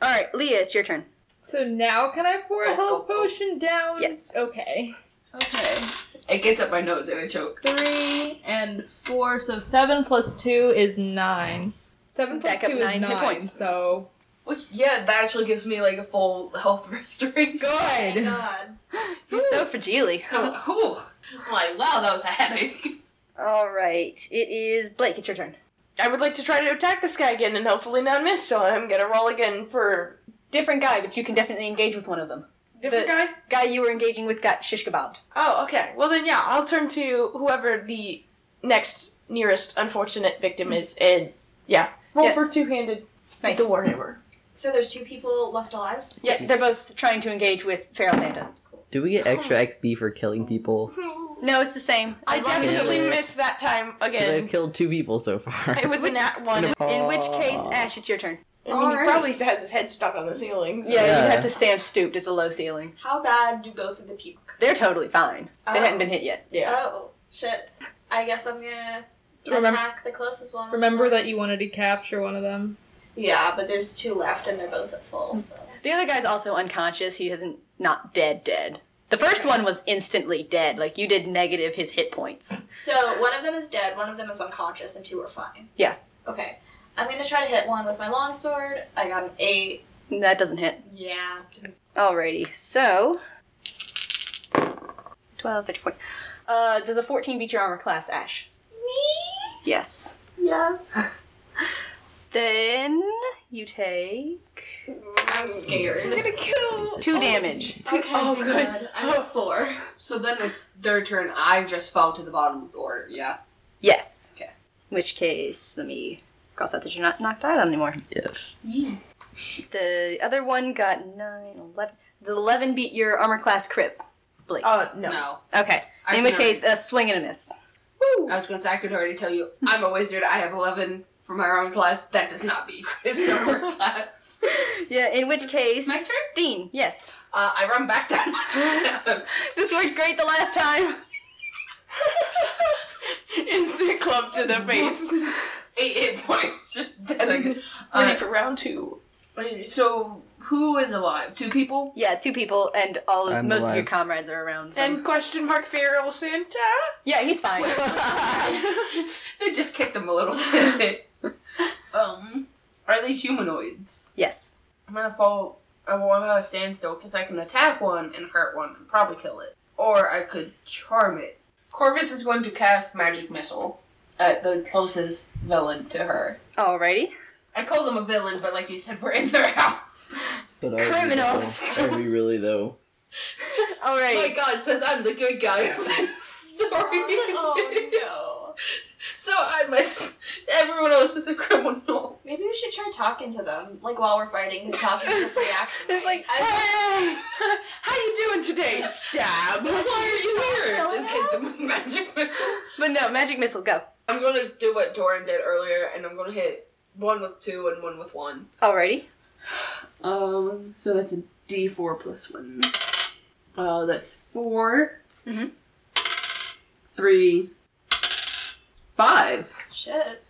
Speaker 2: All right, Leah, it's your turn.
Speaker 9: So now can I pour a
Speaker 3: Go,
Speaker 9: health
Speaker 3: go, go.
Speaker 9: potion down?
Speaker 2: Yes.
Speaker 9: Okay. Okay.
Speaker 3: It gets up my nose and I choke.
Speaker 9: Three and four, so seven plus two is nine. Seven plus
Speaker 2: Back up
Speaker 9: two
Speaker 2: nine
Speaker 9: is
Speaker 2: hit
Speaker 9: nine.
Speaker 2: points.
Speaker 9: So
Speaker 3: Which, yeah, that actually gives me like a full health restoration.
Speaker 6: Thank
Speaker 9: good.
Speaker 6: God.
Speaker 2: You're so fragile.
Speaker 3: I'm like, "Ooh." Oh, I'm like, wow, that was a headache.
Speaker 2: All right, it is Blake. It's your turn.
Speaker 7: I would like to try to attack this guy again and hopefully not miss. So I'm gonna roll again for
Speaker 2: Different guy, but you can definitely engage with one of them.
Speaker 7: different
Speaker 2: The-
Speaker 7: guy.
Speaker 2: Guy you were engaging with got shish kebabbed.
Speaker 7: Oh, okay. Well then, yeah, I'll turn to whoever the next nearest unfortunate victim is, and yeah, Hmm. roll
Speaker 2: Yeah.
Speaker 7: for two-handed with the warhammer.
Speaker 6: So there's two people left alive?
Speaker 2: Yeah, they're both trying to engage with Feral Santa.
Speaker 5: Do we
Speaker 2: Oh.
Speaker 5: get extra XP for killing people?
Speaker 2: Hmm.
Speaker 5: 'Cause
Speaker 2: No, it's the same.
Speaker 7: I
Speaker 2: As long as
Speaker 7: definitely
Speaker 5: you-
Speaker 7: missed that time
Speaker 5: I've
Speaker 7: again.
Speaker 5: killed two people so far.
Speaker 7: It was a nat one. I
Speaker 2: you- in which case, Ash, it's your turn.
Speaker 7: mean, he
Speaker 6: Alright.
Speaker 7: probably has his head stuck on the ceiling. So.
Speaker 2: Yeah, you
Speaker 5: Yeah.
Speaker 2: have to stand stooped. It's a low ceiling.
Speaker 6: How bad do both of the people?
Speaker 2: They're totally fine. They
Speaker 6: Oh.
Speaker 2: haven't been hit yet.
Speaker 7: Yeah.
Speaker 6: Oh shit! I guess I'm gonna
Speaker 9: Remember,
Speaker 6: attack the closest one.
Speaker 9: remember that you wanted to capture one of them.
Speaker 6: Yeah, but there's two left, and they're both at full. So
Speaker 2: The other guy's also unconscious. He isn't not dead. Dead. The first one was instantly dead. Like you did negative his hit points.
Speaker 6: So one of them is dead, one of them is unconscious, and two are fine.
Speaker 2: Yeah.
Speaker 6: Okay. I'm gonna try to hit one with my longsword. I got an eight.
Speaker 2: That doesn't hit.
Speaker 6: Yeah.
Speaker 2: Alrighty, so. 12, 34. Uh, does a 14 beat your armor class, Ash?
Speaker 6: Me?
Speaker 2: Yes.
Speaker 6: Yes.
Speaker 2: Then you take
Speaker 6: I'm scared.
Speaker 4: Kill.
Speaker 9: Two damage.
Speaker 6: Okay, oh,
Speaker 4: good.
Speaker 6: I'm at four.
Speaker 3: So then it's their turn. I just fell to the bottom of the order. Yeah.
Speaker 2: Yes.
Speaker 3: Okay.
Speaker 2: Which case, let me cross out that you're not knocked out anymore.
Speaker 5: Yes.
Speaker 2: The other one got 9, 11. The 11 beat your armor class crit, Blake.
Speaker 4: Uh, no.
Speaker 3: No.
Speaker 2: okay.
Speaker 3: I
Speaker 2: In which
Speaker 3: can
Speaker 2: case, a swing and a miss.
Speaker 3: already- I was going to say I could already tell you I'm a wizard. I have eleven for my armor class. That does not be crit armor class.
Speaker 2: Yeah, in which case.
Speaker 3: My turn.
Speaker 2: Dean, yes.
Speaker 3: Uh, I run back down. the steps.
Speaker 2: This worked great the last time.
Speaker 7: Instant club to the face.
Speaker 3: eight hit points, just dead again.
Speaker 7: Ready
Speaker 3: Uh,
Speaker 7: for round two.
Speaker 3: so who is alive? Two people.
Speaker 2: Yeah, two people, and all of,
Speaker 5: I'm
Speaker 2: most of your
Speaker 5: alive.
Speaker 2: comrades are around. them.
Speaker 7: And question mark feral Santa?
Speaker 2: yeah, he's fine.
Speaker 3: They just kicked him a little bit. um, are they humanoids?
Speaker 2: yes.
Speaker 3: I'm gonna fall. I want to stand still because I can attack one and hurt one and probably kill it, or I could charm it. Corvus is going to cast magic missile at the closest villain to her.
Speaker 2: Alrighty.
Speaker 3: I call them a villain, but like you said, we're in their house.
Speaker 5: But are we
Speaker 2: Criminals.
Speaker 5: though? Are we really though?
Speaker 2: Alright.
Speaker 3: My God, says I'm the good guy of this story.
Speaker 6: Oh no.
Speaker 3: So I must. Everyone else is a criminal.
Speaker 6: Maybe we should try talking to them, like while we're fighting, because talking is a free action.
Speaker 2: It's
Speaker 6: right?
Speaker 2: like,
Speaker 7: Hey! How you doing today? Stab.
Speaker 3: Why are you here?
Speaker 6: Someone
Speaker 3: Just hit them with magic missile.
Speaker 2: but no, magic missile, go.
Speaker 3: I'm gonna do what Doran did earlier, and I'm gonna hit one with two and one with one.
Speaker 2: Alrighty.
Speaker 3: Um, so that's a D4 plus one. Uh, that's 4
Speaker 2: Mhm.
Speaker 3: Mm-hmm. Three. Five.
Speaker 6: Shit.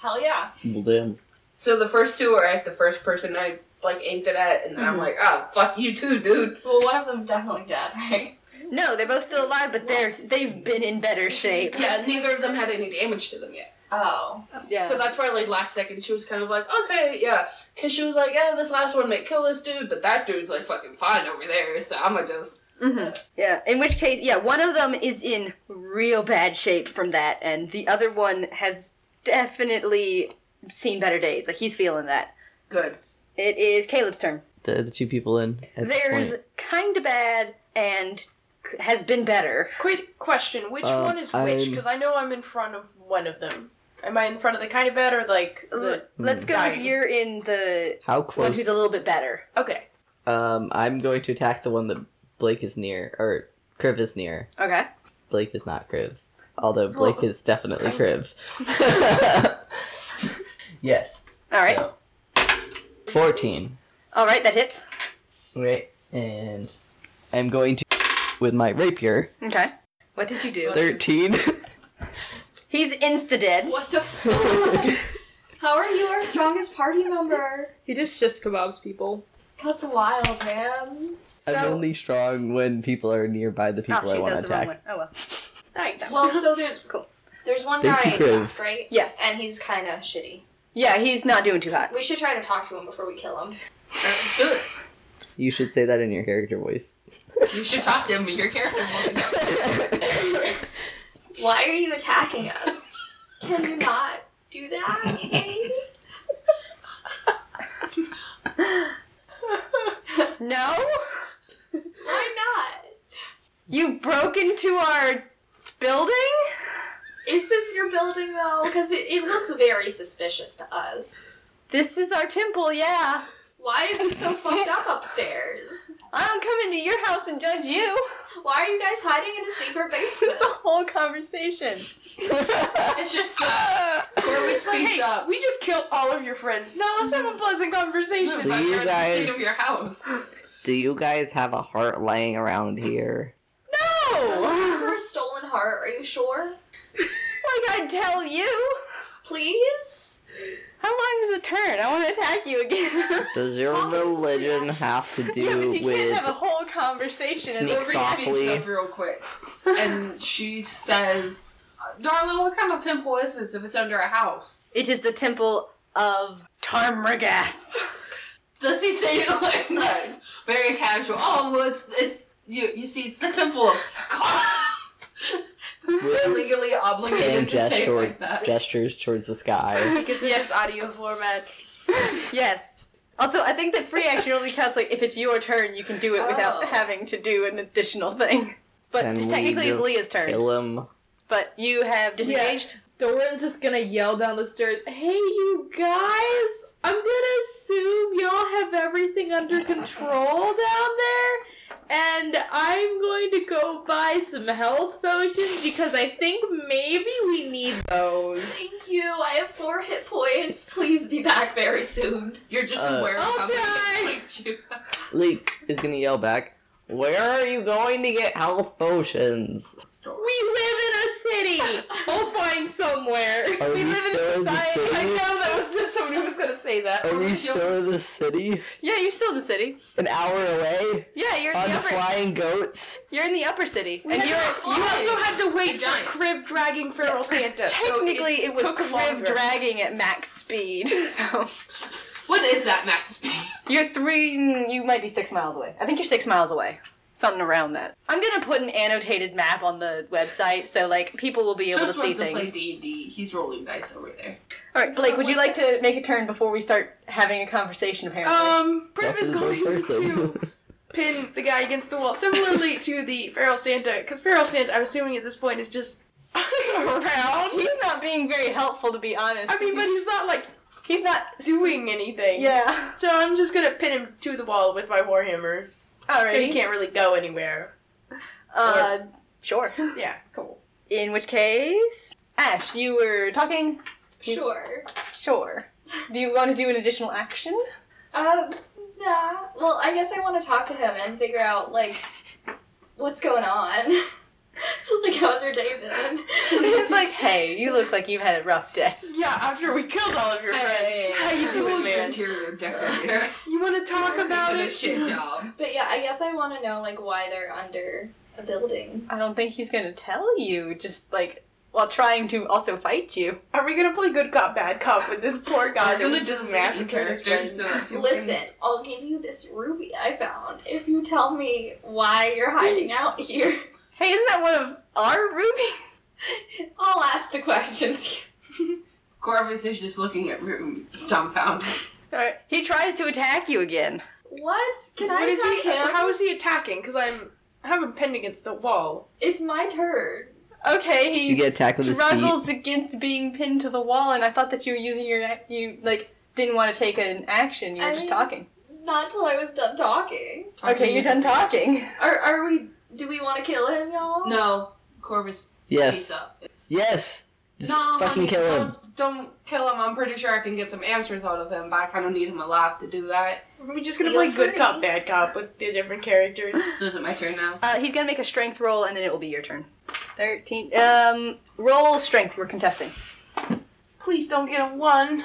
Speaker 6: Hell yeah.
Speaker 5: Well damn.
Speaker 3: So the first two are at the first person I like aimed it at, and I'm like, ah, fuck you too, dude.
Speaker 6: Well, one of them's definitely dead, right?
Speaker 2: No, they're both still alive, but they're they've been in better shape.
Speaker 3: Yeah, neither of them had any damage to them yet.
Speaker 6: Oh.
Speaker 2: Yeah.
Speaker 3: So that's why, like, last second, she was kind of like, okay, yeah. Because she was like, yeah, this last one might kill this dude, but that dude's, like, fucking fine over there, so I'm gonna just.
Speaker 2: Mhm. Yeah. In which case, yeah, one of them is in real bad shape from that, and the other one has definitely seen better days. Like he's feeling that.
Speaker 3: Good.
Speaker 2: It is Caleb's turn.
Speaker 5: The, the two people in. At this
Speaker 2: There's
Speaker 5: point.
Speaker 2: kind of bad and c- has been better.
Speaker 7: Quick question: Which
Speaker 5: Um,
Speaker 7: one is which?
Speaker 5: I'm-
Speaker 7: Because I know I'm in front of one of them. Am I in front of the kind of bed or like the?
Speaker 2: L- Let's go. If
Speaker 7: Dying.
Speaker 2: you're in the
Speaker 5: How
Speaker 2: one
Speaker 5: close?
Speaker 2: who's a little bit better.
Speaker 7: Okay.
Speaker 5: Um, I'm going to attack the one that Blake is near, or Kriv is near.
Speaker 2: Okay.
Speaker 5: Blake is not Kriv, although
Speaker 2: Oh,
Speaker 5: Blake
Speaker 7: Well,
Speaker 5: is definitely
Speaker 7: kind
Speaker 5: Kriv. yes.
Speaker 2: All right.
Speaker 5: so, Fourteen.
Speaker 2: All right. That hits.
Speaker 5: Right, and I'm going to with my rapier.
Speaker 2: Okay. What did you do?
Speaker 5: Thirteen.
Speaker 2: He's insta dead.
Speaker 6: What the fuck? How are you our strongest party member?
Speaker 9: He just shish kebabs people.
Speaker 6: That's wild, man.
Speaker 5: I'm
Speaker 2: So-
Speaker 5: only strong when people are nearby the
Speaker 2: Oh
Speaker 5: people I
Speaker 2: shoot,
Speaker 5: want
Speaker 2: that
Speaker 5: to
Speaker 2: was the wrong
Speaker 5: attack.
Speaker 2: one. Oh well.
Speaker 7: Nice.
Speaker 6: Well, so there's
Speaker 2: Cool.
Speaker 6: There's one
Speaker 5: Thank you,
Speaker 6: guy
Speaker 5: Crave.
Speaker 6: left, right?
Speaker 2: Yes.
Speaker 6: And he's kind of shitty.
Speaker 2: Yeah, he's not doing too hot.
Speaker 6: We should try to talk to him before we kill him.
Speaker 3: Alright, do it.
Speaker 5: You should say that in your character voice.
Speaker 3: You should talk to him, but your character won't.
Speaker 6: Why are you attacking us? Can you not do that? maybe?
Speaker 2: No?
Speaker 6: Why
Speaker 2: You broke into our building?
Speaker 6: not? Is this your building though? Because it, it looks very suspicious to us.
Speaker 2: This is our temple, yeah.
Speaker 6: Why is it so fucked up upstairs?
Speaker 2: I don't come into your house and judge you.
Speaker 6: Why are you guys hiding in a secret
Speaker 2: This is
Speaker 6: basement?
Speaker 2: the whole conversation.
Speaker 3: It's just. Corvus
Speaker 7: Like,
Speaker 3: speaks
Speaker 7: hey,
Speaker 3: up.
Speaker 7: we just killed all of your friends. Now let's
Speaker 2: Mm.
Speaker 7: have a pleasant
Speaker 3: No,
Speaker 7: conversation.
Speaker 3: but
Speaker 5: Do
Speaker 3: you're
Speaker 5: you
Speaker 3: in the state
Speaker 5: guys-
Speaker 3: of your house.
Speaker 10: Do you guys have a heart laying around here?
Speaker 6: Looking for a stolen heart? Are you sure?
Speaker 2: Like I tell you.
Speaker 6: Please.
Speaker 2: How long is the turn? I want to attack you again.
Speaker 10: Does your
Speaker 6: Talk is a free
Speaker 10: religion have to
Speaker 2: yeah, but
Speaker 10: do
Speaker 2: you can't
Speaker 10: with
Speaker 2: have a whole conversation.
Speaker 10: sneak
Speaker 2: And
Speaker 3: Corvus speaks
Speaker 10: softly?
Speaker 3: up real quick, and she says, "Darling, what kind of temple is this? If it's under a house,
Speaker 2: it is the temple of Tarmragath.
Speaker 3: does he say it like that? Very casual. Oh, well, it's it's you. You see, it's the temple of Car- We're
Speaker 5: With
Speaker 3: legally obligated
Speaker 5: hand
Speaker 3: to say it
Speaker 5: gesture
Speaker 3: like that.
Speaker 5: gestures towards the sky.
Speaker 7: Because this is audio format.
Speaker 2: Yes. Also, I think that free action only counts like if it's your turn, you can do it without
Speaker 6: Oh.
Speaker 2: having to do an additional thing. But
Speaker 5: Can
Speaker 2: just
Speaker 5: we
Speaker 2: technically,
Speaker 5: just
Speaker 2: it's Leah's turn.
Speaker 5: Kill him.
Speaker 2: But you have disengaged.
Speaker 9: Doran's just gonna yell down the stairs, Hey, you guys! I'm gonna assume y'all have everything under control down there, and I'm going to go buy some health potions because I think maybe we need those.
Speaker 6: Thank you. I have four hit points. Please be back very soon.
Speaker 3: You're just
Speaker 5: Uh,
Speaker 3: aware of
Speaker 9: I'll
Speaker 3: how many
Speaker 9: try.
Speaker 3: hits you
Speaker 5: Leek is gonna yell back. Where are you going to get health potions?
Speaker 3: Store.
Speaker 9: We live in a city! I'll find somewhere.
Speaker 5: Are we, still in the
Speaker 7: I know
Speaker 5: city? Oh.
Speaker 7: that was this. Somebody was gonna say that.
Speaker 5: Are we still in the city?
Speaker 2: Yeah, you're still in the city.
Speaker 5: An hour away?
Speaker 2: Yeah, you're in
Speaker 5: On
Speaker 2: the
Speaker 5: the
Speaker 2: upper.
Speaker 5: flying goats?
Speaker 2: You're in the upper city,
Speaker 7: We
Speaker 2: and
Speaker 7: had
Speaker 2: you're
Speaker 7: to- you also had to wait for
Speaker 3: giant.
Speaker 7: crib dragging feral Santa. so
Speaker 2: technically it, was
Speaker 7: took
Speaker 2: crib
Speaker 7: longer.
Speaker 2: dragging at max speed. So
Speaker 3: What is that max speed?
Speaker 2: you're three. mm, You might be six miles away. I think you're six miles away. Something around that. I'm gonna put an annotated map on the website so like people will be able
Speaker 3: Just
Speaker 2: to see
Speaker 3: wants to play
Speaker 2: things.
Speaker 3: D and D. He's rolling dice over there.
Speaker 2: All right, Blake, would you like to make a turn before we start having a conversation? Apparently.
Speaker 7: Um, Priv
Speaker 5: That
Speaker 7: is
Speaker 5: is a
Speaker 7: going
Speaker 5: good
Speaker 7: to
Speaker 5: person.
Speaker 7: pin the guy against the wall, similarly to the feral Santa, because feral Santa, I'm assuming at this point, is just around.
Speaker 2: He's not being very helpful, to be honest.
Speaker 7: I mean, but he's not like
Speaker 2: he's not.
Speaker 7: doing anything.
Speaker 2: Yeah.
Speaker 7: So I'm just gonna pin him to the wall with my warhammer, so he
Speaker 2: Alrighty.
Speaker 7: can't really go anywhere.
Speaker 2: uh, sure.
Speaker 7: Yeah, cool.
Speaker 2: In which case, Ash, you were talking.
Speaker 6: Sure.
Speaker 2: Sure. Do you want to do an additional action?
Speaker 6: Um, nah. Well, I guess I want to talk to him and figure out, like, what's going on. like, how's your day
Speaker 2: It's
Speaker 6: been?
Speaker 2: like, hey, you look like you've had a rough day.
Speaker 7: Yeah, after we killed all of your friends, how you doing,
Speaker 3: Who's your
Speaker 7: man?
Speaker 3: interior decorator?
Speaker 7: You want to talk about
Speaker 3: Did a
Speaker 7: it?
Speaker 3: shit job.
Speaker 6: but yeah, I guess I want to know, like, why they're under a building.
Speaker 2: I don't think he's gonna tell you, just like, while trying to also fight you.
Speaker 7: Are we gonna play good cop, bad cop with this poor guy?
Speaker 3: I'm gonna
Speaker 7: that
Speaker 3: do the same
Speaker 7: massacred his
Speaker 3: character.
Speaker 7: friends?
Speaker 3: So that people can-
Speaker 6: Listen, I'll give you this ruby I found if you tell me why you're hiding out here.
Speaker 2: Hey, isn't that one of our Ruby?
Speaker 6: I'll ask the questions.
Speaker 3: Corvus is just looking at Room, dumbfounded.
Speaker 2: Alright. He tries to attack you again.
Speaker 6: What? Can I
Speaker 7: What is
Speaker 6: attack
Speaker 7: he?
Speaker 6: him?
Speaker 7: How is he attacking? Because I'm I have him pinned against the wall.
Speaker 6: It's my turn.
Speaker 2: Okay,
Speaker 5: You
Speaker 2: he
Speaker 5: get attacked with his feet.
Speaker 2: struggles against being pinned to the wall, and I thought that you were using your, ac- you, like, didn't want to take an action, you were
Speaker 6: I
Speaker 2: just
Speaker 6: mean-
Speaker 2: talking.
Speaker 6: Not till I was done talking.
Speaker 2: Okay, you're done talking.
Speaker 6: Are are we? Do we want to kill him, y'all?
Speaker 3: No, Corvus.
Speaker 5: Yes.
Speaker 3: speaks Up.
Speaker 5: Yes. Just
Speaker 3: No,
Speaker 5: fucking
Speaker 3: honey,
Speaker 5: kill him.
Speaker 3: Don't, don't kill him. I'm pretty sure I can get some answers out of him, but I kind of need him alive to do that.
Speaker 7: Are we just gonna
Speaker 6: Feel
Speaker 7: play good
Speaker 6: free.
Speaker 7: cop, bad cop with the different characters?
Speaker 3: So is it my turn now?
Speaker 2: Uh, he's gonna make a strength roll, and then it will be your turn. 13. Um, roll strength, we're contesting.
Speaker 7: Please don't get a one.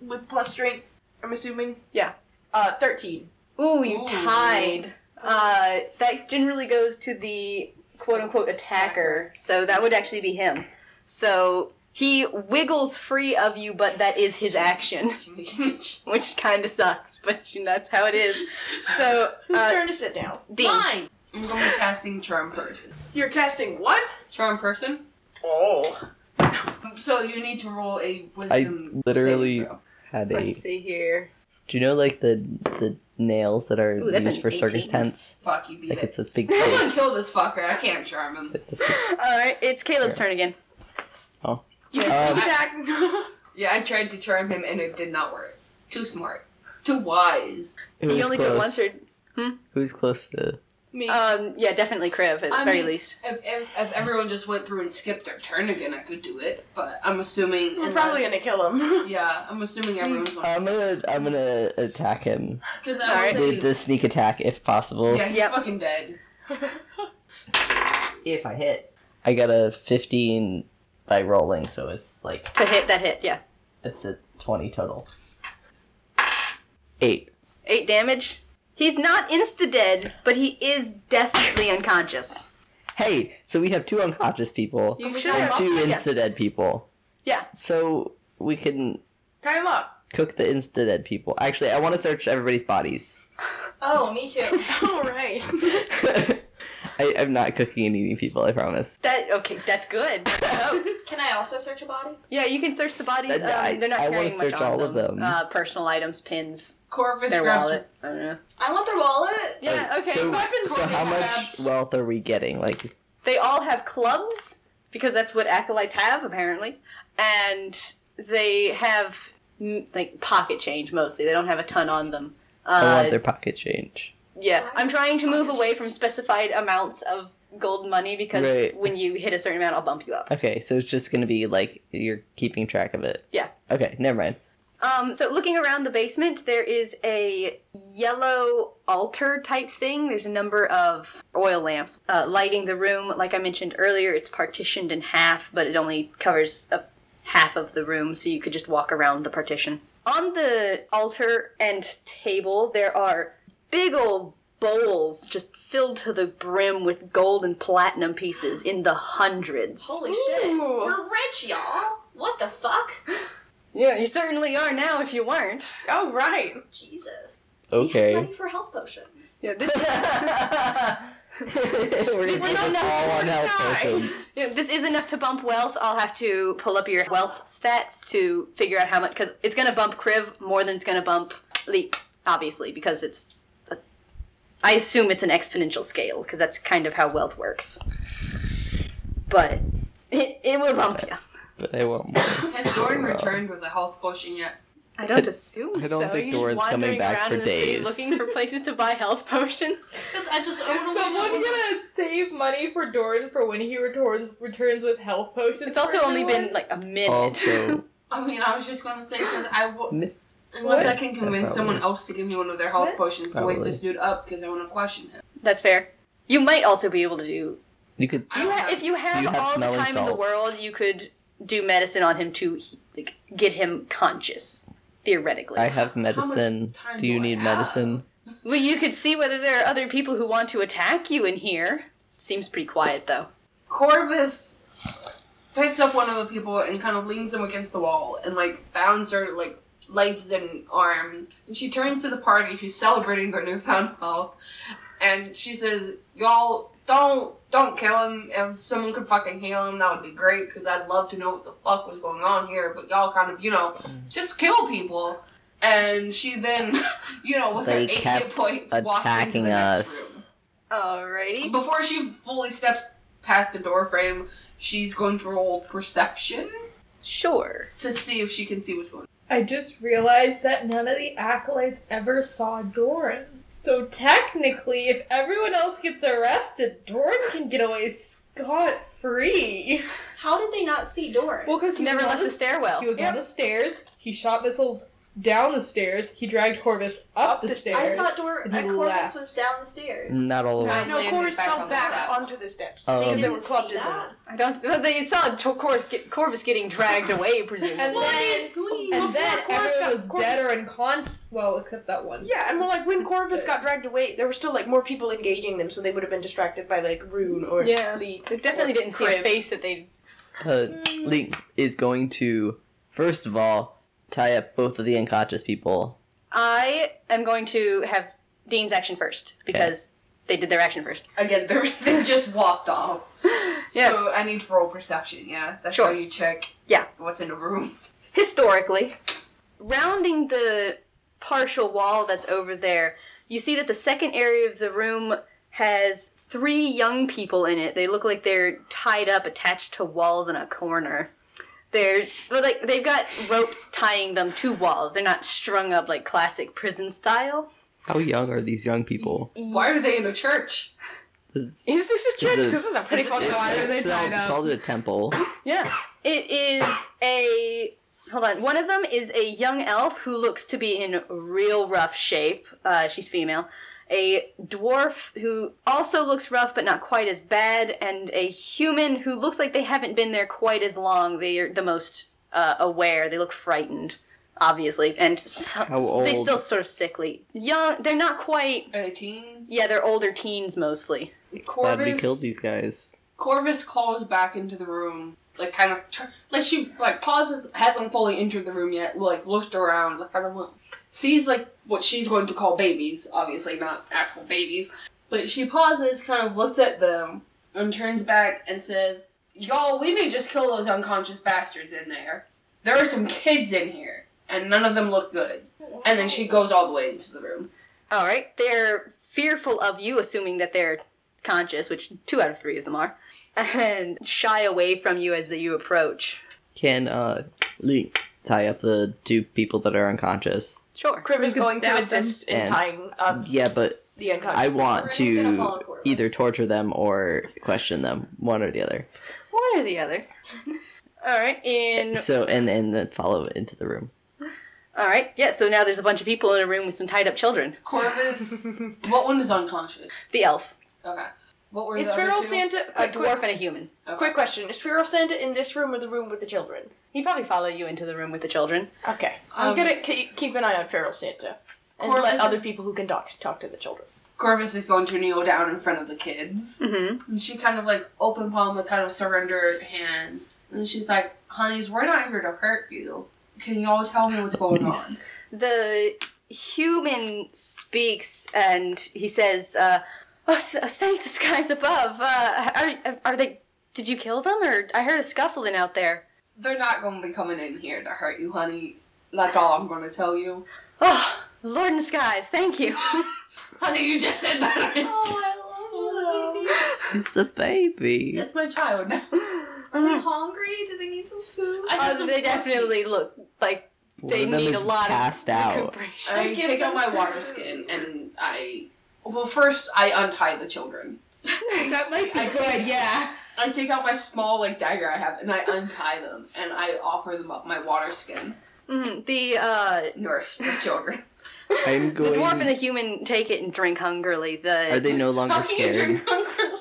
Speaker 7: With plus strength, I'm assuming.
Speaker 2: Yeah.
Speaker 7: Uh, thirteen.
Speaker 2: Ooh, you
Speaker 3: Ooh.
Speaker 2: tied. Uh, that generally goes to the quote unquote attacker, so that would actually be him. So he wiggles free of you, but that is his action, which kind of sucks, but you know, that's how it is. So,
Speaker 7: Whose
Speaker 2: uh,
Speaker 7: turn is it now?
Speaker 2: Dean.
Speaker 3: Fine. I'm going to be casting charm person.
Speaker 7: You're casting what?
Speaker 3: Charm person.
Speaker 7: Oh.
Speaker 3: So you need to roll a wisdom.
Speaker 5: literally-
Speaker 3: saving throw.
Speaker 5: Had a.
Speaker 2: Let's see here.
Speaker 5: Do you know like the the nails that are
Speaker 2: Ooh, that's
Speaker 5: used
Speaker 2: an
Speaker 5: for circus
Speaker 2: 18.
Speaker 5: tents?
Speaker 3: Fuck you, beat
Speaker 5: Like
Speaker 3: it.
Speaker 5: it's a big thing.
Speaker 3: Someone kill this fucker. I can't charm him.
Speaker 2: Alright, it's Caleb's turn again.
Speaker 7: You can
Speaker 5: Um,
Speaker 7: attack.
Speaker 3: Yeah, I tried to charm him and it did not work. Too smart. Too wise.
Speaker 2: you only do it once or.
Speaker 5: Who's close to?
Speaker 7: Me.
Speaker 2: Um, yeah, definitely Kriv at the
Speaker 3: I
Speaker 2: very
Speaker 3: mean-
Speaker 2: least.
Speaker 3: If, if, if everyone just went through and skipped their turn again, I could do it. But I'm assuming.
Speaker 7: We're probably gonna Mm.
Speaker 3: unless-
Speaker 7: kill him.
Speaker 3: Yeah, I'm assuming everyone's going
Speaker 5: I'm gonna I'm gonna attack him
Speaker 3: Because
Speaker 2: All
Speaker 3: I
Speaker 2: right.
Speaker 3: was
Speaker 5: with
Speaker 3: saying.
Speaker 5: the sneak attack if possible.
Speaker 3: Yeah, he's
Speaker 2: Yep.
Speaker 3: fucking dead.
Speaker 5: If I hit, I got a 15 by rolling, so it's like
Speaker 2: To hit that hit, yeah.
Speaker 5: it's a 20 total. Eight.
Speaker 2: Eight damage. He's not insta dead, but he is definitely unconscious.
Speaker 5: Hey, so we have two unconscious people
Speaker 2: You
Speaker 7: we
Speaker 2: should
Speaker 7: try
Speaker 5: and
Speaker 2: have.
Speaker 5: two
Speaker 2: Yeah.
Speaker 5: insta dead people.
Speaker 2: Yeah.
Speaker 5: So we can
Speaker 7: Tie him up.
Speaker 5: cook the insta dead people. Actually, I want to search everybody's bodies.
Speaker 6: Oh, me too.
Speaker 7: All right.
Speaker 5: I, I'm not cooking and eating people, I promise.
Speaker 2: That okay? That's good. Oh,
Speaker 6: Can I also search a body?
Speaker 2: Yeah, you can search the bodies. Um,
Speaker 10: Uh, I-
Speaker 2: they're not
Speaker 10: I wanna
Speaker 2: carrying much
Speaker 10: search
Speaker 2: on
Speaker 10: all
Speaker 2: them.
Speaker 10: of them.
Speaker 2: Uh, personal items, pins,
Speaker 3: Corvus
Speaker 2: their
Speaker 3: grabs
Speaker 2: wallet. I don't know.
Speaker 6: I want their wallet.
Speaker 2: Yeah, okay.
Speaker 10: So,
Speaker 2: weapons.
Speaker 10: so
Speaker 2: would be
Speaker 10: how
Speaker 2: bad.
Speaker 10: much wealth are we getting? Like,
Speaker 2: They all have clubs because that's what acolytes have apparently, and they have mm, like pocket change mostly. They don't have a ton on them. Uh,
Speaker 10: I want their pocket change.
Speaker 2: Yeah, I'm trying to move
Speaker 6: Pocket
Speaker 2: away from specified amounts of gold money because
Speaker 10: Right.
Speaker 2: when you hit a certain amount, I'll bump you up.
Speaker 10: Okay, so it's just gonna be like you're keeping track of it.
Speaker 2: Yeah.
Speaker 10: Okay, never mind.
Speaker 2: Um, so looking around the basement, there is a yellow altar type thing. There's a number of oil lamps uh, lighting the room. Like I mentioned earlier, it's partitioned in half, but it only covers a half of the room, so you could just walk around the partition. On the altar and table, there are big old bowls just filled to the brim with gold and platinum pieces in the hundreds.
Speaker 6: Holy shit. We're rich, y'all. What the fuck?
Speaker 2: Yeah, you certainly are now if you weren't.
Speaker 7: Oh, right.
Speaker 6: Jesus. We have
Speaker 10: Okay.
Speaker 6: money for health potions.
Speaker 2: Yeah, this
Speaker 10: We're gonna
Speaker 2: is
Speaker 10: give
Speaker 2: not
Speaker 10: all one health
Speaker 7: nice.
Speaker 10: potion.
Speaker 2: Yeah, this is enough to bump wealth. I'll have to pull up your wealth stats to figure out how much, because it's going to bump Kriv more than it's going to bump Leap, obviously, because it's. a- I assume it's an exponential scale, because that's kind of how wealth works. But it, it will bump you.
Speaker 10: But I want more.
Speaker 3: Has Doran returned with a health potion yet?
Speaker 2: I don't assume
Speaker 10: I don't
Speaker 2: so.
Speaker 10: think
Speaker 2: You're just
Speaker 10: Doran's coming
Speaker 2: wandering
Speaker 10: back
Speaker 2: around
Speaker 10: for
Speaker 2: in the city
Speaker 10: days.
Speaker 2: looking for places to buy health potions.
Speaker 3: Since I just
Speaker 9: Is
Speaker 3: opened
Speaker 9: someone
Speaker 3: one.
Speaker 9: gonna save money for Doran for when he returns returns with health potions?
Speaker 2: It's also
Speaker 9: for
Speaker 2: only been
Speaker 9: everyone?
Speaker 2: like a minute.
Speaker 10: Also,
Speaker 3: I mean, I was just gonna say because I w-
Speaker 10: N-
Speaker 3: unless I
Speaker 10: What?
Speaker 3: can convince
Speaker 10: Probably.
Speaker 3: someone else to give me one of their health potions to wake
Speaker 10: Probably.
Speaker 3: this dude up because I want to question him.
Speaker 2: That's fair. You might also be able to do
Speaker 10: you could.
Speaker 3: I
Speaker 2: You
Speaker 3: don't
Speaker 2: ha-
Speaker 3: have-
Speaker 2: if you had
Speaker 10: You have
Speaker 2: all the
Speaker 10: smelling
Speaker 2: time in the
Speaker 10: salts.
Speaker 2: world, you could do medicine on him to he- like, get him conscious, theoretically.
Speaker 10: I have medicine.
Speaker 3: time
Speaker 10: Do you
Speaker 3: do I
Speaker 10: need
Speaker 3: have?
Speaker 10: medicine?
Speaker 2: well, you could see whether there are other people who want to attack you in here. Seems pretty quiet, though.
Speaker 3: Corvus picks up one of the people and kind of leans them against the wall and like bounds her like legs and arms. And she turns to the party who's celebrating their newfound health, and she says, "Y'all don't don't kill him. If someone could fucking heal him, that would be great because I'd love to know what the fuck was going on here. But y'all kind of you know
Speaker 10: Mm.
Speaker 3: just kill people." And she then, you know, with
Speaker 10: They
Speaker 3: her eight hit
Speaker 10: kept
Speaker 3: points, walks into
Speaker 10: Attacking
Speaker 3: the next room.
Speaker 10: us.
Speaker 2: Alrighty.
Speaker 3: Before she fully steps past the door frame, she's going to roll perception
Speaker 2: Sure.
Speaker 3: to see if she can see what's going on.
Speaker 9: I just realized that none of the acolytes ever saw Doran. So technically, if everyone else gets arrested, Doran can get away scot free.
Speaker 6: How did they not see Doran?
Speaker 9: Well, because
Speaker 2: He never left the stairwell.
Speaker 9: He was on the stairs. He shot missiles down the stairs. He dragged Corvus up, the,
Speaker 6: I
Speaker 9: stairs.
Speaker 6: thought Dor-
Speaker 9: and he
Speaker 6: uh, Corvus
Speaker 9: left.
Speaker 6: was down the stairs.
Speaker 10: Not all of them.
Speaker 3: landed
Speaker 7: No, Corvus fell
Speaker 3: on the
Speaker 7: back
Speaker 3: steps. Oh.
Speaker 7: onto the steps
Speaker 10: Um,
Speaker 7: because they
Speaker 6: Didn't
Speaker 7: were clubbed
Speaker 6: see
Speaker 7: in
Speaker 6: that.
Speaker 7: there.
Speaker 2: I don't. Well, they saw Tor- Corvus, get, Corvus getting dragged away,
Speaker 9: and
Speaker 2: presumably.
Speaker 9: then, and then
Speaker 7: Corvus
Speaker 9: everyone
Speaker 7: got-
Speaker 9: was
Speaker 7: Corvus-
Speaker 9: dead or incon. Well, except that one.
Speaker 7: Yeah, and well, like when Corvus got dragged away, there were still like more people engaging them, so they would have been distracted by like Rune or
Speaker 2: Yeah.
Speaker 7: Leek.
Speaker 2: They definitely
Speaker 7: or
Speaker 2: didn't see a
Speaker 7: Crib.
Speaker 2: face that they.
Speaker 10: Uh, Link is going to, first of all, tie up both of the unconscious people.
Speaker 2: I am going to have Dean's action first because they did their action first.
Speaker 3: Again, they're, they just walked off.
Speaker 2: Yeah.
Speaker 3: So I need to roll perception, yeah? That's
Speaker 2: Sure.
Speaker 3: how you check
Speaker 2: Yeah.
Speaker 3: what's in the room.
Speaker 2: historically, rounding the partial wall that's over there, you see that the second area of the room has three young people in it. They look like they're tied up, attached to walls in a corner. They're well, like they've got ropes tying them to walls. They're not strung up like classic prison style.
Speaker 10: How young are these young people?
Speaker 3: Why are they in a church?
Speaker 10: This is-
Speaker 7: Is this a church?
Speaker 10: Is it-
Speaker 7: Because it's a pretty fucking
Speaker 10: Why
Speaker 7: wire.
Speaker 10: are they tied up? called it a temple.
Speaker 2: Yeah, it is a. Hold on. One of them is a young elf who looks to be in real rough shape. Uh, she's female. A dwarf who also looks rough but not quite as bad, and a human who looks like they haven't been there quite as long. They are the most uh, aware. They look frightened, obviously, and so,
Speaker 10: How
Speaker 2: they
Speaker 10: old?
Speaker 2: still sort of sickly. Young. They're not quite.
Speaker 3: Are they teens?
Speaker 2: Yeah, they're older teens mostly.
Speaker 10: Glad
Speaker 3: Corvus,
Speaker 10: we killed these guys.
Speaker 3: Corvus calls back into the room, like kind of, tur- like she like pauses, hasn't fully entered the room yet, like looked around, like kind of went, sees like what she's going to call babies, obviously not actual babies, but she pauses, kind of looks at them, and turns back and says, y'all, we may just kill those unconscious bastards in there. There are some kids in here, and none of them look good. And then she goes all the way into the room.
Speaker 2: All right. They're fearful of you, assuming that they're conscious, which two out of three of them are, and shy away from you as that you approach.
Speaker 10: Can uh Link tie up the two people that are unconscious?
Speaker 2: Sure.
Speaker 7: Criv is
Speaker 9: We could
Speaker 7: going to
Speaker 9: stab
Speaker 7: assist in
Speaker 10: And-
Speaker 7: tying up
Speaker 10: Yeah, but
Speaker 7: the unconscious.
Speaker 10: I want
Speaker 6: We're just gonna follow
Speaker 10: to
Speaker 6: Corvus.
Speaker 10: either torture them or question them, one or the other.
Speaker 2: One or the other. All right. In
Speaker 10: So and and then follow into the room.
Speaker 2: all right. Yeah. So now there's a bunch of people in a room with some tied up children.
Speaker 3: Corvus, what one is unconscious?
Speaker 2: The elf,
Speaker 3: Okay. What were
Speaker 7: Is
Speaker 3: the other
Speaker 7: Feral
Speaker 3: two?
Speaker 7: Santa
Speaker 2: a
Speaker 7: quick-
Speaker 2: dwarf, and a human.
Speaker 3: Okay.
Speaker 7: Quick question: Is Feral Santa in this room or the room with the children?
Speaker 2: He probably follow you into the room with the children.
Speaker 7: Okay,
Speaker 3: Um,
Speaker 7: I'm gonna ke- keep an eye on Feral Santa and
Speaker 3: Corvus
Speaker 7: let other
Speaker 3: is-
Speaker 7: people who can talk talk to the children.
Speaker 3: Corvus is going to kneel down in front of the kids.
Speaker 2: Mm-hmm.
Speaker 3: And she kind of like open palm and kind of surrender hands. And she's like, Honeys, we're not here to hurt you. Can y'all tell me what's going on?
Speaker 2: the human speaks and he says, uh, oh, th- thank the skies above. Uh, are, are they, did you kill them? Or I heard a scuffling out there.
Speaker 3: They're not going to be coming in here to hurt you, honey. That's all I'm going to tell you.
Speaker 2: Oh, Lord in the skies, thank you. Uh,
Speaker 3: Honey, you just said that.
Speaker 6: Oh, I love you.
Speaker 10: It's a baby.
Speaker 3: It's my child now.
Speaker 6: Are they hungry? Do they need some food?
Speaker 3: I
Speaker 2: Uh,
Speaker 3: have some
Speaker 2: they
Speaker 3: fluffy-
Speaker 2: definitely look like
Speaker 10: One
Speaker 2: they
Speaker 10: of them
Speaker 2: need a
Speaker 10: is
Speaker 2: lot
Speaker 10: passed
Speaker 2: of
Speaker 10: out.
Speaker 2: recuperation.
Speaker 3: I
Speaker 6: Give
Speaker 3: take out
Speaker 6: them
Speaker 3: my
Speaker 6: some
Speaker 3: water
Speaker 6: food.
Speaker 3: skin and I. Well, first I untie the children.
Speaker 9: That might
Speaker 3: I take,
Speaker 9: yeah.
Speaker 3: I take out my small like dagger I have and I untie them and I offer them up my water skin.
Speaker 2: Mhm, the uh,
Speaker 3: Nourish the children.
Speaker 10: I'm
Speaker 2: the dwarf and the
Speaker 10: going.
Speaker 2: human take it and drink hungrily. The
Speaker 10: Are they no longer
Speaker 3: How can you
Speaker 10: scared?
Speaker 3: drink hunger?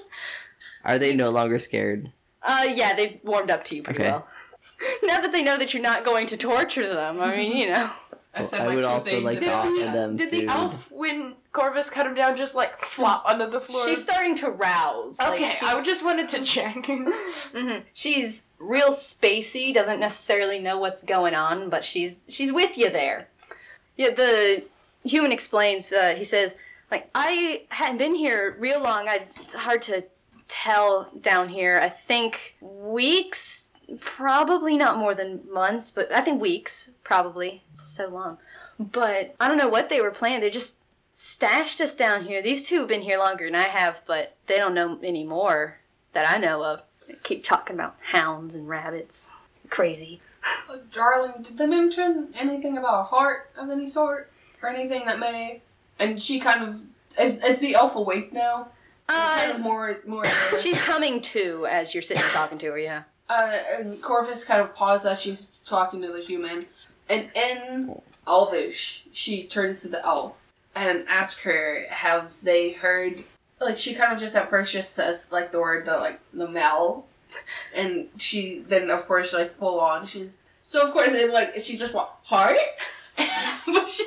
Speaker 10: Are they no longer scared?
Speaker 2: Uh, yeah, they've warmed up to you pretty
Speaker 10: Okay.
Speaker 2: well. now that they know that you're not going to torture them, I mean, you know.
Speaker 3: I
Speaker 10: Well,
Speaker 3: said
Speaker 10: I
Speaker 3: my
Speaker 10: would
Speaker 3: two
Speaker 10: also
Speaker 3: things
Speaker 10: like to
Speaker 3: that-
Speaker 10: offer them
Speaker 7: Did the
Speaker 10: food.
Speaker 7: elf, when Corvus cut him down, just like flop under the floor?
Speaker 2: She's starting to rouse. like,
Speaker 7: okay.
Speaker 2: she's,
Speaker 7: I just wanted to check.
Speaker 2: Mhm. she's real spacey. Doesn't necessarily know what's going on, but she's she's with you there. Yeah, the human explains. Uh, he says, like I hadn't been here real long. I, it's hard to tell down here. I think weeks, probably not more than months, but I think weeks, probably so long. But I don't know what they were planning. They just stashed us down here. These two have been here longer than I have, but they don't know any more that I know of. They keep talking about hounds and rabbits. Crazy.
Speaker 3: Uh, darling, did they mention anything about a heart of any sort or anything that may? And she kind of is, is the elf awake now? kind of
Speaker 2: Uh,
Speaker 3: more more. aware.
Speaker 2: she's coming to as you're sitting there talking to her. Yeah.
Speaker 3: Uh, and Corvus kind of pauses as she's talking to the human, and in Elvish, she turns to the elf and asks her, "Have they heard?" Like she kind of just at first just says like the word the like the mel, and she then of course like full on she's so of course it, like she just went heart, but she,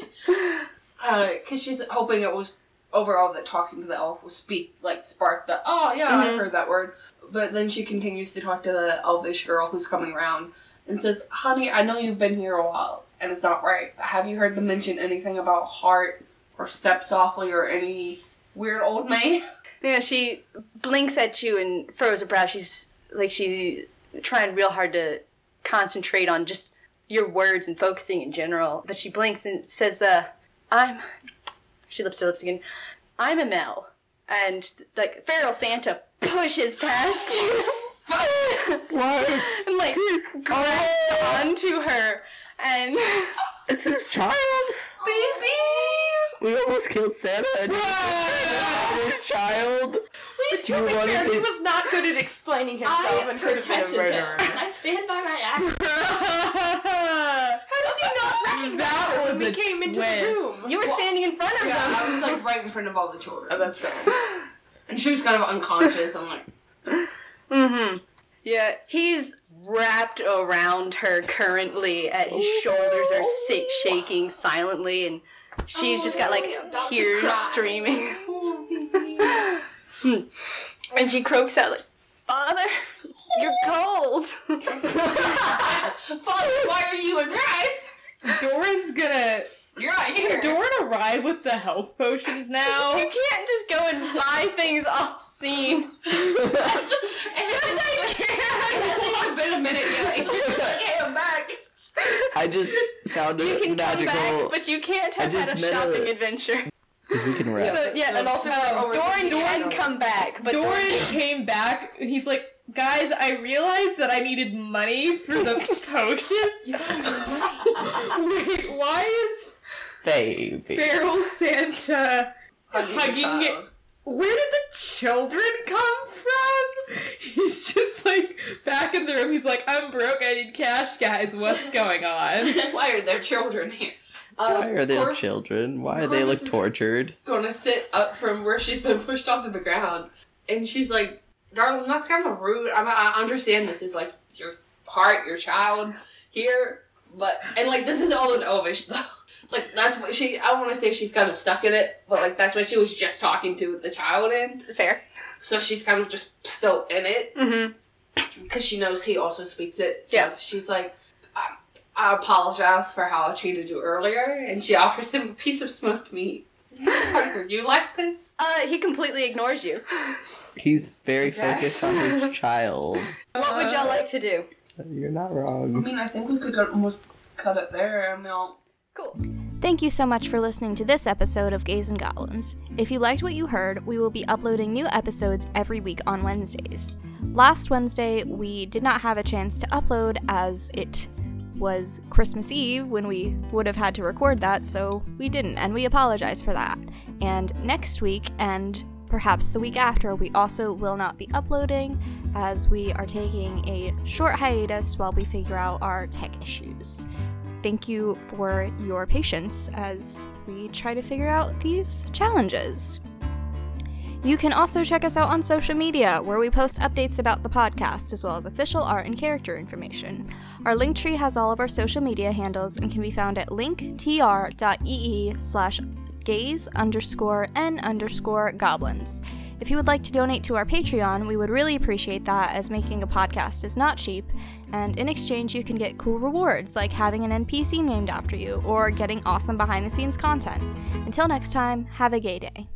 Speaker 3: uh, cause she's hoping it was overall that talking to the elf will speak like spark the oh yeah I've
Speaker 2: Mhm.
Speaker 3: heard that word but then she continues to talk to the elvish girl who's coming around and says, Honey, I know you've been here a while and it's not right, but have you heard them mention anything about heart or step softly or any weird old man?
Speaker 2: Yeah. She blinks at you and furrows her brow. She's like she trying real hard to concentrate on just your words and focusing in general. But she blinks and says, "Uh, I'm." She lips her lips again. I'm a Mel, and like feral Santa pushes past you.
Speaker 10: Why?
Speaker 2: and like grabs onto her and
Speaker 6: Oh,
Speaker 10: It's his child.
Speaker 2: baby
Speaker 10: We almost killed Santa. And his child. Do you want
Speaker 7: Fair, he
Speaker 10: to?
Speaker 7: was not good at explaining himself
Speaker 6: I
Speaker 7: and could have been a
Speaker 6: protected him.
Speaker 7: murderer.
Speaker 6: I stand by my act.
Speaker 7: How did he not recognize
Speaker 4: That
Speaker 7: her when
Speaker 4: was
Speaker 7: we
Speaker 4: a
Speaker 7: came into
Speaker 4: twist.
Speaker 7: the room?
Speaker 2: you were standing in front of
Speaker 3: yeah,
Speaker 2: them
Speaker 3: I was like right in front of all the children.
Speaker 7: Oh, that's
Speaker 3: so. And she was kind of unconscious. I'm like,
Speaker 2: mm-hmm yeah he's wrapped around her currently and his shoulders are sick shaking silently and she's just got like
Speaker 6: Oh, I'm about to
Speaker 2: tears
Speaker 6: cry. Oh,
Speaker 2: streaming Hmm. and she croaks out like father you're cold
Speaker 3: Father, why are you in red?
Speaker 9: Doran's gonna
Speaker 3: You're not here.
Speaker 9: Can Doran arrive with the health potions now?
Speaker 2: You can't just go and buy things off scene.
Speaker 3: It's been a minute yet. okay, I'm back.
Speaker 5: I just found
Speaker 2: You can
Speaker 5: a
Speaker 2: come back,
Speaker 5: magical.
Speaker 2: but you can't
Speaker 5: I
Speaker 2: have
Speaker 5: just
Speaker 2: had a
Speaker 5: met a-
Speaker 2: shopping adventure.
Speaker 5: we can wrap.
Speaker 9: So, yeah, and also
Speaker 2: No, Doran can come back, but
Speaker 9: Doran came back and he's like, guys, I realized that I needed money for the potions. Wait, why is
Speaker 5: Baby.
Speaker 9: Feral Santa
Speaker 3: Hugging
Speaker 9: hugging
Speaker 3: the
Speaker 9: it? Where did the children come from? He's just like back in the room. He's like, I'm broke. I need cash, guys. What's going on?
Speaker 3: child. Why are there children here? Uh,
Speaker 5: Why are they
Speaker 3: Corv-
Speaker 5: children? Why do they
Speaker 3: Corvus
Speaker 5: look
Speaker 3: is-
Speaker 5: tortured?
Speaker 3: gonna sit up from where she's been pushed onto the ground, and she's like, "Darling, that's kind of rude. I, I understand this is like your heart, your child here, but and like this is all in Ovish though. Like that's what she. I want to say she's kind of stuck in it, but like that's what she was just talking to the child in.
Speaker 2: fair.
Speaker 3: So she's kind of just still in it
Speaker 2: Mm-hmm.
Speaker 3: because she knows he also speaks it. So
Speaker 2: Yeah.
Speaker 3: she's like. I, I apologize for how I treated you earlier, and she offers him a piece of smoked meat. you like this?
Speaker 2: Uh, he completely ignores you.
Speaker 5: He's very
Speaker 3: Yes.
Speaker 5: focused on his child.
Speaker 2: What would
Speaker 9: Uh,
Speaker 2: y'all like to do?
Speaker 5: You're not
Speaker 3: I
Speaker 5: wrong.
Speaker 3: mean, I think we could almost cut it there. I mean,
Speaker 1: Thank you so much for listening to this episode of Gays and Goblins. If you liked what you heard, we will be uploading new episodes every week on Wednesdays. Last Wednesday, we did not have a chance to upload as it was Christmas Eve when we would have had to record that, so we didn't, and we apologize for that. And next week, and perhaps the week after, we also will not be uploading as we are taking a short hiatus while we figure out our tech issues thank you for your patience as we try to figure out these challenges. You can also check us out on social media, where we post updates about the podcast, as well as official art and character information. Our link tree has all of our social media handles and can be found at linktr.ee slash gaze underscore n underscore goblins. If you would like to donate to our Patreon, we would really appreciate that, as making a podcast is not cheap, and in exchange, you can get cool rewards like having an NPC named after you or getting awesome behind the scenes content. Until next time, have a gay day.